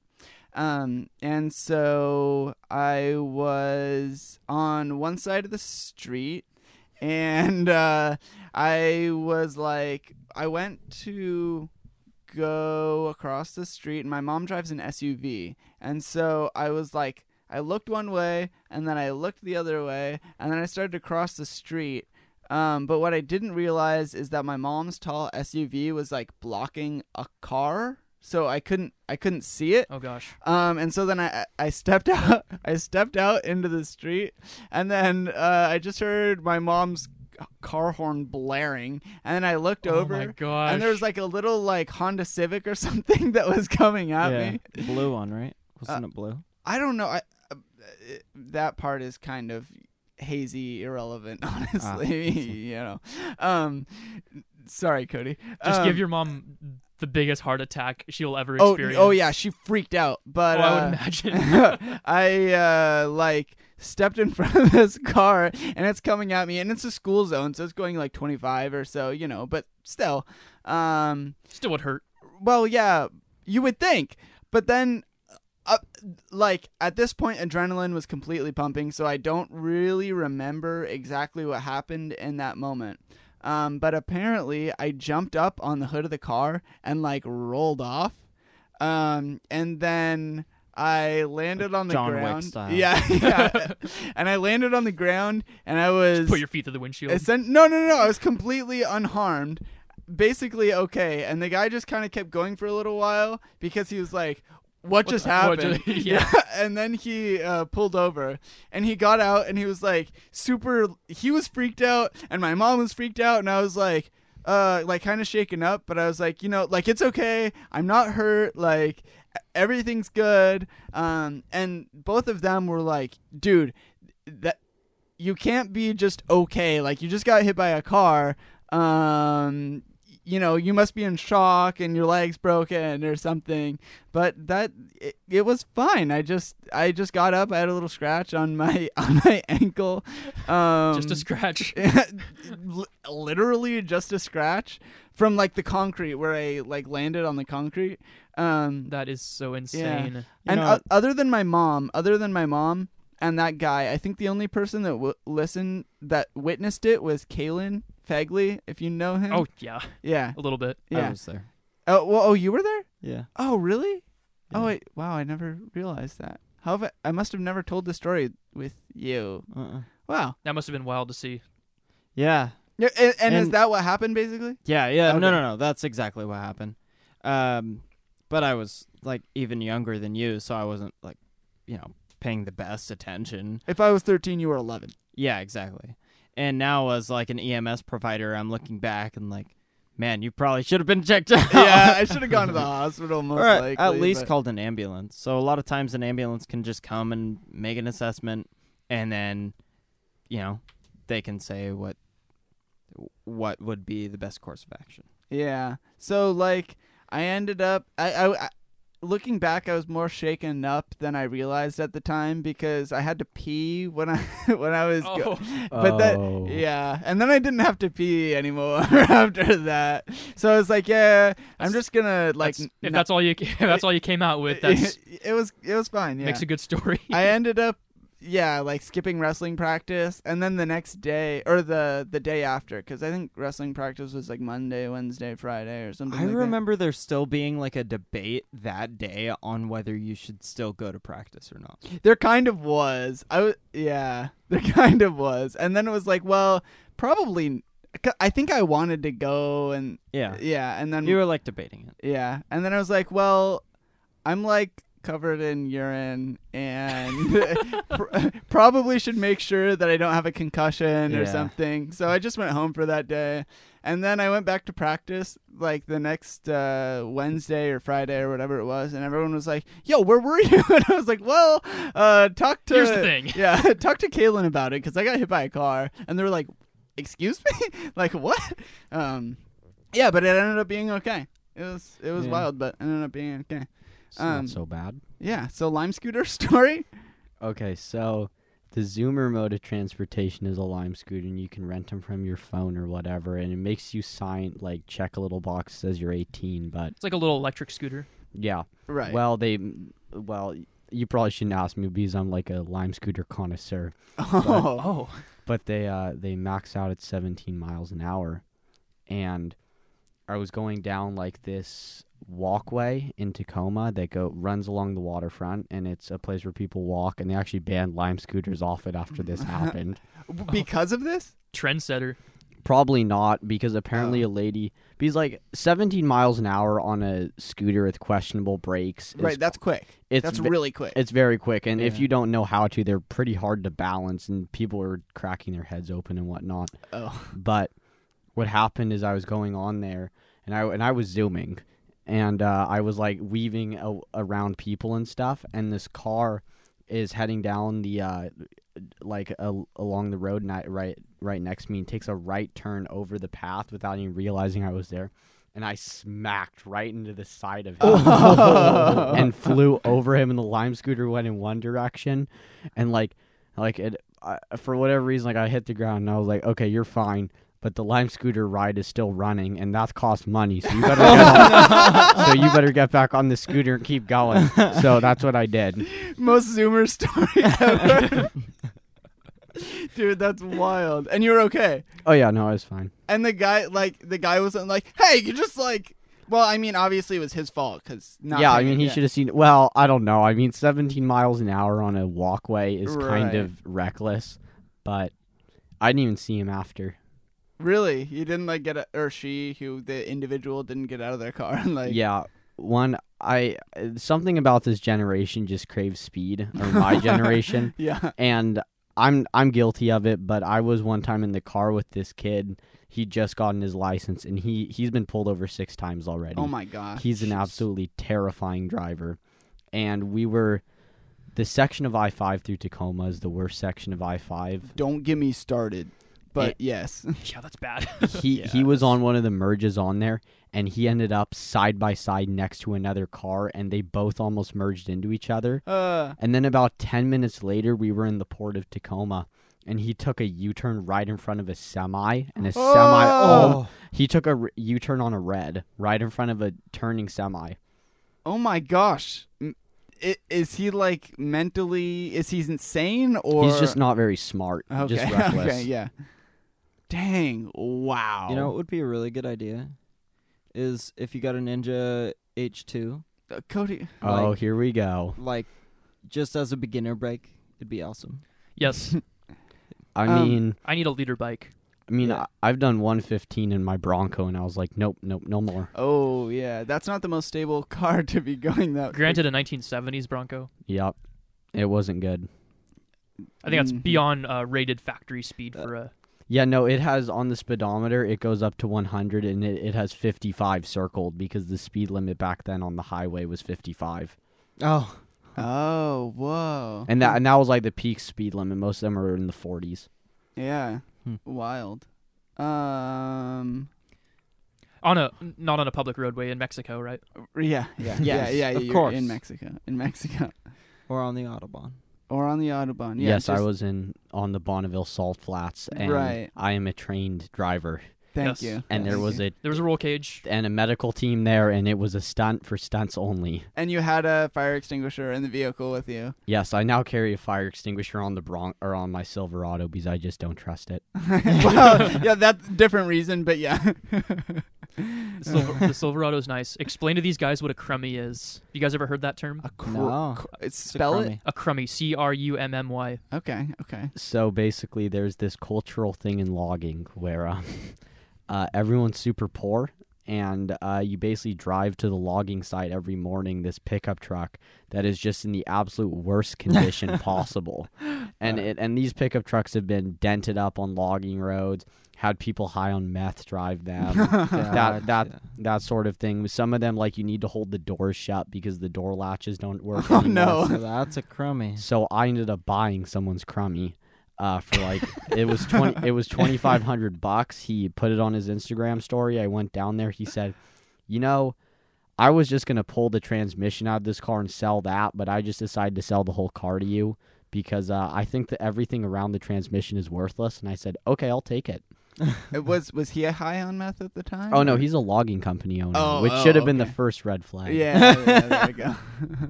[SPEAKER 1] Um, and so I was on one side of the street and uh, I was like, I went to go across the street, and my mom drives an SUV, and so I was like, I looked one way, and then I looked the other way, and then I started to cross the street. Um, but what I didn't realize is that my mom's tall SUV was like blocking a car, so I couldn't I couldn't see it.
[SPEAKER 3] oh gosh.
[SPEAKER 1] Um, and so then I I stepped out I stepped out into the street, and then uh, I just heard my mom's car horn blaring, and then I looked over,
[SPEAKER 3] Oh my gosh.
[SPEAKER 1] and there was like a little like Honda Civic or something that was coming at me. Uh,
[SPEAKER 5] yeah. blue one, right? Wasn't it blue?
[SPEAKER 1] I don't know. I, uh, it- that part is kind of hazy, irrelevant,
[SPEAKER 3] Ah,
[SPEAKER 1] honestly. you know. Um, sorry, Cody.
[SPEAKER 3] just give
[SPEAKER 1] Um,
[SPEAKER 3] your mom the biggest heart attack she'll ever
[SPEAKER 1] oh
[SPEAKER 3] experience.
[SPEAKER 1] oh yeah, she freaked out,
[SPEAKER 3] Oh,
[SPEAKER 1] but
[SPEAKER 3] I would
[SPEAKER 1] uh,
[SPEAKER 3] imagine.
[SPEAKER 1] I uh, like stepped in front of this car and it's coming at me and it's a school zone so it's going like 25 or so you know but still um
[SPEAKER 3] Still would hurt.
[SPEAKER 1] well yeah you would think but then uh, like at this point adrenaline was completely pumping so i don't really remember exactly what happened in that moment um, but apparently i jumped up on the hood of the car and like rolled off um, and then i landed on the
[SPEAKER 5] John Wick
[SPEAKER 1] ground
[SPEAKER 5] style.
[SPEAKER 1] yeah yeah and i landed on the ground and i was
[SPEAKER 3] Put your feet through the windshield.
[SPEAKER 1] Essen- no, no, no, no. I was completely unharmed. Basically, okay. And the guy just kind of kept going for a little while because he was like, what, just
[SPEAKER 3] what
[SPEAKER 1] happened?
[SPEAKER 3] ju- yeah.
[SPEAKER 1] And then he uh, pulled over and he got out and he was like, super. He was freaked out and my mom was freaked out. And I was like, uh, like kind of shaken up, but I was like, you know, like it's okay. I'm not hurt. Like everything's good. Um, and both of them were like, dude, that you can't be just okay. Like you just got hit by a car. Um, you know, you must be in shock and your legs broken or something. But that it, it was fine. I just I just got up. I had a little scratch on my on my ankle. Um,
[SPEAKER 3] just a scratch.
[SPEAKER 1] Li- literally just a scratch from like the concrete where I like landed on the concrete. Um,
[SPEAKER 3] That is so insane.
[SPEAKER 5] You
[SPEAKER 1] and uh,
[SPEAKER 5] know-
[SPEAKER 1] o- other than my mom, other than my mom and that guy, I think the only person that w- listened that witnessed it was Kalen Fagley, if you know him.
[SPEAKER 3] Oh yeah,
[SPEAKER 1] yeah,
[SPEAKER 3] a little bit.
[SPEAKER 1] yeah.
[SPEAKER 5] I was there.
[SPEAKER 1] oh, well, oh, you were there?
[SPEAKER 5] Yeah.
[SPEAKER 1] Oh, really?
[SPEAKER 5] Yeah.
[SPEAKER 1] Oh, wait. Wow, I never realized that. How have I, I must have never told the story with you.
[SPEAKER 5] Uh-uh.
[SPEAKER 1] Wow.
[SPEAKER 3] That must have been wild to see.
[SPEAKER 5] Yeah.
[SPEAKER 1] Yeah, and, and is
[SPEAKER 5] And-
[SPEAKER 1] that what happened basically?
[SPEAKER 5] Yeah, yeah. No,
[SPEAKER 1] Okay.
[SPEAKER 5] no, no. That's exactly what happened. Um, but I was like even younger than you, so I wasn't like, you know, paying the best attention.
[SPEAKER 1] If I was 13, you were 11.
[SPEAKER 5] Yeah, exactly. And now as like an EMS provider, I'm looking back and like, man, you probably should have been checked out.
[SPEAKER 1] yeah, I should have gone to the hospital most
[SPEAKER 5] Or at-
[SPEAKER 1] likely.
[SPEAKER 5] at least
[SPEAKER 1] but-
[SPEAKER 5] called an ambulance. So a lot of times an ambulance can just come and make an assessment, and then, you know, they can say what what would be the best course of action.
[SPEAKER 1] Yeah. So like I ended up I, I I- looking back I was more shaken up than I realized at the time because I had to pee when I when I was go-
[SPEAKER 3] Oh,
[SPEAKER 1] but
[SPEAKER 4] Oh.
[SPEAKER 1] that yeah, and then I didn't have to pee anymore after that. So I was like, yeah, I'm just going to like
[SPEAKER 3] that's- if
[SPEAKER 1] not-
[SPEAKER 3] that's all you if that's all you came out with, that
[SPEAKER 1] it, it was it was fine, yeah.
[SPEAKER 3] makes a good story.
[SPEAKER 1] I ended up yeah, like skipping wrestling practice and then the next day or the the day after cuz I think wrestling practice was like Monday, Wednesday, Friday or something
[SPEAKER 5] I
[SPEAKER 1] like that.
[SPEAKER 5] remember there still being like a debate that day on whether you should still go to practice or not.
[SPEAKER 1] There kind of was. I w- yeah, there kind of was. And then it was like, well, probably. I think I wanted to go, and
[SPEAKER 5] Yeah,
[SPEAKER 1] yeah, Uh, and then
[SPEAKER 5] you were like debating it.
[SPEAKER 1] yeah, and then I was like, well, I'm like covered in urine and pr- probably should make sure that I don't have a concussion or
[SPEAKER 5] Yeah.
[SPEAKER 1] something. So I just went home for that day. And then I went back to practice like the next uh, Wednesday or Friday or whatever it was. And everyone was like, yo, where were you? And I was like, well, uh, talk to.
[SPEAKER 3] Here's the thing.
[SPEAKER 1] Yeah, talk to Kaylin about it because I got hit by a car. And they were like, excuse me? like, what? Um, yeah, but it ended up being okay. It was it was
[SPEAKER 5] Yeah.
[SPEAKER 1] wild, but ended up being okay.
[SPEAKER 4] It's
[SPEAKER 1] Um,
[SPEAKER 4] not so bad.
[SPEAKER 1] Yeah. So Lime Scooter story.
[SPEAKER 4] Okay, so the Zoomer mode of transportation is a Lime scooter, and you can rent them from your phone or whatever, and it makes you sign like check a little box that says you're 18. But
[SPEAKER 3] It's like a little electric scooter.
[SPEAKER 4] yeah,
[SPEAKER 1] Right.
[SPEAKER 4] well they, well you probably shouldn't ask me because I'm like a Lime scooter connoisseur.
[SPEAKER 1] oh,
[SPEAKER 3] Oh,
[SPEAKER 4] But they uh they max out at 17 miles an hour, and I was going down like this walkway in Tacoma that go runs along the waterfront and it's a place where people walk and they actually banned lime scooters off it after this happened. oh.
[SPEAKER 1] because of this?
[SPEAKER 3] trendsetter.
[SPEAKER 4] Probably not, because apparently
[SPEAKER 1] Oh.
[SPEAKER 4] a lady because like 17 miles an hour on a scooter with questionable brakes. Is,
[SPEAKER 1] right. That's quick.
[SPEAKER 4] it's
[SPEAKER 1] That's
[SPEAKER 4] ve-
[SPEAKER 1] really quick.
[SPEAKER 4] it's very quick, and if
[SPEAKER 5] Yeah.
[SPEAKER 4] you don't know how to, they're pretty hard to balance, and people are cracking their heads open and whatnot.
[SPEAKER 1] oh.
[SPEAKER 4] But what happened is I was going on there, and I and I was zooming, and uh, I was like weaving a, around people and stuff, and this car is heading down the uh, like a, along the road, and I, right right next to me, and takes a right turn over the path without even realizing I was there. And I smacked right into the side of him and flew over him. And the lime scooter went in one direction, and like, like it I, for whatever reason, like I hit the ground, and I was like, "Okay, you're fine." But the lime scooter ride is still running, and that costs money. So you better get on, so you better get back on the scooter and keep going. So that's what I did.
[SPEAKER 1] Most Zoomer story ever. Dude, that's wild. And you were okay.
[SPEAKER 4] Oh yeah, no, I was fine.
[SPEAKER 1] And the guy, like, the guy wasn't like, "Hey, you just like." Well, I mean, obviously it was his fault because
[SPEAKER 4] yeah, I mean, he should have seen. Well, I don't know. I mean, 17 miles an hour on a walkway is
[SPEAKER 1] Right.
[SPEAKER 4] kind of reckless, but I didn't even see him after.
[SPEAKER 1] Really, he didn't like get a, or she who the individual didn't get out of their car and like
[SPEAKER 4] yeah one i uh, something about this generation just craves speed or my generation
[SPEAKER 1] yeah
[SPEAKER 4] and i'm i'm guilty of it but i was one time in the car with this kid he just gotten his license and he he's been pulled over six times already
[SPEAKER 1] oh my god
[SPEAKER 4] he's an absolutely terrifying driver and we were the section of i-5 through tacoma is the worst section of i-5
[SPEAKER 1] don't get me started
[SPEAKER 4] Eh.
[SPEAKER 1] but yes
[SPEAKER 3] Yeah, that's bad.
[SPEAKER 4] he he was on one of the merges on there and he ended up side by side next to another car and they both almost merged into each other
[SPEAKER 1] uh
[SPEAKER 4] and then about 10 minutes later we were in the port of tacoma and he took a u-turn right in front of a semi and a semi
[SPEAKER 1] Oh.
[SPEAKER 4] oh, he took a r- u-turn on a red right in front of a turning semi
[SPEAKER 1] oh my gosh M- i- is he like mentally is he insane or
[SPEAKER 4] he's just not very smart
[SPEAKER 1] okay
[SPEAKER 4] just reckless
[SPEAKER 1] okay yeah dang wow
[SPEAKER 5] You know, it would be a really good idea is if you got a Ninja H2,
[SPEAKER 1] Uh, Cody
[SPEAKER 4] oh
[SPEAKER 5] Like-
[SPEAKER 4] here we go
[SPEAKER 5] like just as a beginner bike, it'd be awesome.
[SPEAKER 3] yes,
[SPEAKER 4] i
[SPEAKER 1] Um,
[SPEAKER 4] mean
[SPEAKER 3] I need a leader bike.
[SPEAKER 4] i mean
[SPEAKER 5] yeah.
[SPEAKER 4] I, i've done 115 in my bronco and i was like nope nope no more
[SPEAKER 1] oh Uh, yeah that's not the most stable car to be going that
[SPEAKER 3] Granted, a 1970s Bronco.
[SPEAKER 4] yep It wasn't good.
[SPEAKER 3] I think that's
[SPEAKER 1] Mhm.
[SPEAKER 3] beyond uh, rated factory speed
[SPEAKER 4] Uh,
[SPEAKER 3] for a.
[SPEAKER 4] Yeah, no, it has on the speedometer, it goes up to 100 and it, it has 55 circled because the speed limit back then on the highway was 55.
[SPEAKER 5] Oh,
[SPEAKER 1] Oh, whoa.
[SPEAKER 4] And that and that was like the peak speed limit. Most of them are in the 40s.
[SPEAKER 1] Yeah.
[SPEAKER 5] Hmm.
[SPEAKER 1] Wild. Um.
[SPEAKER 3] On a not on a public roadway in Mexico, right?
[SPEAKER 1] Yeah. Yeah.
[SPEAKER 5] Yes,
[SPEAKER 1] yeah. Yeah.
[SPEAKER 5] of
[SPEAKER 1] you're
[SPEAKER 5] course.
[SPEAKER 1] In Mexico. In Mexico.
[SPEAKER 5] or on the Autobahn.
[SPEAKER 1] Or on the autobahn. Yeah,
[SPEAKER 4] yes, I
[SPEAKER 1] just-
[SPEAKER 4] was in on the Bonneville Salt Flats and
[SPEAKER 1] Right.
[SPEAKER 4] I am a trained driver
[SPEAKER 1] Thank
[SPEAKER 3] Yes.
[SPEAKER 1] you.
[SPEAKER 4] and there
[SPEAKER 1] Thank
[SPEAKER 4] was
[SPEAKER 1] you.
[SPEAKER 4] a
[SPEAKER 3] There was a roll cage.
[SPEAKER 4] and a medical team there and it was a stunt for stunts only.
[SPEAKER 1] And you had a fire extinguisher in the vehicle with you.
[SPEAKER 4] Yes, I now carry a fire extinguisher on the Bron- or on my Silverado because I just don't trust it.
[SPEAKER 1] well, yeah, that's different reason, but yeah.
[SPEAKER 3] The, Silver, the Silverado's nice. Explain to these guys what a crummy is. You guys ever heard that term?
[SPEAKER 1] A cr-
[SPEAKER 5] No.
[SPEAKER 1] cr- it's spell it.
[SPEAKER 5] crummy.
[SPEAKER 3] A crummy. C R U M M Y.
[SPEAKER 1] Okay. Okay.
[SPEAKER 4] So basically, there's this cultural thing in logging where um, uh, everyone's super poor, and uh, you basically drive to the logging site every morning this pickup truck that is just in the absolute worst condition possible, and it and these pickup trucks have been dented up on logging roads, had people high on meth drive them. that that
[SPEAKER 5] yeah.
[SPEAKER 4] that sort of thing. Some of them like you need to hold the doors shut because the door latches don't work.
[SPEAKER 1] Oh,
[SPEAKER 4] anymore.
[SPEAKER 1] no.
[SPEAKER 5] So that's a crummy.
[SPEAKER 4] So I ended up buying someone's crummy uh, for like it was twenty it was twenty five hundred bucks. He put it on his Instagram story. I went down there. He said, "You know, I was just gonna pull the transmission out of this car and sell that, but I just decided to sell the whole car to you because uh, I think that everything around the transmission is worthless." And I said, "Okay, I'll take it."
[SPEAKER 1] It was was he a high on meth at the time?
[SPEAKER 4] Oh no,
[SPEAKER 1] or-
[SPEAKER 4] he's a logging company owner,
[SPEAKER 1] Oh,
[SPEAKER 4] which
[SPEAKER 1] oh,
[SPEAKER 4] should have been the
[SPEAKER 1] okay.
[SPEAKER 4] first red flag.
[SPEAKER 1] Yeah, yeah, there we go.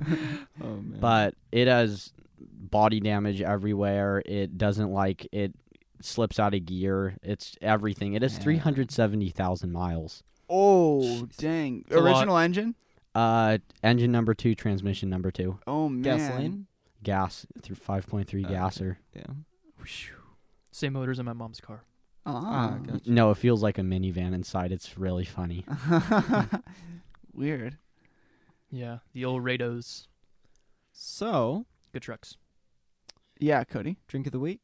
[SPEAKER 5] Oh man.
[SPEAKER 4] but it has body damage everywhere. It doesn't like it slips out of gear. It's everything. It has
[SPEAKER 5] Yeah.
[SPEAKER 4] 370,000 miles.
[SPEAKER 1] Oh dang!
[SPEAKER 3] a lot.
[SPEAKER 1] Original engine?
[SPEAKER 4] Uh engine number 2, transmission number 2,
[SPEAKER 1] Oh man!
[SPEAKER 5] gasoline.
[SPEAKER 4] gas through 5.3
[SPEAKER 5] Okay.
[SPEAKER 4] gasser.
[SPEAKER 5] Yeah.
[SPEAKER 3] Same motors in my mom's car.
[SPEAKER 1] Ah,
[SPEAKER 5] Ah, gotcha.
[SPEAKER 4] No, it feels like a minivan inside. It's really funny.
[SPEAKER 1] weird.
[SPEAKER 3] Yeah, the old Rados.
[SPEAKER 5] So
[SPEAKER 3] Good trucks.
[SPEAKER 1] Yeah, Cody
[SPEAKER 5] drink of the week.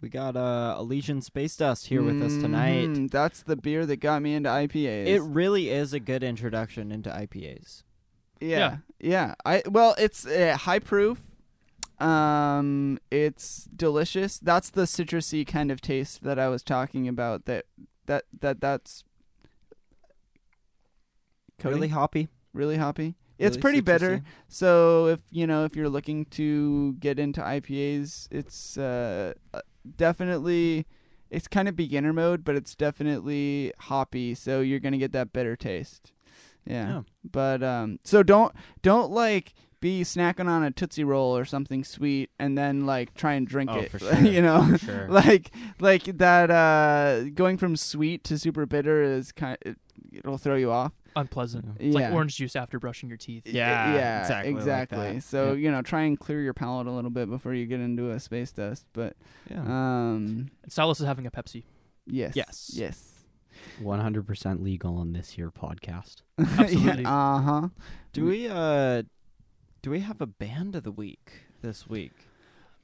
[SPEAKER 5] We got uh, Elysian Space Dust here with us tonight.
[SPEAKER 1] Mhm, That's the beer that got me into IPAs.
[SPEAKER 5] It really is a good introduction into IPAs.
[SPEAKER 1] yeah, yeah, I well, it's uh, high proof. Um, it's delicious. That's the citrusy kind of taste that I was talking about. That that that that's Cody?
[SPEAKER 5] Really hoppy.
[SPEAKER 1] really hoppy. It's
[SPEAKER 5] really
[SPEAKER 1] pretty bitter.
[SPEAKER 5] citrusy.
[SPEAKER 1] So if you know if you're looking to get into IPAs, it's uh, uh, definitely it's kind of beginner mode, but it's definitely hoppy. So you're gonna get that bitter taste. Yeah.
[SPEAKER 5] Yeah.
[SPEAKER 1] But um, so don't don't like be snacking on a tootsie roll or something sweet and then like try and drink
[SPEAKER 5] Oh,
[SPEAKER 1] it.
[SPEAKER 5] for sure.
[SPEAKER 1] you know,
[SPEAKER 5] For sure.
[SPEAKER 1] like like that uh, going from sweet to super bitter is kind. It, it'll throw you off.
[SPEAKER 3] Unpleasant.
[SPEAKER 5] Yeah.
[SPEAKER 3] It's like
[SPEAKER 1] Yeah.
[SPEAKER 3] orange juice after brushing your teeth.
[SPEAKER 1] Y-
[SPEAKER 5] Yeah,
[SPEAKER 1] yeah,
[SPEAKER 5] exactly
[SPEAKER 1] exactly.
[SPEAKER 5] like that.
[SPEAKER 1] So you know, try and clear your palate a little bit before you get into a space dust. But
[SPEAKER 4] Uh,
[SPEAKER 5] yeah.
[SPEAKER 1] um,
[SPEAKER 3] And Silas is having a Pepsi.
[SPEAKER 1] yes,
[SPEAKER 5] Yes.
[SPEAKER 1] yes,
[SPEAKER 4] 100% legal on this here podcast.
[SPEAKER 3] Absolutely.
[SPEAKER 1] uh huh.
[SPEAKER 5] do we uh, do we have a band of the week this week?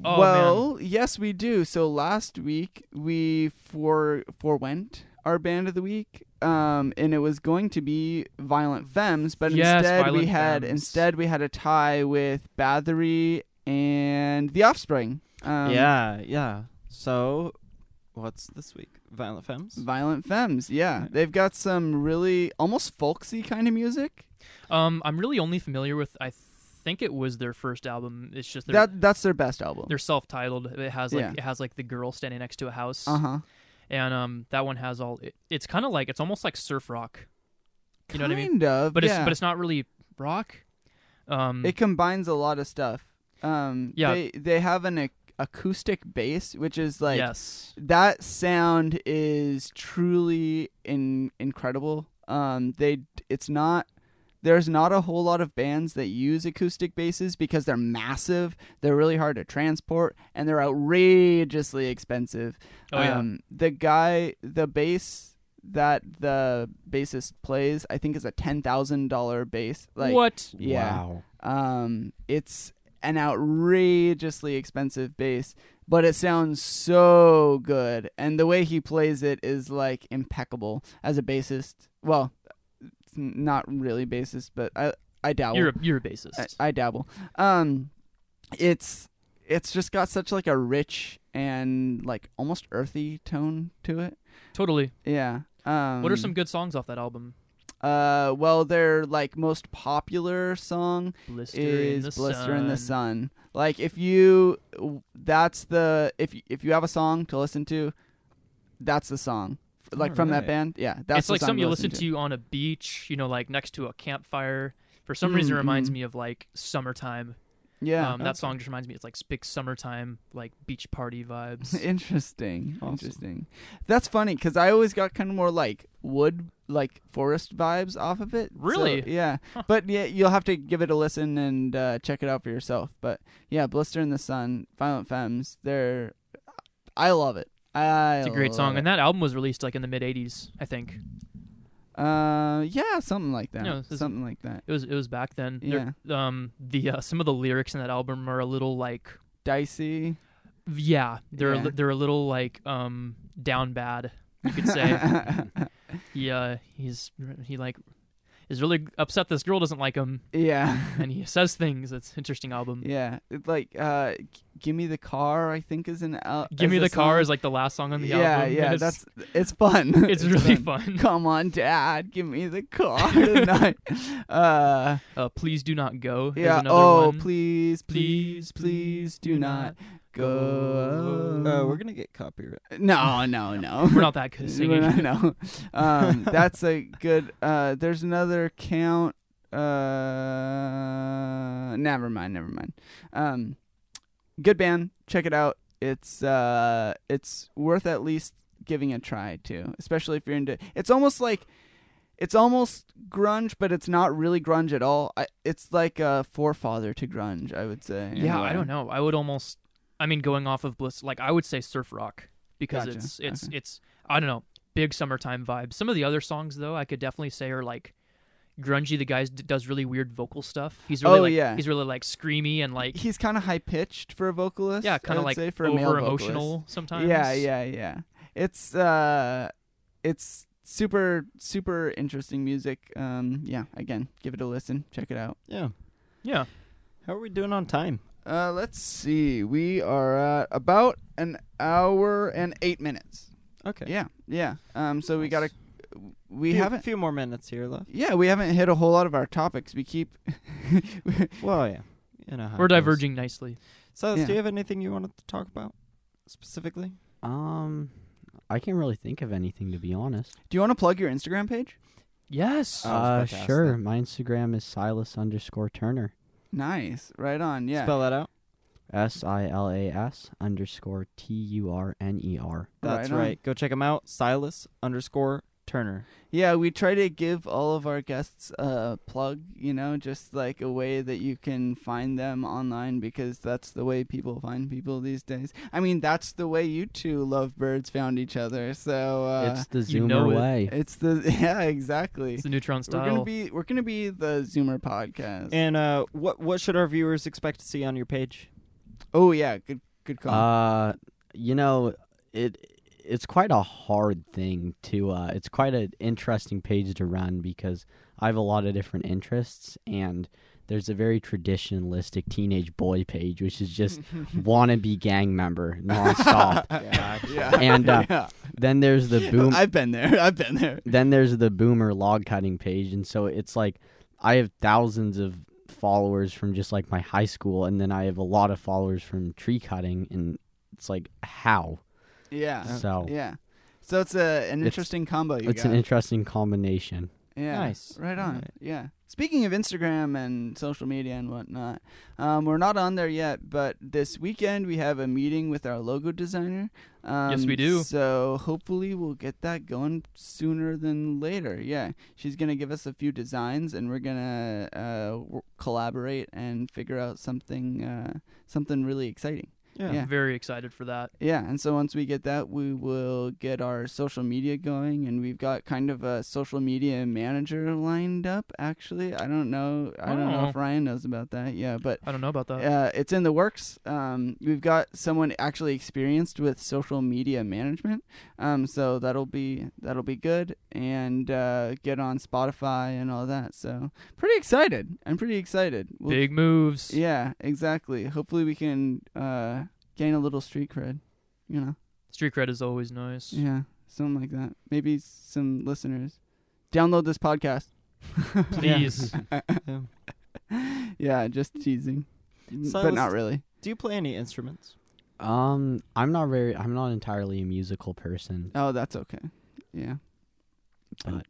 [SPEAKER 3] Oh,
[SPEAKER 1] well, yes, we do. So last week we for forewent our band of the week, um, and it was going to be Violent Femmes, but
[SPEAKER 3] Yes,
[SPEAKER 1] instead we
[SPEAKER 3] Violent
[SPEAKER 1] had
[SPEAKER 3] Femmes.
[SPEAKER 1] instead we had a tie with Bathory and The Offspring. Um,
[SPEAKER 5] yeah, yeah. So, what's this week? Violent Femmes.
[SPEAKER 1] Violent Femmes, yeah.
[SPEAKER 5] Yeah.
[SPEAKER 1] They've got some really almost folksy kind of music.
[SPEAKER 3] Um, I'm really only familiar with. I think it was their first album. It's just their
[SPEAKER 1] that that's their best album.
[SPEAKER 3] they're self-titled. It has like
[SPEAKER 1] Yeah.
[SPEAKER 3] it has like the girl standing next to a house,
[SPEAKER 1] Uh huh.
[SPEAKER 3] and um, that one has all. It, it's kind of like it's almost like surf rock, You know what I mean?
[SPEAKER 1] Kind of,
[SPEAKER 3] but
[SPEAKER 1] yeah.
[SPEAKER 3] it's but it's not really rock. Um,
[SPEAKER 1] it combines a lot of stuff. Um,
[SPEAKER 3] Yeah.
[SPEAKER 1] They they have an ac- acoustic bass, which is like
[SPEAKER 3] yes,
[SPEAKER 1] that sound is truly in- incredible. Um, they it's not there's not a whole lot of bands that use acoustic basses because they're massive, they're really hard to transport, and they're outrageously expensive.
[SPEAKER 3] Oh, yeah.
[SPEAKER 1] um, the guy, the bass that the bassist plays, I think is a ten thousand dollar bass. Like
[SPEAKER 3] what?
[SPEAKER 1] Yeah.
[SPEAKER 4] Wow.
[SPEAKER 1] um, it's an outrageously expensive bass, but it sounds so good. And the way he plays it is like impeccable as a bassist. Well, it's not really bassist, but I I dabble.
[SPEAKER 3] You're a, you're a bassist.
[SPEAKER 1] I, I dabble. Um, it's it's just got such like a rich and like almost earthy tone to it.
[SPEAKER 3] totally.
[SPEAKER 1] Yeah. Um,
[SPEAKER 3] What are some good songs off that album?
[SPEAKER 1] Uh, well, their like most popular song
[SPEAKER 3] Blister
[SPEAKER 1] is
[SPEAKER 3] in the
[SPEAKER 1] "Blister in the Sun."
[SPEAKER 3] Sun.
[SPEAKER 1] Like, if you that's the if you, if you have a song to listen to, that's the song. Like from that
[SPEAKER 4] Alright.
[SPEAKER 1] band, yeah, that's
[SPEAKER 3] it's
[SPEAKER 1] the
[SPEAKER 3] like
[SPEAKER 1] song
[SPEAKER 3] something you
[SPEAKER 1] listen
[SPEAKER 3] listen to on a beach, you know, like next to a campfire. For some reason,
[SPEAKER 1] Mm,
[SPEAKER 3] it reminds
[SPEAKER 1] mm.
[SPEAKER 3] me of like summertime.
[SPEAKER 1] Yeah,
[SPEAKER 3] um, that song just reminds me. It's like big summertime, like beach party vibes.
[SPEAKER 1] Interesting.
[SPEAKER 4] Awesome.
[SPEAKER 1] Interesting. That's funny because I always got kind of more like wood, like forest vibes off of it. So,
[SPEAKER 3] Really?
[SPEAKER 1] yeah.
[SPEAKER 3] Huh.
[SPEAKER 1] But yeah, you'll have to give it a listen and uh, check it out for yourself. But yeah, Blister in the Sun, Violent Femmes, they're. I love it. I
[SPEAKER 3] It's a great song, and that album was released like in the mid '80s, I think.
[SPEAKER 1] Uh, yeah, something like that.
[SPEAKER 3] No, this is-
[SPEAKER 1] something like that.
[SPEAKER 3] It was it was back then. There- Um, the uh, some of the lyrics in that album are a little like,
[SPEAKER 1] Dicey.
[SPEAKER 3] yeah, they're a
[SPEAKER 1] Yeah.
[SPEAKER 3] li- they're a little like um down bad. You could say. yeah, he's he like is really upset this girl doesn't like him,
[SPEAKER 1] yeah.
[SPEAKER 3] and he says things. It's an interesting album.
[SPEAKER 1] Yeah. It's like, uh, G- Give Me the Car, I think is an. al-
[SPEAKER 3] Give me
[SPEAKER 1] a
[SPEAKER 3] the car
[SPEAKER 1] song.
[SPEAKER 3] is like the last song on the
[SPEAKER 1] yeah,
[SPEAKER 3] album.
[SPEAKER 1] Yeah,
[SPEAKER 3] It's-
[SPEAKER 1] that's it's fun.
[SPEAKER 3] it's, really
[SPEAKER 1] fun.
[SPEAKER 3] fun.
[SPEAKER 1] Come on, Dad, give me the car tonight. uh,
[SPEAKER 3] Uh, please do not go. is
[SPEAKER 1] yeah.
[SPEAKER 3] another
[SPEAKER 1] Oh,
[SPEAKER 3] one.
[SPEAKER 1] please, please, please do not go.
[SPEAKER 5] Uh, we're gonna get copyright.
[SPEAKER 1] no, no, no.
[SPEAKER 3] We're not that good at
[SPEAKER 1] We're
[SPEAKER 3] singing.
[SPEAKER 1] not- no. Um, that's a good. Uh, there's another count. Uh, never mind, never mind. Um, good band. Check it out. It's uh, it's worth at least giving a try too, especially if you're into. It's almost like. It's almost grunge, but it's not really grunge at all. I, it's like a forefather to grunge, I would say. in a
[SPEAKER 3] yeah, I
[SPEAKER 1] way.
[SPEAKER 3] don't know. I would almost. I mean, going off of Bliss, like I would say surf rock because
[SPEAKER 1] Gotcha.
[SPEAKER 3] it's it's
[SPEAKER 1] Okay.
[SPEAKER 3] it's I don't know big summertime vibes. Some of the other songs though, I could definitely say are like grungy. The guy d- does really weird vocal stuff. He's really
[SPEAKER 1] Oh,
[SPEAKER 3] like
[SPEAKER 1] yeah.
[SPEAKER 3] he's really like screamy and like
[SPEAKER 1] He's kind of high pitched for a vocalist.
[SPEAKER 3] yeah,
[SPEAKER 1] I
[SPEAKER 3] kind of
[SPEAKER 1] would
[SPEAKER 3] like
[SPEAKER 1] say, for a male
[SPEAKER 3] over
[SPEAKER 1] vocalist.
[SPEAKER 3] emotional sometimes.
[SPEAKER 1] Yeah, yeah, yeah. It's uh it's super super interesting music. Um yeah, again, give it a listen, check it out.
[SPEAKER 5] Yeah.
[SPEAKER 3] yeah.
[SPEAKER 5] How are we doing on time?
[SPEAKER 1] Uh let's see. We are at about an hour and 8 minutes.
[SPEAKER 5] Okay.
[SPEAKER 1] Yeah. Yeah. Um so we got to we
[SPEAKER 5] few,
[SPEAKER 1] haven't
[SPEAKER 5] few more minutes here left.
[SPEAKER 1] yeah, we haven't hit a whole lot of our topics. We keep
[SPEAKER 5] Well, yeah. You know how
[SPEAKER 3] We're
[SPEAKER 5] it goes.
[SPEAKER 3] diverging nicely.
[SPEAKER 5] Silas, do
[SPEAKER 1] Yeah.
[SPEAKER 5] you have anything you wanted to talk about specifically?
[SPEAKER 4] Um, I can't really think of anything to be honest.
[SPEAKER 1] Do you want to plug your Instagram page?
[SPEAKER 3] Yes.
[SPEAKER 1] Oh,
[SPEAKER 5] I was
[SPEAKER 4] Uh,
[SPEAKER 5] about to ask
[SPEAKER 4] sure.
[SPEAKER 5] that.
[SPEAKER 4] My Instagram is Silas underscore Turner.
[SPEAKER 1] Nice. Right on. Yeah.
[SPEAKER 5] Spell that out.
[SPEAKER 4] S I L A S underscore T U R N E R.
[SPEAKER 5] That's
[SPEAKER 1] Right on.
[SPEAKER 5] right. um, Go check him out. Silas underscore Turner.
[SPEAKER 1] Yeah, we try to give all of our guests a plug, you know, just like a way that you can find them online because that's the way people find people these days. I mean, that's the way you two lovebirds found each other. So uh,
[SPEAKER 4] it's the
[SPEAKER 3] you know
[SPEAKER 4] Zoomer
[SPEAKER 3] it.
[SPEAKER 4] way.
[SPEAKER 1] it's the yeah, exactly.
[SPEAKER 3] It's the neutron
[SPEAKER 1] We're
[SPEAKER 3] style.
[SPEAKER 1] gonna be we're gonna be the Zoomer podcast.
[SPEAKER 5] And uh, what what should our viewers expect to see on your page?
[SPEAKER 1] oh yeah, good good call.
[SPEAKER 4] Uh, you know, it it's quite a hard thing to. Uh, it's quite an interesting page to run because I have a lot of different interests, and there's a very traditionalistic teenage boy page, which is just wannabe gang member nonstop.
[SPEAKER 1] yeah,
[SPEAKER 4] Uh, and, uh,
[SPEAKER 1] yeah.
[SPEAKER 4] then there's the boom.
[SPEAKER 1] I've been there. I've been there.
[SPEAKER 4] then there's the boomer log cutting page, and so it's like I have thousands of followers from just like my high school, and then I have a lot of followers from tree cutting, and it's like how
[SPEAKER 1] Yeah,
[SPEAKER 4] so.
[SPEAKER 1] Uh, yeah. So it's a an
[SPEAKER 4] Uh, It's-
[SPEAKER 1] interesting combo you
[SPEAKER 4] it's
[SPEAKER 1] got.
[SPEAKER 4] an interesting combination.
[SPEAKER 1] Yeah.
[SPEAKER 5] Nice.
[SPEAKER 1] Right on.
[SPEAKER 5] Alright.
[SPEAKER 1] Yeah. Speaking of Instagram and social media and whatnot, um, we're not on there yet, but this weekend we have a meeting with our logo designer. Um,
[SPEAKER 3] Yes, we do.
[SPEAKER 1] So hopefully we'll get that going sooner than later. Yeah. She's going to give us a few designs and we're going to uh, w- collaborate and figure out something uh, something really exciting.
[SPEAKER 5] Yeah.
[SPEAKER 1] Yeah.
[SPEAKER 3] Very excited for that.
[SPEAKER 1] Yeah, and so once we get that, we will get our social media going, and we've got kind of a social media manager lined up. Actually, I don't know, I don't know
[SPEAKER 3] Oh.
[SPEAKER 1] if Ryan knows about that. Yeah, but
[SPEAKER 3] I don't know about that.
[SPEAKER 1] uh, it's in the works. Um, we've got someone actually experienced with social media management, um, so that'll be that'll be good, and uh, get on Spotify and all that. So pretty excited. I'm pretty excited. We'll-
[SPEAKER 3] Big moves.
[SPEAKER 1] Yeah, exactly. Hopefully, we can uh, gain a little street cred. You know.
[SPEAKER 3] Street cred is always nice.
[SPEAKER 1] Yeah, something like that. Maybe some listeners download this podcast.
[SPEAKER 3] Please.
[SPEAKER 1] Yeah, just teasing, but
[SPEAKER 5] Silas-
[SPEAKER 1] not really.
[SPEAKER 5] Do you play any instruments?
[SPEAKER 4] Um, I'm not very. I'm not entirely a musical person.
[SPEAKER 1] Oh, that's okay. Yeah.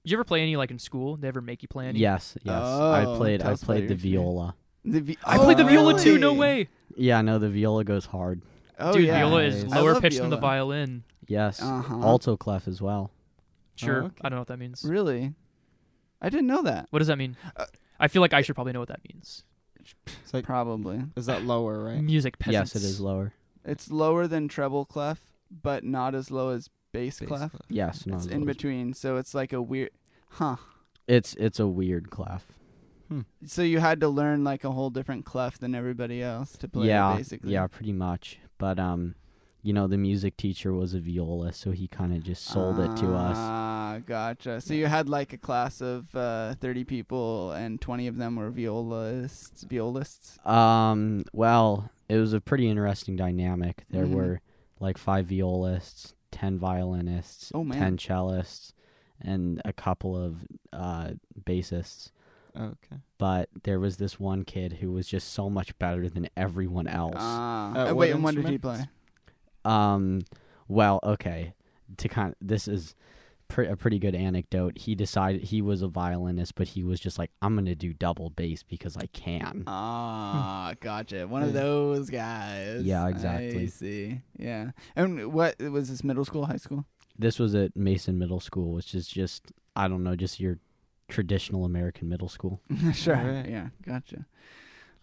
[SPEAKER 3] you ever play any like in school? They ever make you play any?
[SPEAKER 4] Yes, yes.
[SPEAKER 1] Oh,
[SPEAKER 4] I played.
[SPEAKER 1] tell
[SPEAKER 4] I
[SPEAKER 1] us about
[SPEAKER 4] played
[SPEAKER 1] your
[SPEAKER 4] the
[SPEAKER 1] experience.
[SPEAKER 4] viola.
[SPEAKER 1] The vi- Oh,
[SPEAKER 3] I played the viola too. No
[SPEAKER 1] really?
[SPEAKER 3] way,
[SPEAKER 4] Yeah, no, the viola goes hard.
[SPEAKER 1] Oh,
[SPEAKER 3] dude.
[SPEAKER 1] yeah.
[SPEAKER 3] Viola is
[SPEAKER 4] I
[SPEAKER 3] lower
[SPEAKER 1] love
[SPEAKER 3] pitched than the
[SPEAKER 1] viola.
[SPEAKER 3] violin.
[SPEAKER 4] Yes,
[SPEAKER 1] Uh-huh.
[SPEAKER 4] alto clef as well.
[SPEAKER 3] Sure.
[SPEAKER 4] Oh,
[SPEAKER 5] okay.
[SPEAKER 3] I don't know what that means.
[SPEAKER 1] Really? I didn't know that.
[SPEAKER 3] What does that mean?
[SPEAKER 1] Uh,
[SPEAKER 3] I feel like I should probably know what that means.
[SPEAKER 5] It's like
[SPEAKER 1] Probably.
[SPEAKER 5] is that lower, right?
[SPEAKER 3] Music peasants.
[SPEAKER 4] Yes, it is lower.
[SPEAKER 1] It's lower than treble clef, but not as low as bass,
[SPEAKER 5] Bass
[SPEAKER 1] clef.
[SPEAKER 5] clef.
[SPEAKER 4] Yes, no,
[SPEAKER 1] It's in between, so it's like a weird. Huh.
[SPEAKER 4] It's it's a weird clef.
[SPEAKER 1] So you had to learn like a whole different clef than everybody else to play. it,
[SPEAKER 4] yeah,
[SPEAKER 1] basically.
[SPEAKER 4] yeah, pretty much. But um, you know, the music teacher was a viola, so he kind of just sold it to us.
[SPEAKER 1] Ah, gotcha. So you had like a class of uh, 30 people, and 20 of them were violists. Violists.
[SPEAKER 4] Um, well, it was a pretty interesting dynamic. There
[SPEAKER 1] Mhm.
[SPEAKER 4] were like five violists, ten violinists,
[SPEAKER 1] Oh, man.
[SPEAKER 4] ten cellists, and a couple of uh, bassists.
[SPEAKER 5] Okay.
[SPEAKER 4] But there was this one kid who was just so much better than everyone else.
[SPEAKER 1] Ah.
[SPEAKER 5] Uh,
[SPEAKER 1] Uh,
[SPEAKER 5] what
[SPEAKER 1] wait, and what did he play?
[SPEAKER 5] instruments?
[SPEAKER 4] Um, well, okay. To kind this is pre- a pretty good anecdote. He decided he was a violinist, but he was just like, I'm gonna do double bass because I can.
[SPEAKER 1] Uh. Ah, gotcha. One of
[SPEAKER 5] Yeah.
[SPEAKER 1] those guys.
[SPEAKER 4] Yeah, exactly.
[SPEAKER 1] I see. Yeah. And what was this? Middle school, high school?
[SPEAKER 4] This was at Mason Middle School, which is just I don't know, just your traditional American middle school.
[SPEAKER 1] sure.
[SPEAKER 5] Alright.
[SPEAKER 1] Yeah. Gotcha.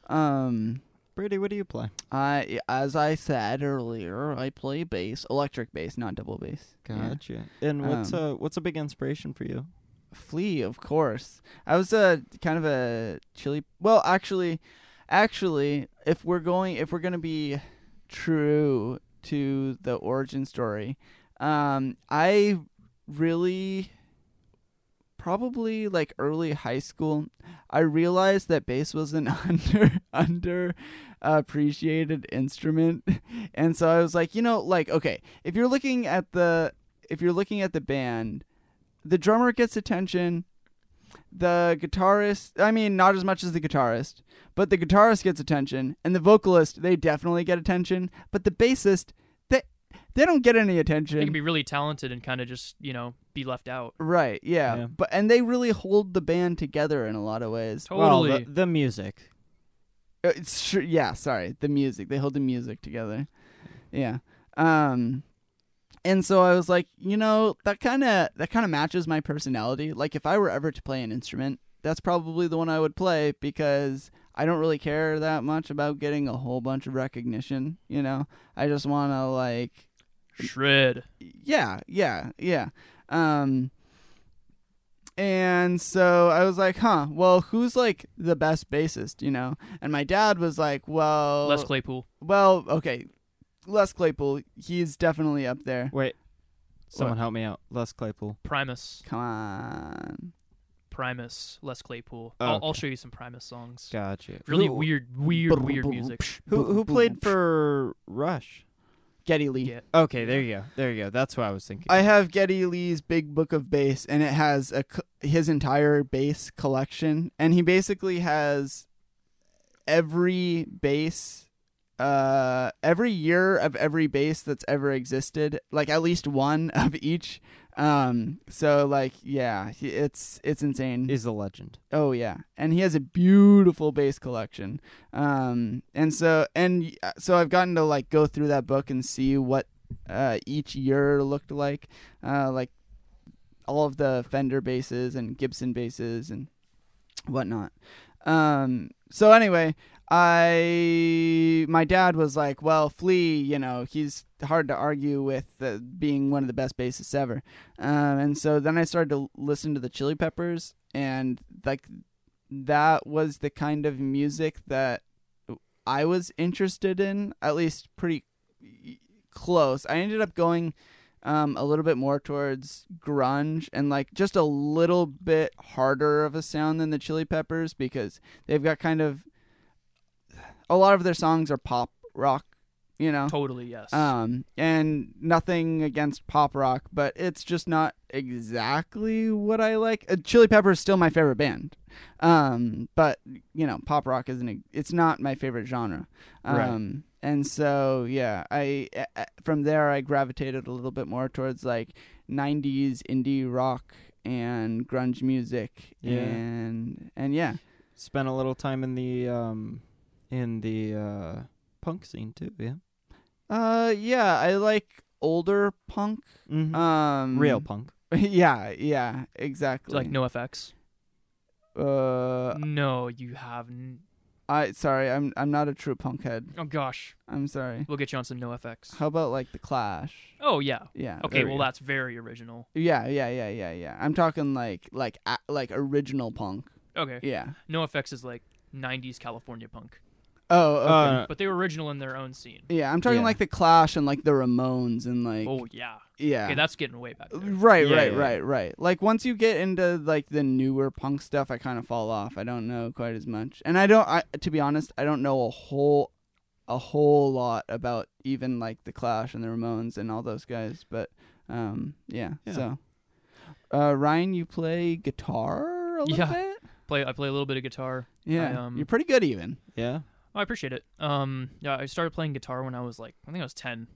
[SPEAKER 1] Um.
[SPEAKER 5] Brady, what do you play?
[SPEAKER 1] I, as I said earlier, I play bass, electric bass, not double bass. Yeah.
[SPEAKER 5] Gotcha. And what's
[SPEAKER 1] Um,
[SPEAKER 5] a what's a big inspiration for you?
[SPEAKER 1] Flea, of course. I was a kind of a chili. Well, actually, actually, if we're going, if we're gonna be true to the origin story, um, I really, probably like early high school, I realized that bass was an under under appreciated instrument, and so I was like, you know, like okay, if you're looking at the if you're looking at the band the drummer gets attention. The guitarist, I mean, not as much as the guitarist, but the guitarist gets attention, and the vocalist, they definitely get attention, but the bassist, they they don't get any attention.
[SPEAKER 3] They can be really talented and kind of just you know be left out.
[SPEAKER 1] right, yeah.
[SPEAKER 5] Yeah.
[SPEAKER 1] but and they really hold the band together in a lot of ways.
[SPEAKER 3] Totally.
[SPEAKER 5] Well, the, the music.
[SPEAKER 1] Uh, It's sure, yeah, sorry. The music. They hold the music together. Yeah. Um and so I was like, you know, that kind of that kind of matches my personality. Like if I were ever to play an instrument, that's probably the one I would play because I don't really care that much about getting a whole bunch of recognition, you know. I just want to like
[SPEAKER 3] Shred.
[SPEAKER 1] yeah, yeah, yeah. Um and so I was like, huh, well, who's like the best bassist, you know? And my dad was like, well,
[SPEAKER 3] Les Claypool.
[SPEAKER 1] well, okay, Les Claypool, he's definitely up there.
[SPEAKER 5] Wait. Someone help me out. Les Claypool.
[SPEAKER 3] Primus.
[SPEAKER 1] Come on.
[SPEAKER 3] Primus. Les Claypool.
[SPEAKER 5] Oh,
[SPEAKER 3] I'll, I'll
[SPEAKER 5] okay.
[SPEAKER 3] show you some Primus songs.
[SPEAKER 5] Gotcha.
[SPEAKER 3] Really weird, weird, weird music.
[SPEAKER 5] Who who played for Rush?
[SPEAKER 1] Getty Lee?
[SPEAKER 3] Yeah.
[SPEAKER 5] Okay, there you go. There you go. That's what I was thinking.
[SPEAKER 1] I have Getty Lee's Big Book of Bass, and it has a co- his entire bass collection, and he basically has every bass, uh, every year of every bass that's ever existed, like at least one of each. Um, so like, yeah, he- it's it's insane.
[SPEAKER 5] is a legend.
[SPEAKER 1] Oh yeah, and he has a beautiful bass collection. Um, and so and uh, so I've gotten to like go through that book and see what uh, each year looked like, uh, like all of the Fender basses and Gibson basses and whatnot. Um, so anyway, I my dad was like, "Well, Flea, you know, he's hard to argue with uh, being one of the best bassists ever." Um, and so then I started to listen to the Chili Peppers, and like that was the kind of music that I was interested in, at least pretty close. I ended up going um, a little bit more towards grunge and like just a little bit harder of a sound than the Chili Peppers because they've got kind of a lot of their songs are pop rock, you know.
[SPEAKER 3] Totally, yes.
[SPEAKER 4] Ah,
[SPEAKER 1] Um, and nothing against pop rock, but it's just not exactly what I like. Uh, Chili Pepper is still my favorite band, um, but you know, pop rock isn't. It's not my favorite genre. Um, And so, yeah, I uh, uh, from there I gravitated a little bit more towards like '90s indie rock and grunge music,
[SPEAKER 5] Yeah.
[SPEAKER 1] and and yeah,
[SPEAKER 5] Spent a little time in the um, in the uh, punk scene too. Yeah,
[SPEAKER 1] uh, yeah, I like older punk.
[SPEAKER 5] mm-hmm.
[SPEAKER 1] Um,
[SPEAKER 5] real punk.
[SPEAKER 1] yeah, yeah,
[SPEAKER 3] It's
[SPEAKER 1] exactly.
[SPEAKER 3] like no FX.
[SPEAKER 1] Uh,
[SPEAKER 3] no, you have. N-
[SPEAKER 1] I sorry, I'm I'm not a true punk head.
[SPEAKER 3] oh gosh,
[SPEAKER 1] I'm sorry.
[SPEAKER 3] we'll get you on some no FX.
[SPEAKER 1] How about like the Clash?
[SPEAKER 3] Oh yeah.
[SPEAKER 1] Yeah.
[SPEAKER 3] Okay,
[SPEAKER 1] there
[SPEAKER 3] well
[SPEAKER 1] we go.
[SPEAKER 3] that's very original.
[SPEAKER 1] Yeah, yeah, yeah, yeah, yeah. I'm talking like like a like original punk.
[SPEAKER 3] Okay,
[SPEAKER 1] Yeah.
[SPEAKER 3] no FX is like '90s California punk,
[SPEAKER 1] Oh, okay.
[SPEAKER 5] Uh,
[SPEAKER 3] but they were original in their own scene.
[SPEAKER 1] yeah, I'm talking
[SPEAKER 5] yeah.
[SPEAKER 1] like the Clash and like the Ramones and like
[SPEAKER 3] Oh yeah.
[SPEAKER 1] yeah. Mm.
[SPEAKER 3] Okay, that's getting way back there.
[SPEAKER 1] Right,
[SPEAKER 5] Yeah,
[SPEAKER 1] right,
[SPEAKER 5] yeah.
[SPEAKER 1] right, right. Like once you get into like the newer punk stuff, I kind of fall off. I don't know quite as much, and I don't. I to be honest, I don't know a whole, a whole lot about even like the Clash and the Ramones and all those guys. But um, yeah.
[SPEAKER 5] Yeah.
[SPEAKER 1] So, uh, Ryan, you play guitar a little
[SPEAKER 3] Yeah.
[SPEAKER 1] bit.
[SPEAKER 3] Play. I play a little bit of guitar.
[SPEAKER 1] Yeah,
[SPEAKER 3] um,
[SPEAKER 1] you're pretty good even.
[SPEAKER 5] yeah,
[SPEAKER 3] Oh, I appreciate it. Um, yeah, I started playing guitar when I was like, I think I was ten.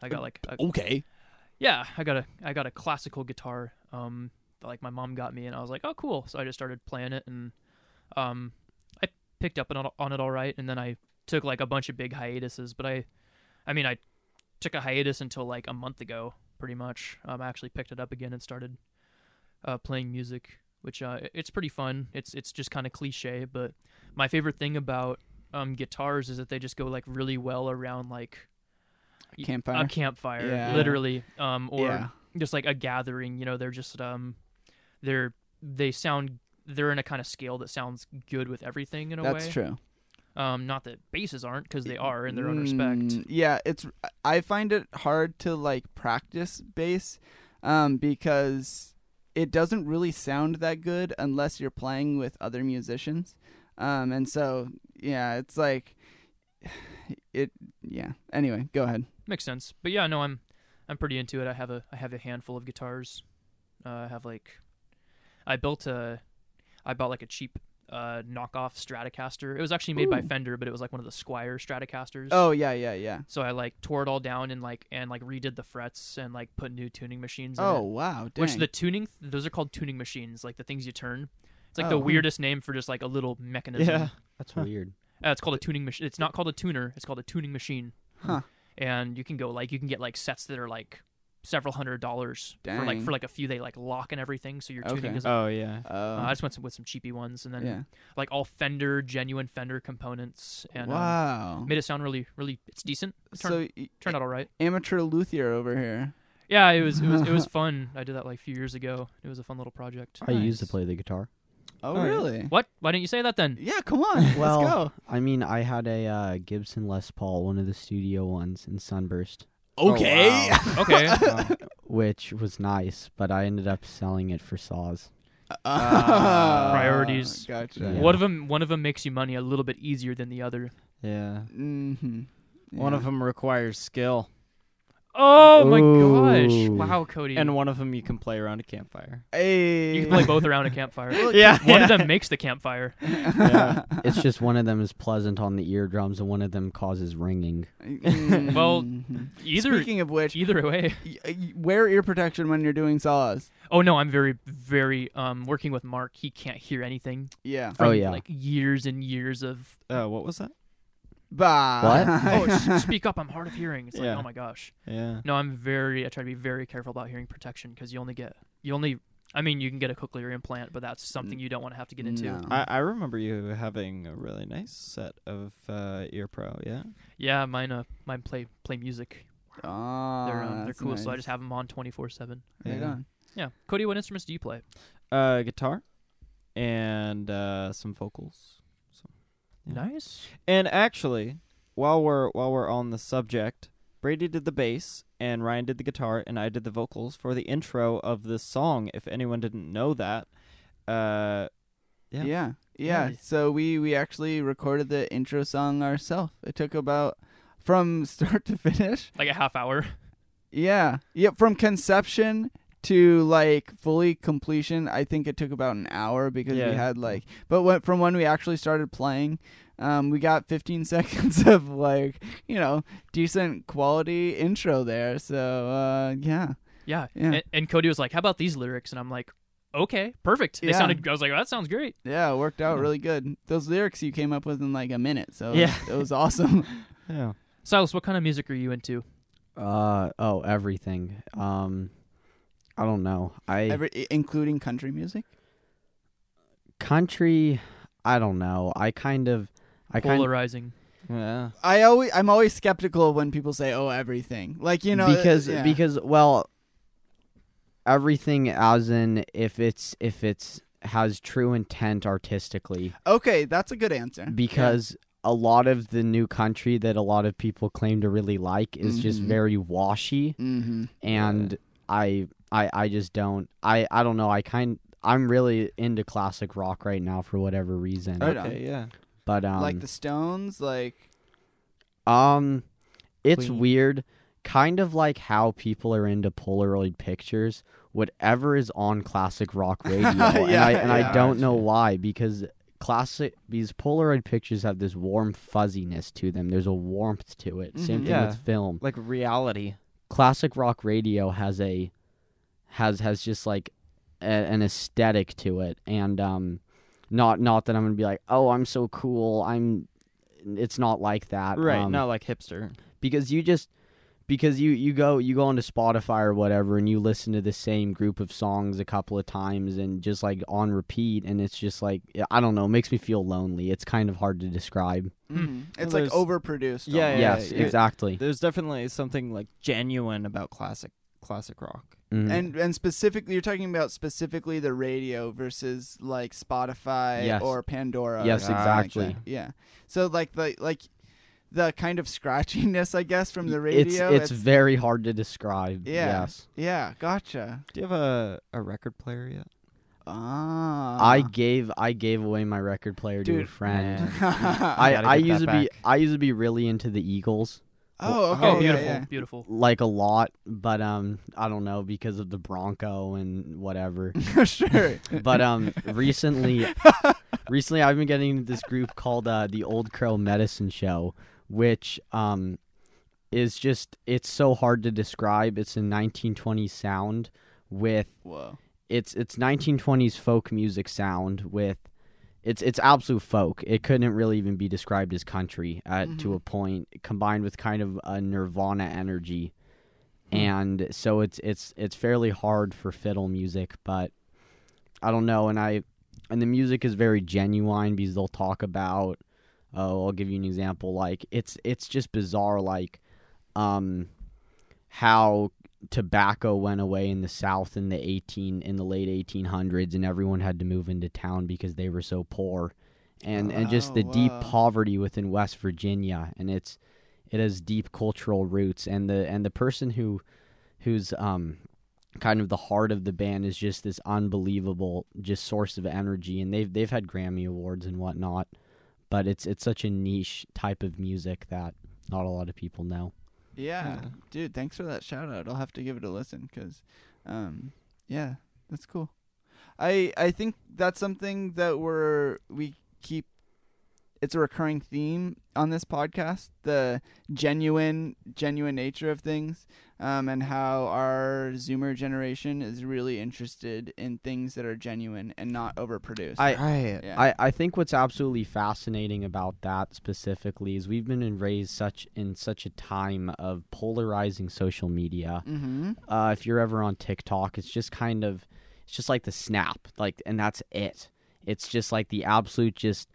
[SPEAKER 3] I got like, a,
[SPEAKER 1] Okay.
[SPEAKER 3] yeah, I got a, I got a classical guitar. Um, that, like my mom got me, and I was like, oh, cool. So I just started playing it, and um, I picked up on, on it all right, and then I took like a bunch of big hiatuses. But I, I mean, I took a hiatus until like a month ago, pretty much. Um, I actually picked it up again and started uh, playing music, which uh, it- it's pretty fun. It's it's just kind of cliche, but my favorite thing about um, guitars is that they just go like really well around like y-
[SPEAKER 1] campfire?
[SPEAKER 3] a campfire,
[SPEAKER 1] Yeah.
[SPEAKER 3] literally, um, or
[SPEAKER 1] yeah.
[SPEAKER 3] just like a gathering. You know, they're just um, they're they sound they're in a kind of scale that sounds good with everything in a
[SPEAKER 1] That's
[SPEAKER 3] way.
[SPEAKER 1] true.
[SPEAKER 3] Um, not that basses aren't because they are in their own respect.
[SPEAKER 1] Mm, Yeah, it's I find it hard to like practice bass um, because it doesn't really sound that good unless you're playing with other musicians. Um, and so yeah, it's like it yeah. Anyway, go ahead.
[SPEAKER 3] Makes sense. But yeah, no, I'm I'm pretty into it. I have a I have a handful of guitars. Uh, I have like I built a I bought like a cheap uh knockoff Stratocaster. It was actually made by
[SPEAKER 1] Ooh.
[SPEAKER 3] Fender, but it was like one of the Squire Stratocasters.
[SPEAKER 1] Oh yeah, yeah, yeah.
[SPEAKER 3] So I like tore it all down and like and like redid the frets and like put new tuning machines in it.
[SPEAKER 1] Oh wow, dang.
[SPEAKER 3] Which the tuning those are called tuning machines, like the things you turn. It's like
[SPEAKER 1] Oh,
[SPEAKER 3] the
[SPEAKER 1] hmm.
[SPEAKER 3] weirdest name for just like a little mechanism.
[SPEAKER 5] yeah.
[SPEAKER 4] That's
[SPEAKER 5] Huh.
[SPEAKER 4] weird.
[SPEAKER 3] Uh, it's called a tuning machine. It's not called a tuner. It's called a tuning machine.
[SPEAKER 1] Huh.
[SPEAKER 3] And you can go like you can get like sets that are like several hundred dollars for like
[SPEAKER 1] Dang.
[SPEAKER 3] for like a few. They like lock and everything, so your tuning
[SPEAKER 1] Okay.
[SPEAKER 3] is.
[SPEAKER 5] Oh yeah.
[SPEAKER 1] oh
[SPEAKER 3] uh, I just went some, with some cheapy ones, and then
[SPEAKER 1] yeah.
[SPEAKER 3] like all Fender, genuine Fender components, and um,
[SPEAKER 1] wow. Eh,
[SPEAKER 3] made it sound really, really. It's decent. It turned,
[SPEAKER 1] so y-
[SPEAKER 3] turned out all right.
[SPEAKER 1] amateur luthier over here.
[SPEAKER 3] Yeah, it was it was it was fun. I did that like a few years ago. It was a fun little project.
[SPEAKER 4] I used to
[SPEAKER 1] Nice.
[SPEAKER 4] play the guitar.
[SPEAKER 1] Oh,
[SPEAKER 5] All right.
[SPEAKER 1] really?
[SPEAKER 3] What? Why didn't you say that then?
[SPEAKER 1] Yeah, come on.
[SPEAKER 4] Well,
[SPEAKER 1] Let's go.
[SPEAKER 4] I mean, I had a uh, Gibson Les Paul, one of the studio ones in Sunburst,
[SPEAKER 3] Oh,
[SPEAKER 1] Okay.
[SPEAKER 3] Okay.
[SPEAKER 5] Oh, Wow. Uh,
[SPEAKER 4] which was nice, but I ended up selling it for saws.
[SPEAKER 5] Ah.
[SPEAKER 3] Priorities.
[SPEAKER 1] Gotcha.
[SPEAKER 4] Yeah.
[SPEAKER 3] One of them one of them makes you money a little bit easier than the other.
[SPEAKER 5] yeah.
[SPEAKER 1] Mm-hmm.
[SPEAKER 5] One of them requires skill,
[SPEAKER 3] Oh my gosh!
[SPEAKER 4] Ooh.
[SPEAKER 3] Wow, Cody.
[SPEAKER 5] and one of them you can play around a campfire.
[SPEAKER 1] Hey.
[SPEAKER 3] you can play both around a campfire.
[SPEAKER 1] Look,
[SPEAKER 5] Yeah.
[SPEAKER 3] One of them makes the campfire.
[SPEAKER 5] Yeah.
[SPEAKER 4] It's just one of them is pleasant on the eardrums, and one of them causes ringing.
[SPEAKER 1] Mm.
[SPEAKER 3] Well, Either
[SPEAKER 1] speaking of which,
[SPEAKER 3] either way.
[SPEAKER 1] y- y- wear ear protection when you're doing saws.
[SPEAKER 3] Oh no, I'm very very um working with Mark. He can't hear anything.
[SPEAKER 1] Yeah.
[SPEAKER 4] Oh
[SPEAKER 3] from,
[SPEAKER 4] yeah,
[SPEAKER 3] Like years and years of
[SPEAKER 5] Uh, what was that?
[SPEAKER 1] Bye.
[SPEAKER 3] oh s- speak up, I'm hard of hearing. It's like
[SPEAKER 5] Yeah.
[SPEAKER 3] oh my gosh.
[SPEAKER 5] Yeah.
[SPEAKER 3] No, I'm very I try to be very careful about hearing protection because you only get you only I mean, you can get a cochlear implant, but that's something you don't want to have to get into.
[SPEAKER 1] No.
[SPEAKER 5] I, I remember you having a really nice set of uh, ear pro, yeah.
[SPEAKER 3] Yeah, mine uh, mine play play music.
[SPEAKER 1] Ah,
[SPEAKER 3] They're uh, they're
[SPEAKER 1] that's
[SPEAKER 3] cool, so I
[SPEAKER 1] nice.
[SPEAKER 3] just have them on twenty four seven.
[SPEAKER 1] Right
[SPEAKER 5] Yeah.
[SPEAKER 1] on.
[SPEAKER 3] Yeah, Cody, what instruments do you play?
[SPEAKER 5] Uh, guitar and uh, some vocals. Yeah.
[SPEAKER 3] Nice.
[SPEAKER 5] And actually, while we're while we're on the subject, Brady did the bass and Ryan did the guitar and I did the vocals for the intro of this song. If anyone didn't know that, uh,
[SPEAKER 1] Yeah.
[SPEAKER 5] Yeah.
[SPEAKER 1] yeah. So we we actually recorded the intro song ourselves. It took about from start to finish.
[SPEAKER 3] Like a half hour.
[SPEAKER 1] Yeah. Yep, from conception to like fully completion, I think it took about an hour because
[SPEAKER 5] Yeah.
[SPEAKER 1] we had like but when, from when we actually started playing, um we got 15 seconds of like, you know, decent quality intro there. So, uh yeah.
[SPEAKER 3] Yeah.
[SPEAKER 1] Yeah.
[SPEAKER 3] And, and Cody was like, "How about these lyrics?" And I'm like, "Okay, perfect." They
[SPEAKER 1] Yeah.
[SPEAKER 3] sounded. I was like, "Oh, "That sounds great."
[SPEAKER 1] Yeah, it worked out
[SPEAKER 5] Yeah.
[SPEAKER 1] really good. Those lyrics you came up with in like a minute. So
[SPEAKER 5] Yeah.
[SPEAKER 1] it was awesome.
[SPEAKER 5] yeah,
[SPEAKER 3] Silas, what kind of music are you into?
[SPEAKER 4] Uh oh, everything. Um, I don't know. I
[SPEAKER 1] Every, i- including country music.
[SPEAKER 4] country. I don't know. I kind of. I kind of
[SPEAKER 3] Polarizing.
[SPEAKER 5] yeah.
[SPEAKER 1] I always I'm always skeptical when people say oh everything. Like, you know,
[SPEAKER 4] because
[SPEAKER 1] yeah.
[SPEAKER 4] because well, everything as in if it's if it's has true intent artistically
[SPEAKER 1] Okay, that's a good answer.
[SPEAKER 4] because a lot of the new country that a lot of people claim to really like is just
[SPEAKER 1] Mhm.
[SPEAKER 4] very washy
[SPEAKER 1] Mhm.
[SPEAKER 4] and I I I just don't I I don't know I kind I'm really into classic rock right now for whatever reason
[SPEAKER 1] Right on.
[SPEAKER 5] Okay, yeah.
[SPEAKER 4] but um
[SPEAKER 1] like the Stones, like
[SPEAKER 4] Um, it's
[SPEAKER 5] Queen.
[SPEAKER 4] weird, kind of like how people are into Polaroid pictures. Whatever is on classic rock radio, and I
[SPEAKER 1] Yeah,
[SPEAKER 4] and
[SPEAKER 1] yeah.
[SPEAKER 4] I don't know why because classic these Polaroid pictures have this warm fuzziness to them. There's a warmth to it. Same
[SPEAKER 1] Mhm.
[SPEAKER 4] thing
[SPEAKER 5] Yeah.
[SPEAKER 4] with film.
[SPEAKER 5] Like reality.
[SPEAKER 4] Classic rock radio has a has has just like a, an aesthetic to it, and um, not not that I'm gonna be like, oh, I'm so cool. I'm. It's not like that.
[SPEAKER 5] Right,
[SPEAKER 4] Um,
[SPEAKER 5] not like hipster.
[SPEAKER 4] because you just because you you go you go onto Spotify or whatever and you listen to the same group of songs a couple of times and just like on repeat and it's just like I don't know, it makes me feel lonely. It's kind of hard to describe.
[SPEAKER 1] mhm. it's
[SPEAKER 5] Well,
[SPEAKER 1] like
[SPEAKER 5] there's-
[SPEAKER 1] overproduced.
[SPEAKER 5] Yeah,
[SPEAKER 1] almost.
[SPEAKER 4] yes,
[SPEAKER 5] yeah.
[SPEAKER 4] exactly.
[SPEAKER 5] There's definitely something like genuine about classic classic rock.
[SPEAKER 4] Mhm.
[SPEAKER 1] And and specifically, you're talking about specifically the radio versus like Spotify
[SPEAKER 4] Yes.
[SPEAKER 1] or Pandora. or
[SPEAKER 4] Yes,
[SPEAKER 1] something like
[SPEAKER 4] exactly.
[SPEAKER 1] that. yeah. So like the like the kind of scratchiness, I guess, from the
[SPEAKER 4] it's,
[SPEAKER 1] radio.
[SPEAKER 4] it's very hard to describe.
[SPEAKER 1] Yeah.
[SPEAKER 4] Yes.
[SPEAKER 1] yeah, gotcha.
[SPEAKER 5] Do you have a, a record player yet?
[SPEAKER 1] Ah,
[SPEAKER 5] Uh-huh.
[SPEAKER 4] I gave I gave away my record player to a
[SPEAKER 1] Dude.
[SPEAKER 4] friend.
[SPEAKER 1] I
[SPEAKER 4] I,
[SPEAKER 5] Gotta
[SPEAKER 4] I
[SPEAKER 5] get
[SPEAKER 4] used to
[SPEAKER 5] that
[SPEAKER 4] be
[SPEAKER 5] back.
[SPEAKER 4] I used to be really into the Eagles.
[SPEAKER 1] oh okay
[SPEAKER 3] Oh,
[SPEAKER 1] yeah,
[SPEAKER 3] beautiful,
[SPEAKER 1] yeah.
[SPEAKER 3] beautiful.
[SPEAKER 4] Like a lot, but um I don't know, because of the Bronco and whatever.
[SPEAKER 1] sure
[SPEAKER 4] but um recently recently i've been getting into this group called uh, the old crow medicine show which um is just it's so hard to describe it's a 1920s sound with
[SPEAKER 1] whoa
[SPEAKER 4] it's it's 1920s folk music sound with it's it's absolute folk. It couldn't really even be described as country uh, to
[SPEAKER 1] Mhm.
[SPEAKER 4] a point, combined with kind of a Nirvana energy, and so it's it's it's fairly hard for fiddle music. But I don't know, and I and the music is very genuine because they'll talk about. Oh, I'll give you an example. Like it's it's just bizarre. Like, um, how tobacco went away in the South in the eighteen in the late eighteen hundreds, and everyone had to move into town because they were so poor, and and just
[SPEAKER 1] Oh,
[SPEAKER 4] the deep
[SPEAKER 1] wow.
[SPEAKER 4] poverty within West Virginia, and it's it has deep cultural roots, and the and the person who who's um kind of the heart of the band is just this unbelievable just source of energy, and they've they've had Grammy awards and whatnot, but it's it's such a niche type of music that not a lot of people know.
[SPEAKER 1] yeah.
[SPEAKER 5] Yeah.
[SPEAKER 1] dude thanks for that shout out i'll have to give it a listen because um yeah that's cool i i think that's something that we're we keep it's a recurring theme on this podcast the genuine genuine nature of things um, and how our zoomer generation is really interested in things that are genuine and not overproduced
[SPEAKER 4] I-
[SPEAKER 5] Right.
[SPEAKER 1] yeah.
[SPEAKER 4] I, I think what's absolutely fascinating about that specifically is we've been in- raised such in such a time of polarizing social media.
[SPEAKER 1] mm-hmm.
[SPEAKER 4] Uh, if you're ever on TikTok, it's just kind of It's just like the snap, like, and that's it. It's just like the absolute just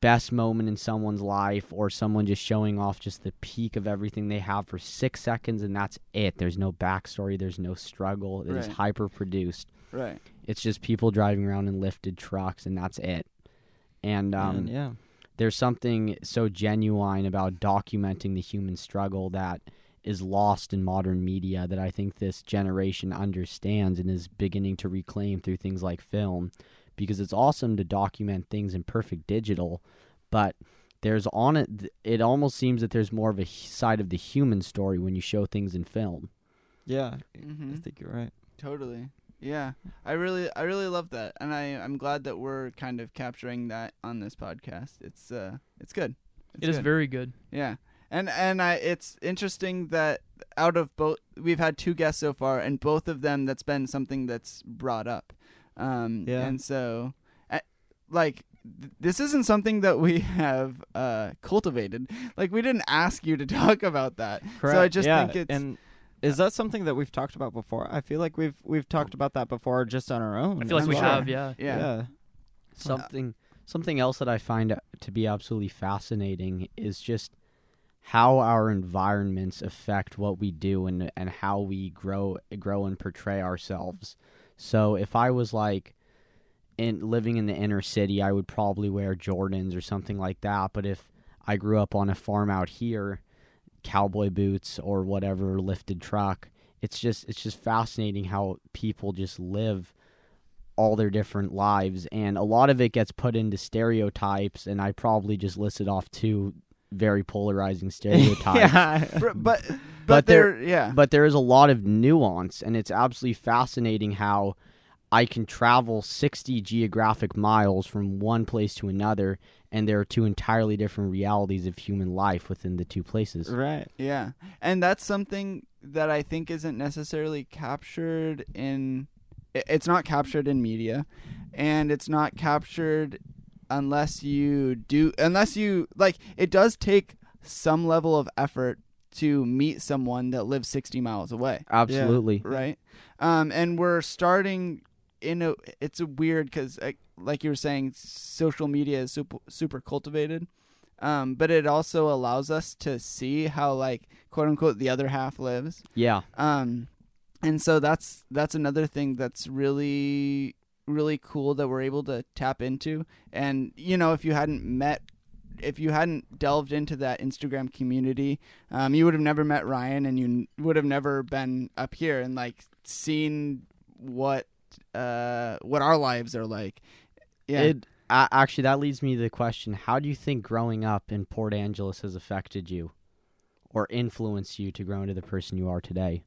[SPEAKER 4] best moment in someone's life, or someone just showing off just the peak of everything they have for six seconds, and that's it. There's no backstory. There's no struggle. It is
[SPEAKER 1] Right.
[SPEAKER 4] hyper produced.
[SPEAKER 1] Right.
[SPEAKER 4] It's just people driving around in lifted trucks, and that's it. And um,
[SPEAKER 5] and yeah,
[SPEAKER 4] there's something so genuine about documenting the human struggle that is lost in modern media that I think this generation understands and is beginning to reclaim through things like film because it's awesome to document things in perfect digital but there's on it it almost seems that there's more of a h- side of the human story when you show things in film
[SPEAKER 5] yeah,
[SPEAKER 1] Mm-hmm.
[SPEAKER 5] I think you're right.
[SPEAKER 1] Totally. Yeah. I really I really love that. And I I'm glad that we're kind of capturing that on this podcast. It's uh it's good. It's
[SPEAKER 3] It is
[SPEAKER 1] good.
[SPEAKER 3] very good.
[SPEAKER 1] Yeah. And and I it's interesting that out of both we've had two guests so far and both of them that's been something that's brought up. Um
[SPEAKER 5] Yeah.
[SPEAKER 1] and so a- like th- this isn't something that we have uh cultivated. Like we didn't ask you to talk about that. So I just
[SPEAKER 5] yeah,
[SPEAKER 1] think it's
[SPEAKER 5] and is that something that we've talked about before? I feel like we've we've talked about that before, just on our own.
[SPEAKER 3] I feel like
[SPEAKER 1] I'm
[SPEAKER 3] we
[SPEAKER 1] sure.
[SPEAKER 3] have, yeah.
[SPEAKER 1] yeah.
[SPEAKER 4] something something else that I find to be absolutely fascinating is just how our environments affect what we do and and how we grow grow and portray ourselves. So if I was like in living in the inner city, I would probably wear Jordans or something like that, but if I grew up on a farm out here, cowboy boots or whatever lifted truck, it's just it's just fascinating how people just live all their different lives and a lot of it gets put into stereotypes and i probably just listed off two very polarizing stereotypes
[SPEAKER 5] yeah.
[SPEAKER 1] Br- but but,
[SPEAKER 4] But there-
[SPEAKER 1] there yeah.
[SPEAKER 4] but there is a lot of nuance and it's absolutely fascinating how i can travel 60 geographic miles from one place to another and there are two entirely different realities of human life within the two places
[SPEAKER 5] right.
[SPEAKER 1] Yeah. And that's something that I think isn't necessarily captured in i- it's not captured in media and it's not captured unless you do unless you like it does take some level of effort to meet someone that lives 60 miles away
[SPEAKER 4] absolutely
[SPEAKER 1] right um and we're starting in a it's a weird because like you were saying social media is super super cultivated um but it also allows us to see how like quote unquote the other half lives
[SPEAKER 4] yeah
[SPEAKER 1] um and so that's that's another thing that's really really cool that we're able to tap into and you know if you hadn't met if you hadn't delved into that Instagram community, um, you would have never met Ryan, and you n- would have never been up here and like seen what uh, what our lives are like. Yeah,
[SPEAKER 4] It a actually that leads me to the question: How do you think growing up in Port Angeles has affected you, or influenced you to grow into the person you are today?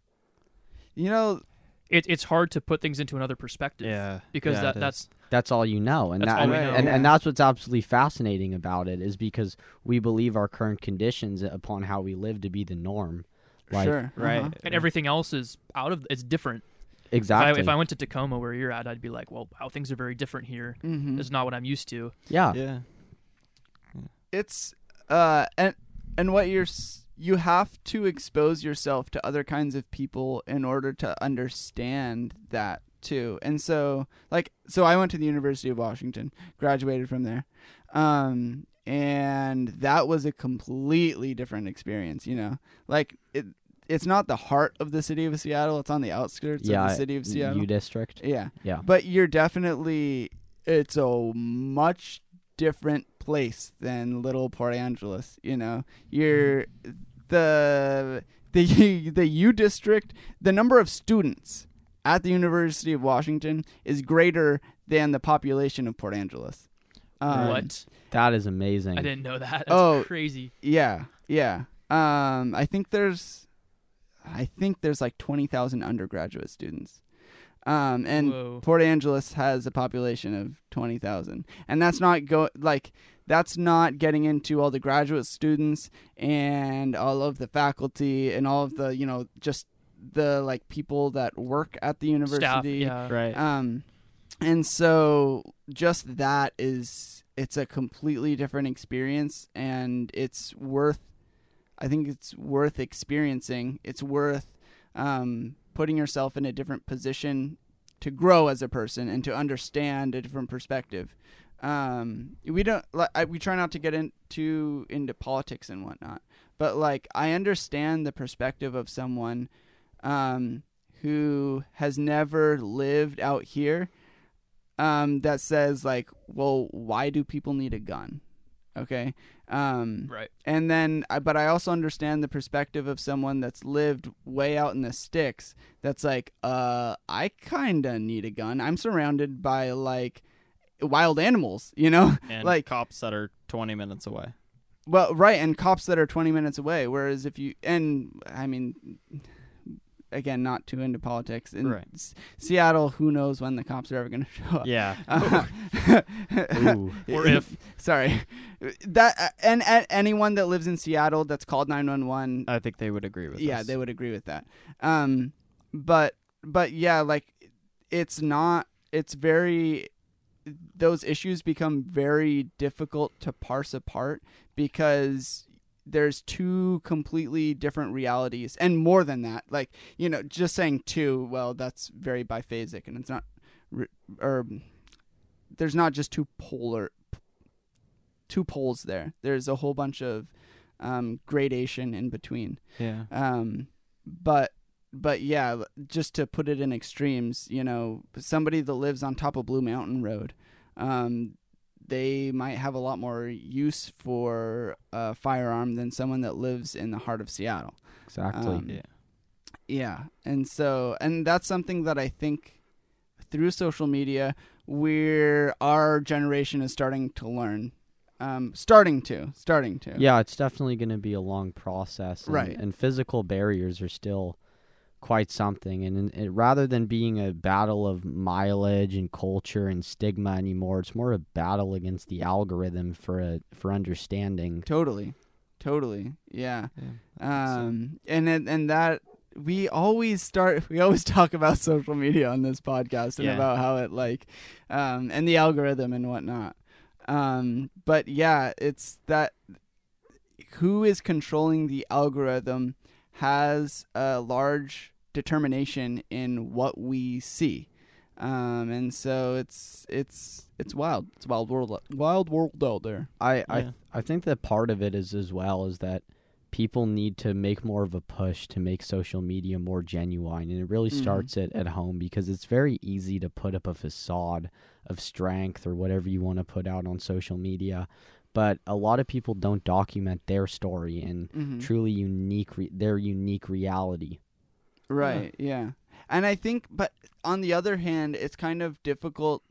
[SPEAKER 1] you know,
[SPEAKER 3] It, it's hard to put things into another perspective.
[SPEAKER 5] Yeah.
[SPEAKER 3] Because
[SPEAKER 5] Yeah,
[SPEAKER 3] that,
[SPEAKER 5] it
[SPEAKER 3] that's
[SPEAKER 4] That's all you know, and
[SPEAKER 3] That's
[SPEAKER 4] that,
[SPEAKER 3] all
[SPEAKER 4] and,
[SPEAKER 3] we know.
[SPEAKER 4] and, and
[SPEAKER 1] Yeah.
[SPEAKER 4] that's what's absolutely fascinating about it is because we believe our current conditions upon how we live to be the norm. Like,
[SPEAKER 1] sure,
[SPEAKER 5] Right.
[SPEAKER 1] uh-huh.
[SPEAKER 3] and everything else is out of it's different. If, I,
[SPEAKER 4] Exactly.
[SPEAKER 3] if I went to Tacoma where you're at, I'd be like, well, wow, things are very different here.
[SPEAKER 5] Mm-hmm.
[SPEAKER 1] Mhm.
[SPEAKER 3] It's not what I'm used to.
[SPEAKER 4] yeah.
[SPEAKER 5] Yeah.
[SPEAKER 1] it's uh and and what you're s- you have to expose yourself to other kinds of people in order to understand that too and so like so i went to the university of washington graduated from there um and that was a completely different experience you know like it it's not the heart of the city of seattle it's on the outskirts
[SPEAKER 4] Yeah,
[SPEAKER 1] of the city of seattle
[SPEAKER 4] U district.
[SPEAKER 1] yeah.
[SPEAKER 4] Yeah.
[SPEAKER 1] But you're definitely it's a much different place than little Port Angeles, you know. You're
[SPEAKER 3] Mm-hmm.
[SPEAKER 1] the the the U district, the number of students at the University of Washington is greater than the population of Port Angeles.
[SPEAKER 5] Uh,
[SPEAKER 1] Um,
[SPEAKER 3] what?
[SPEAKER 4] That is amazing.
[SPEAKER 3] I didn't know that. That's
[SPEAKER 1] Oh.
[SPEAKER 3] crazy.
[SPEAKER 1] Yeah. Yeah. Um I think there's I think there's like 20,000 undergraduate students. Um and
[SPEAKER 3] Whoa.
[SPEAKER 1] Port Angeles has a population of 20,000. And that's not go like that's not getting into all the graduate students and all of the faculty and all of the, you know, just the like people that work at the university.
[SPEAKER 3] Staff, yeah.
[SPEAKER 5] Right.
[SPEAKER 1] Um, and so just that is it's a completely different experience, and it's worth. I think it's worth experiencing. It's worth um, putting yourself in a different position to grow as a person and to understand a different perspective. Um, we don't like I, we try not to get into into politics and whatnot, but like I understand the perspective of someone um, who has never lived out here um, that says like, well, why do people need a gun? Okay. Um,
[SPEAKER 3] Right.
[SPEAKER 1] and then I- but i also understand the perspective of someone that's lived way out in the sticks that's like uh i kinda need a gun i'm surrounded by like wild animals you know
[SPEAKER 5] and
[SPEAKER 1] like
[SPEAKER 5] cops that are 20 minutes away.
[SPEAKER 1] well right and cops that are 20 minutes away whereas if you and i mean again not too into politics in
[SPEAKER 5] Right.
[SPEAKER 1] S- seattle who knows when the cops are ever going to show up
[SPEAKER 5] Yeah. Oh.
[SPEAKER 4] Ooh.
[SPEAKER 1] Um,
[SPEAKER 5] Or if.
[SPEAKER 1] sorry that and, and anyone that lives in seattle that's called 911
[SPEAKER 5] I think they would agree with
[SPEAKER 1] yeah they would agree with that um but but yeah like it's not it's very those issues become very difficult to parse apart because there's two completely different realities and more than that like you know just saying two well that's very biphasic and it's not re- or there's not just two polar two poles there there's a whole bunch of um, gradation in between
[SPEAKER 5] Yeah.
[SPEAKER 1] um, but but yeah, l- just to put it in extremes, you know, somebody that lives on top of Blue Mountain Road, um, they might have a lot more use for a firearm than someone that lives in the heart of Seattle.
[SPEAKER 4] Exactly.
[SPEAKER 1] Um,
[SPEAKER 5] yeah.
[SPEAKER 1] Yeah, and so and that's something that I think through social media, we're our generation is starting to learn, um, starting to, starting to.
[SPEAKER 4] yeah, it's definitely going to be a long process. And,
[SPEAKER 1] Right.
[SPEAKER 4] And physical barriers are still quite something. And, in- it- rather than being a battle of mileage and culture and stigma anymore, it's more a battle against the algorithm for a, for understanding.
[SPEAKER 1] totally, totally. Yeah.
[SPEAKER 5] yeah.
[SPEAKER 1] um and and and that we always start we always talk about social media on this podcast and
[SPEAKER 5] Yeah.
[SPEAKER 1] about how it like um and the algorithm and whatnot um but yeah it's that who is controlling the algorithm has a large determination in what we see um and so it's it's it's wild it's a wild world wild world out there
[SPEAKER 4] I I,
[SPEAKER 5] Yeah.
[SPEAKER 4] I think that part of it is as well is that people need to make more of a push to make social media more genuine and it really
[SPEAKER 1] Mhm.
[SPEAKER 4] starts it at home because it's very easy to put up a facade of strength or whatever you want to put out on social media but a lot of people don't document their story and
[SPEAKER 1] mm-hmm.
[SPEAKER 4] truly unique re- their unique reality
[SPEAKER 1] Right, yeah. And I think but on the other hand, it's kind of difficult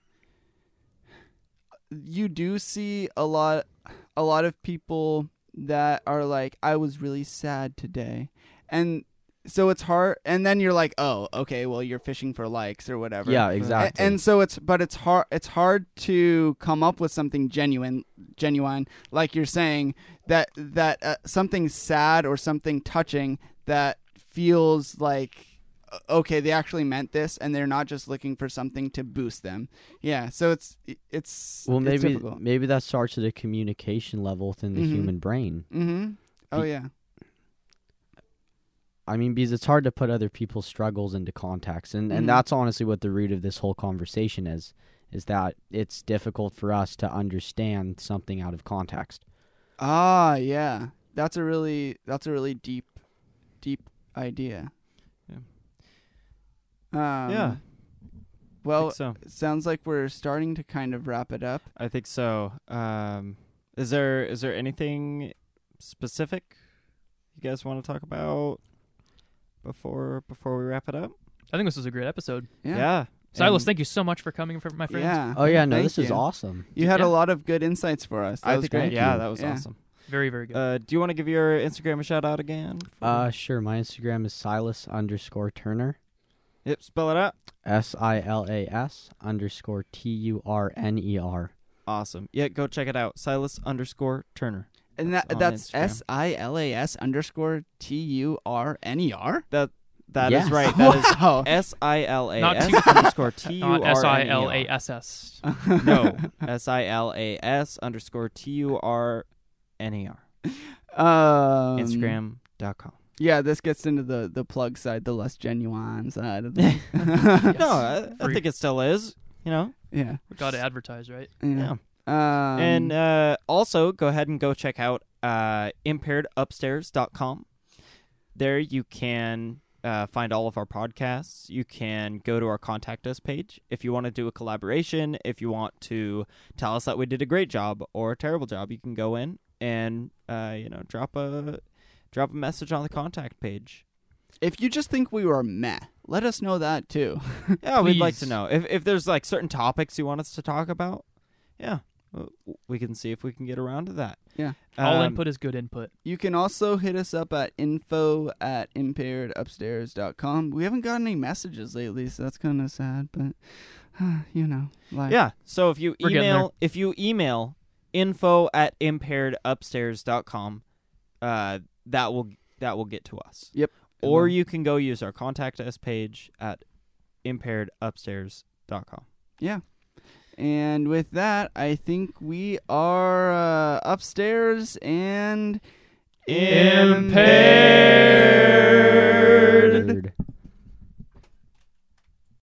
[SPEAKER 1] you do see a lot a lot of people that are like I was really sad today. And so it's hard and then you're like, "Oh, okay, well you're fishing for likes or whatever."
[SPEAKER 4] yeah
[SPEAKER 1] A-
[SPEAKER 4] exactly
[SPEAKER 1] And so it's but it's hard it's hard to come up with something genuine genuine like you're saying that that uh, something sad or something touching that feels like uh, okay they actually meant this and they're not just looking for something to boost them. Yeah, so it's it's
[SPEAKER 4] well
[SPEAKER 1] it's
[SPEAKER 4] maybe
[SPEAKER 1] difficult.
[SPEAKER 4] maybe that starts at a communication level within the
[SPEAKER 1] Mhm.
[SPEAKER 4] human brain
[SPEAKER 1] Mhm. Oh yeah.
[SPEAKER 4] I mean, because it's hard to put other people's struggles into context, and
[SPEAKER 1] Mhm.
[SPEAKER 4] and that's honestly what the root of this whole conversation is, is that it's difficult for us to understand something out of context.
[SPEAKER 1] Ah, yeah. That's a really that's a really deep deep idea.
[SPEAKER 5] Yeah.
[SPEAKER 1] Um,
[SPEAKER 5] Yeah. I
[SPEAKER 1] Well,
[SPEAKER 5] think so.
[SPEAKER 1] it sounds like we're starting to kind of wrap it up.
[SPEAKER 5] I think so. Um, is there is there anything specific you guys want to talk about before before we wrap it up?
[SPEAKER 3] I think this was a great episode.
[SPEAKER 1] Yeah.
[SPEAKER 3] Silas,
[SPEAKER 5] And
[SPEAKER 3] thank you so much for coming, for my friend.
[SPEAKER 1] Yeah.
[SPEAKER 4] Oh yeah, no,
[SPEAKER 1] Thank
[SPEAKER 4] this is
[SPEAKER 1] you.
[SPEAKER 4] awesome.
[SPEAKER 1] You had
[SPEAKER 3] Yeah.
[SPEAKER 1] a lot of good insights for us. That
[SPEAKER 5] I
[SPEAKER 1] was
[SPEAKER 5] think
[SPEAKER 1] great.
[SPEAKER 4] thank
[SPEAKER 5] yeah,
[SPEAKER 4] you.
[SPEAKER 5] that was
[SPEAKER 1] Yeah.
[SPEAKER 5] awesome.
[SPEAKER 3] Very, very good.
[SPEAKER 5] Uh, do you want to give your Instagram a shout out again?
[SPEAKER 4] Uh, sure. My Instagram is Silas underscore Turner,
[SPEAKER 5] yep, spell it out.
[SPEAKER 4] S I L A S underscore T U R N E R.
[SPEAKER 5] Awesome. Yeah, go check it out. Silas underscore Turner.
[SPEAKER 1] And
[SPEAKER 5] That's
[SPEAKER 1] that
[SPEAKER 5] on
[SPEAKER 1] that's
[SPEAKER 5] Instagram.
[SPEAKER 1] S I L A S underscore T U R N E R.
[SPEAKER 5] That is
[SPEAKER 4] Yes.
[SPEAKER 5] right. That is
[SPEAKER 1] Wow.
[SPEAKER 5] S I L A
[SPEAKER 3] Not
[SPEAKER 5] S
[SPEAKER 3] two-
[SPEAKER 5] underscore T U R N E
[SPEAKER 3] Not
[SPEAKER 5] R.
[SPEAKER 3] S I L A S S.
[SPEAKER 5] No, S I L A S underscore T U R N E R.
[SPEAKER 1] Um,
[SPEAKER 5] Instagram.com.
[SPEAKER 1] Yeah, this gets into the the plug side, the less genuine side of the
[SPEAKER 5] No, I, I
[SPEAKER 3] Free.
[SPEAKER 5] think it still is. You know,
[SPEAKER 1] yeah.
[SPEAKER 3] Got to advertise, right?
[SPEAKER 1] Yeah. Um,
[SPEAKER 5] and uh, also go ahead and go check out uh, impairedupstairs.com. There you can uh, find all of our podcasts. You can go to our contact us page if you want to do a collaboration. If you want to tell us that we did a great job or a terrible job, you can go in and uh, you know drop a drop a message on the contact page.
[SPEAKER 1] if you just think we were meh, let us know that too.
[SPEAKER 5] Yeah, we'd like to
[SPEAKER 3] Please.
[SPEAKER 5] know if if there's like certain topics you want us to talk about. Yeah, w- we can see if we can get around to that.
[SPEAKER 1] Yeah.
[SPEAKER 3] All
[SPEAKER 5] Um,
[SPEAKER 3] input is good input.
[SPEAKER 1] You can also hit us up at info at impairedupstairs.com. We haven't gotten any messages lately, so that's kind of sad, but you know, life.
[SPEAKER 5] Yeah. So if you
[SPEAKER 3] We're getting
[SPEAKER 5] email if you email info at impairedupstairs.com, uh, that will that will get to us.
[SPEAKER 1] Yep.
[SPEAKER 5] Or you can go use our contact us page at impairedupstairs.com.
[SPEAKER 1] Yeah. And with that, I think we are uh, upstairs and
[SPEAKER 5] Impaired.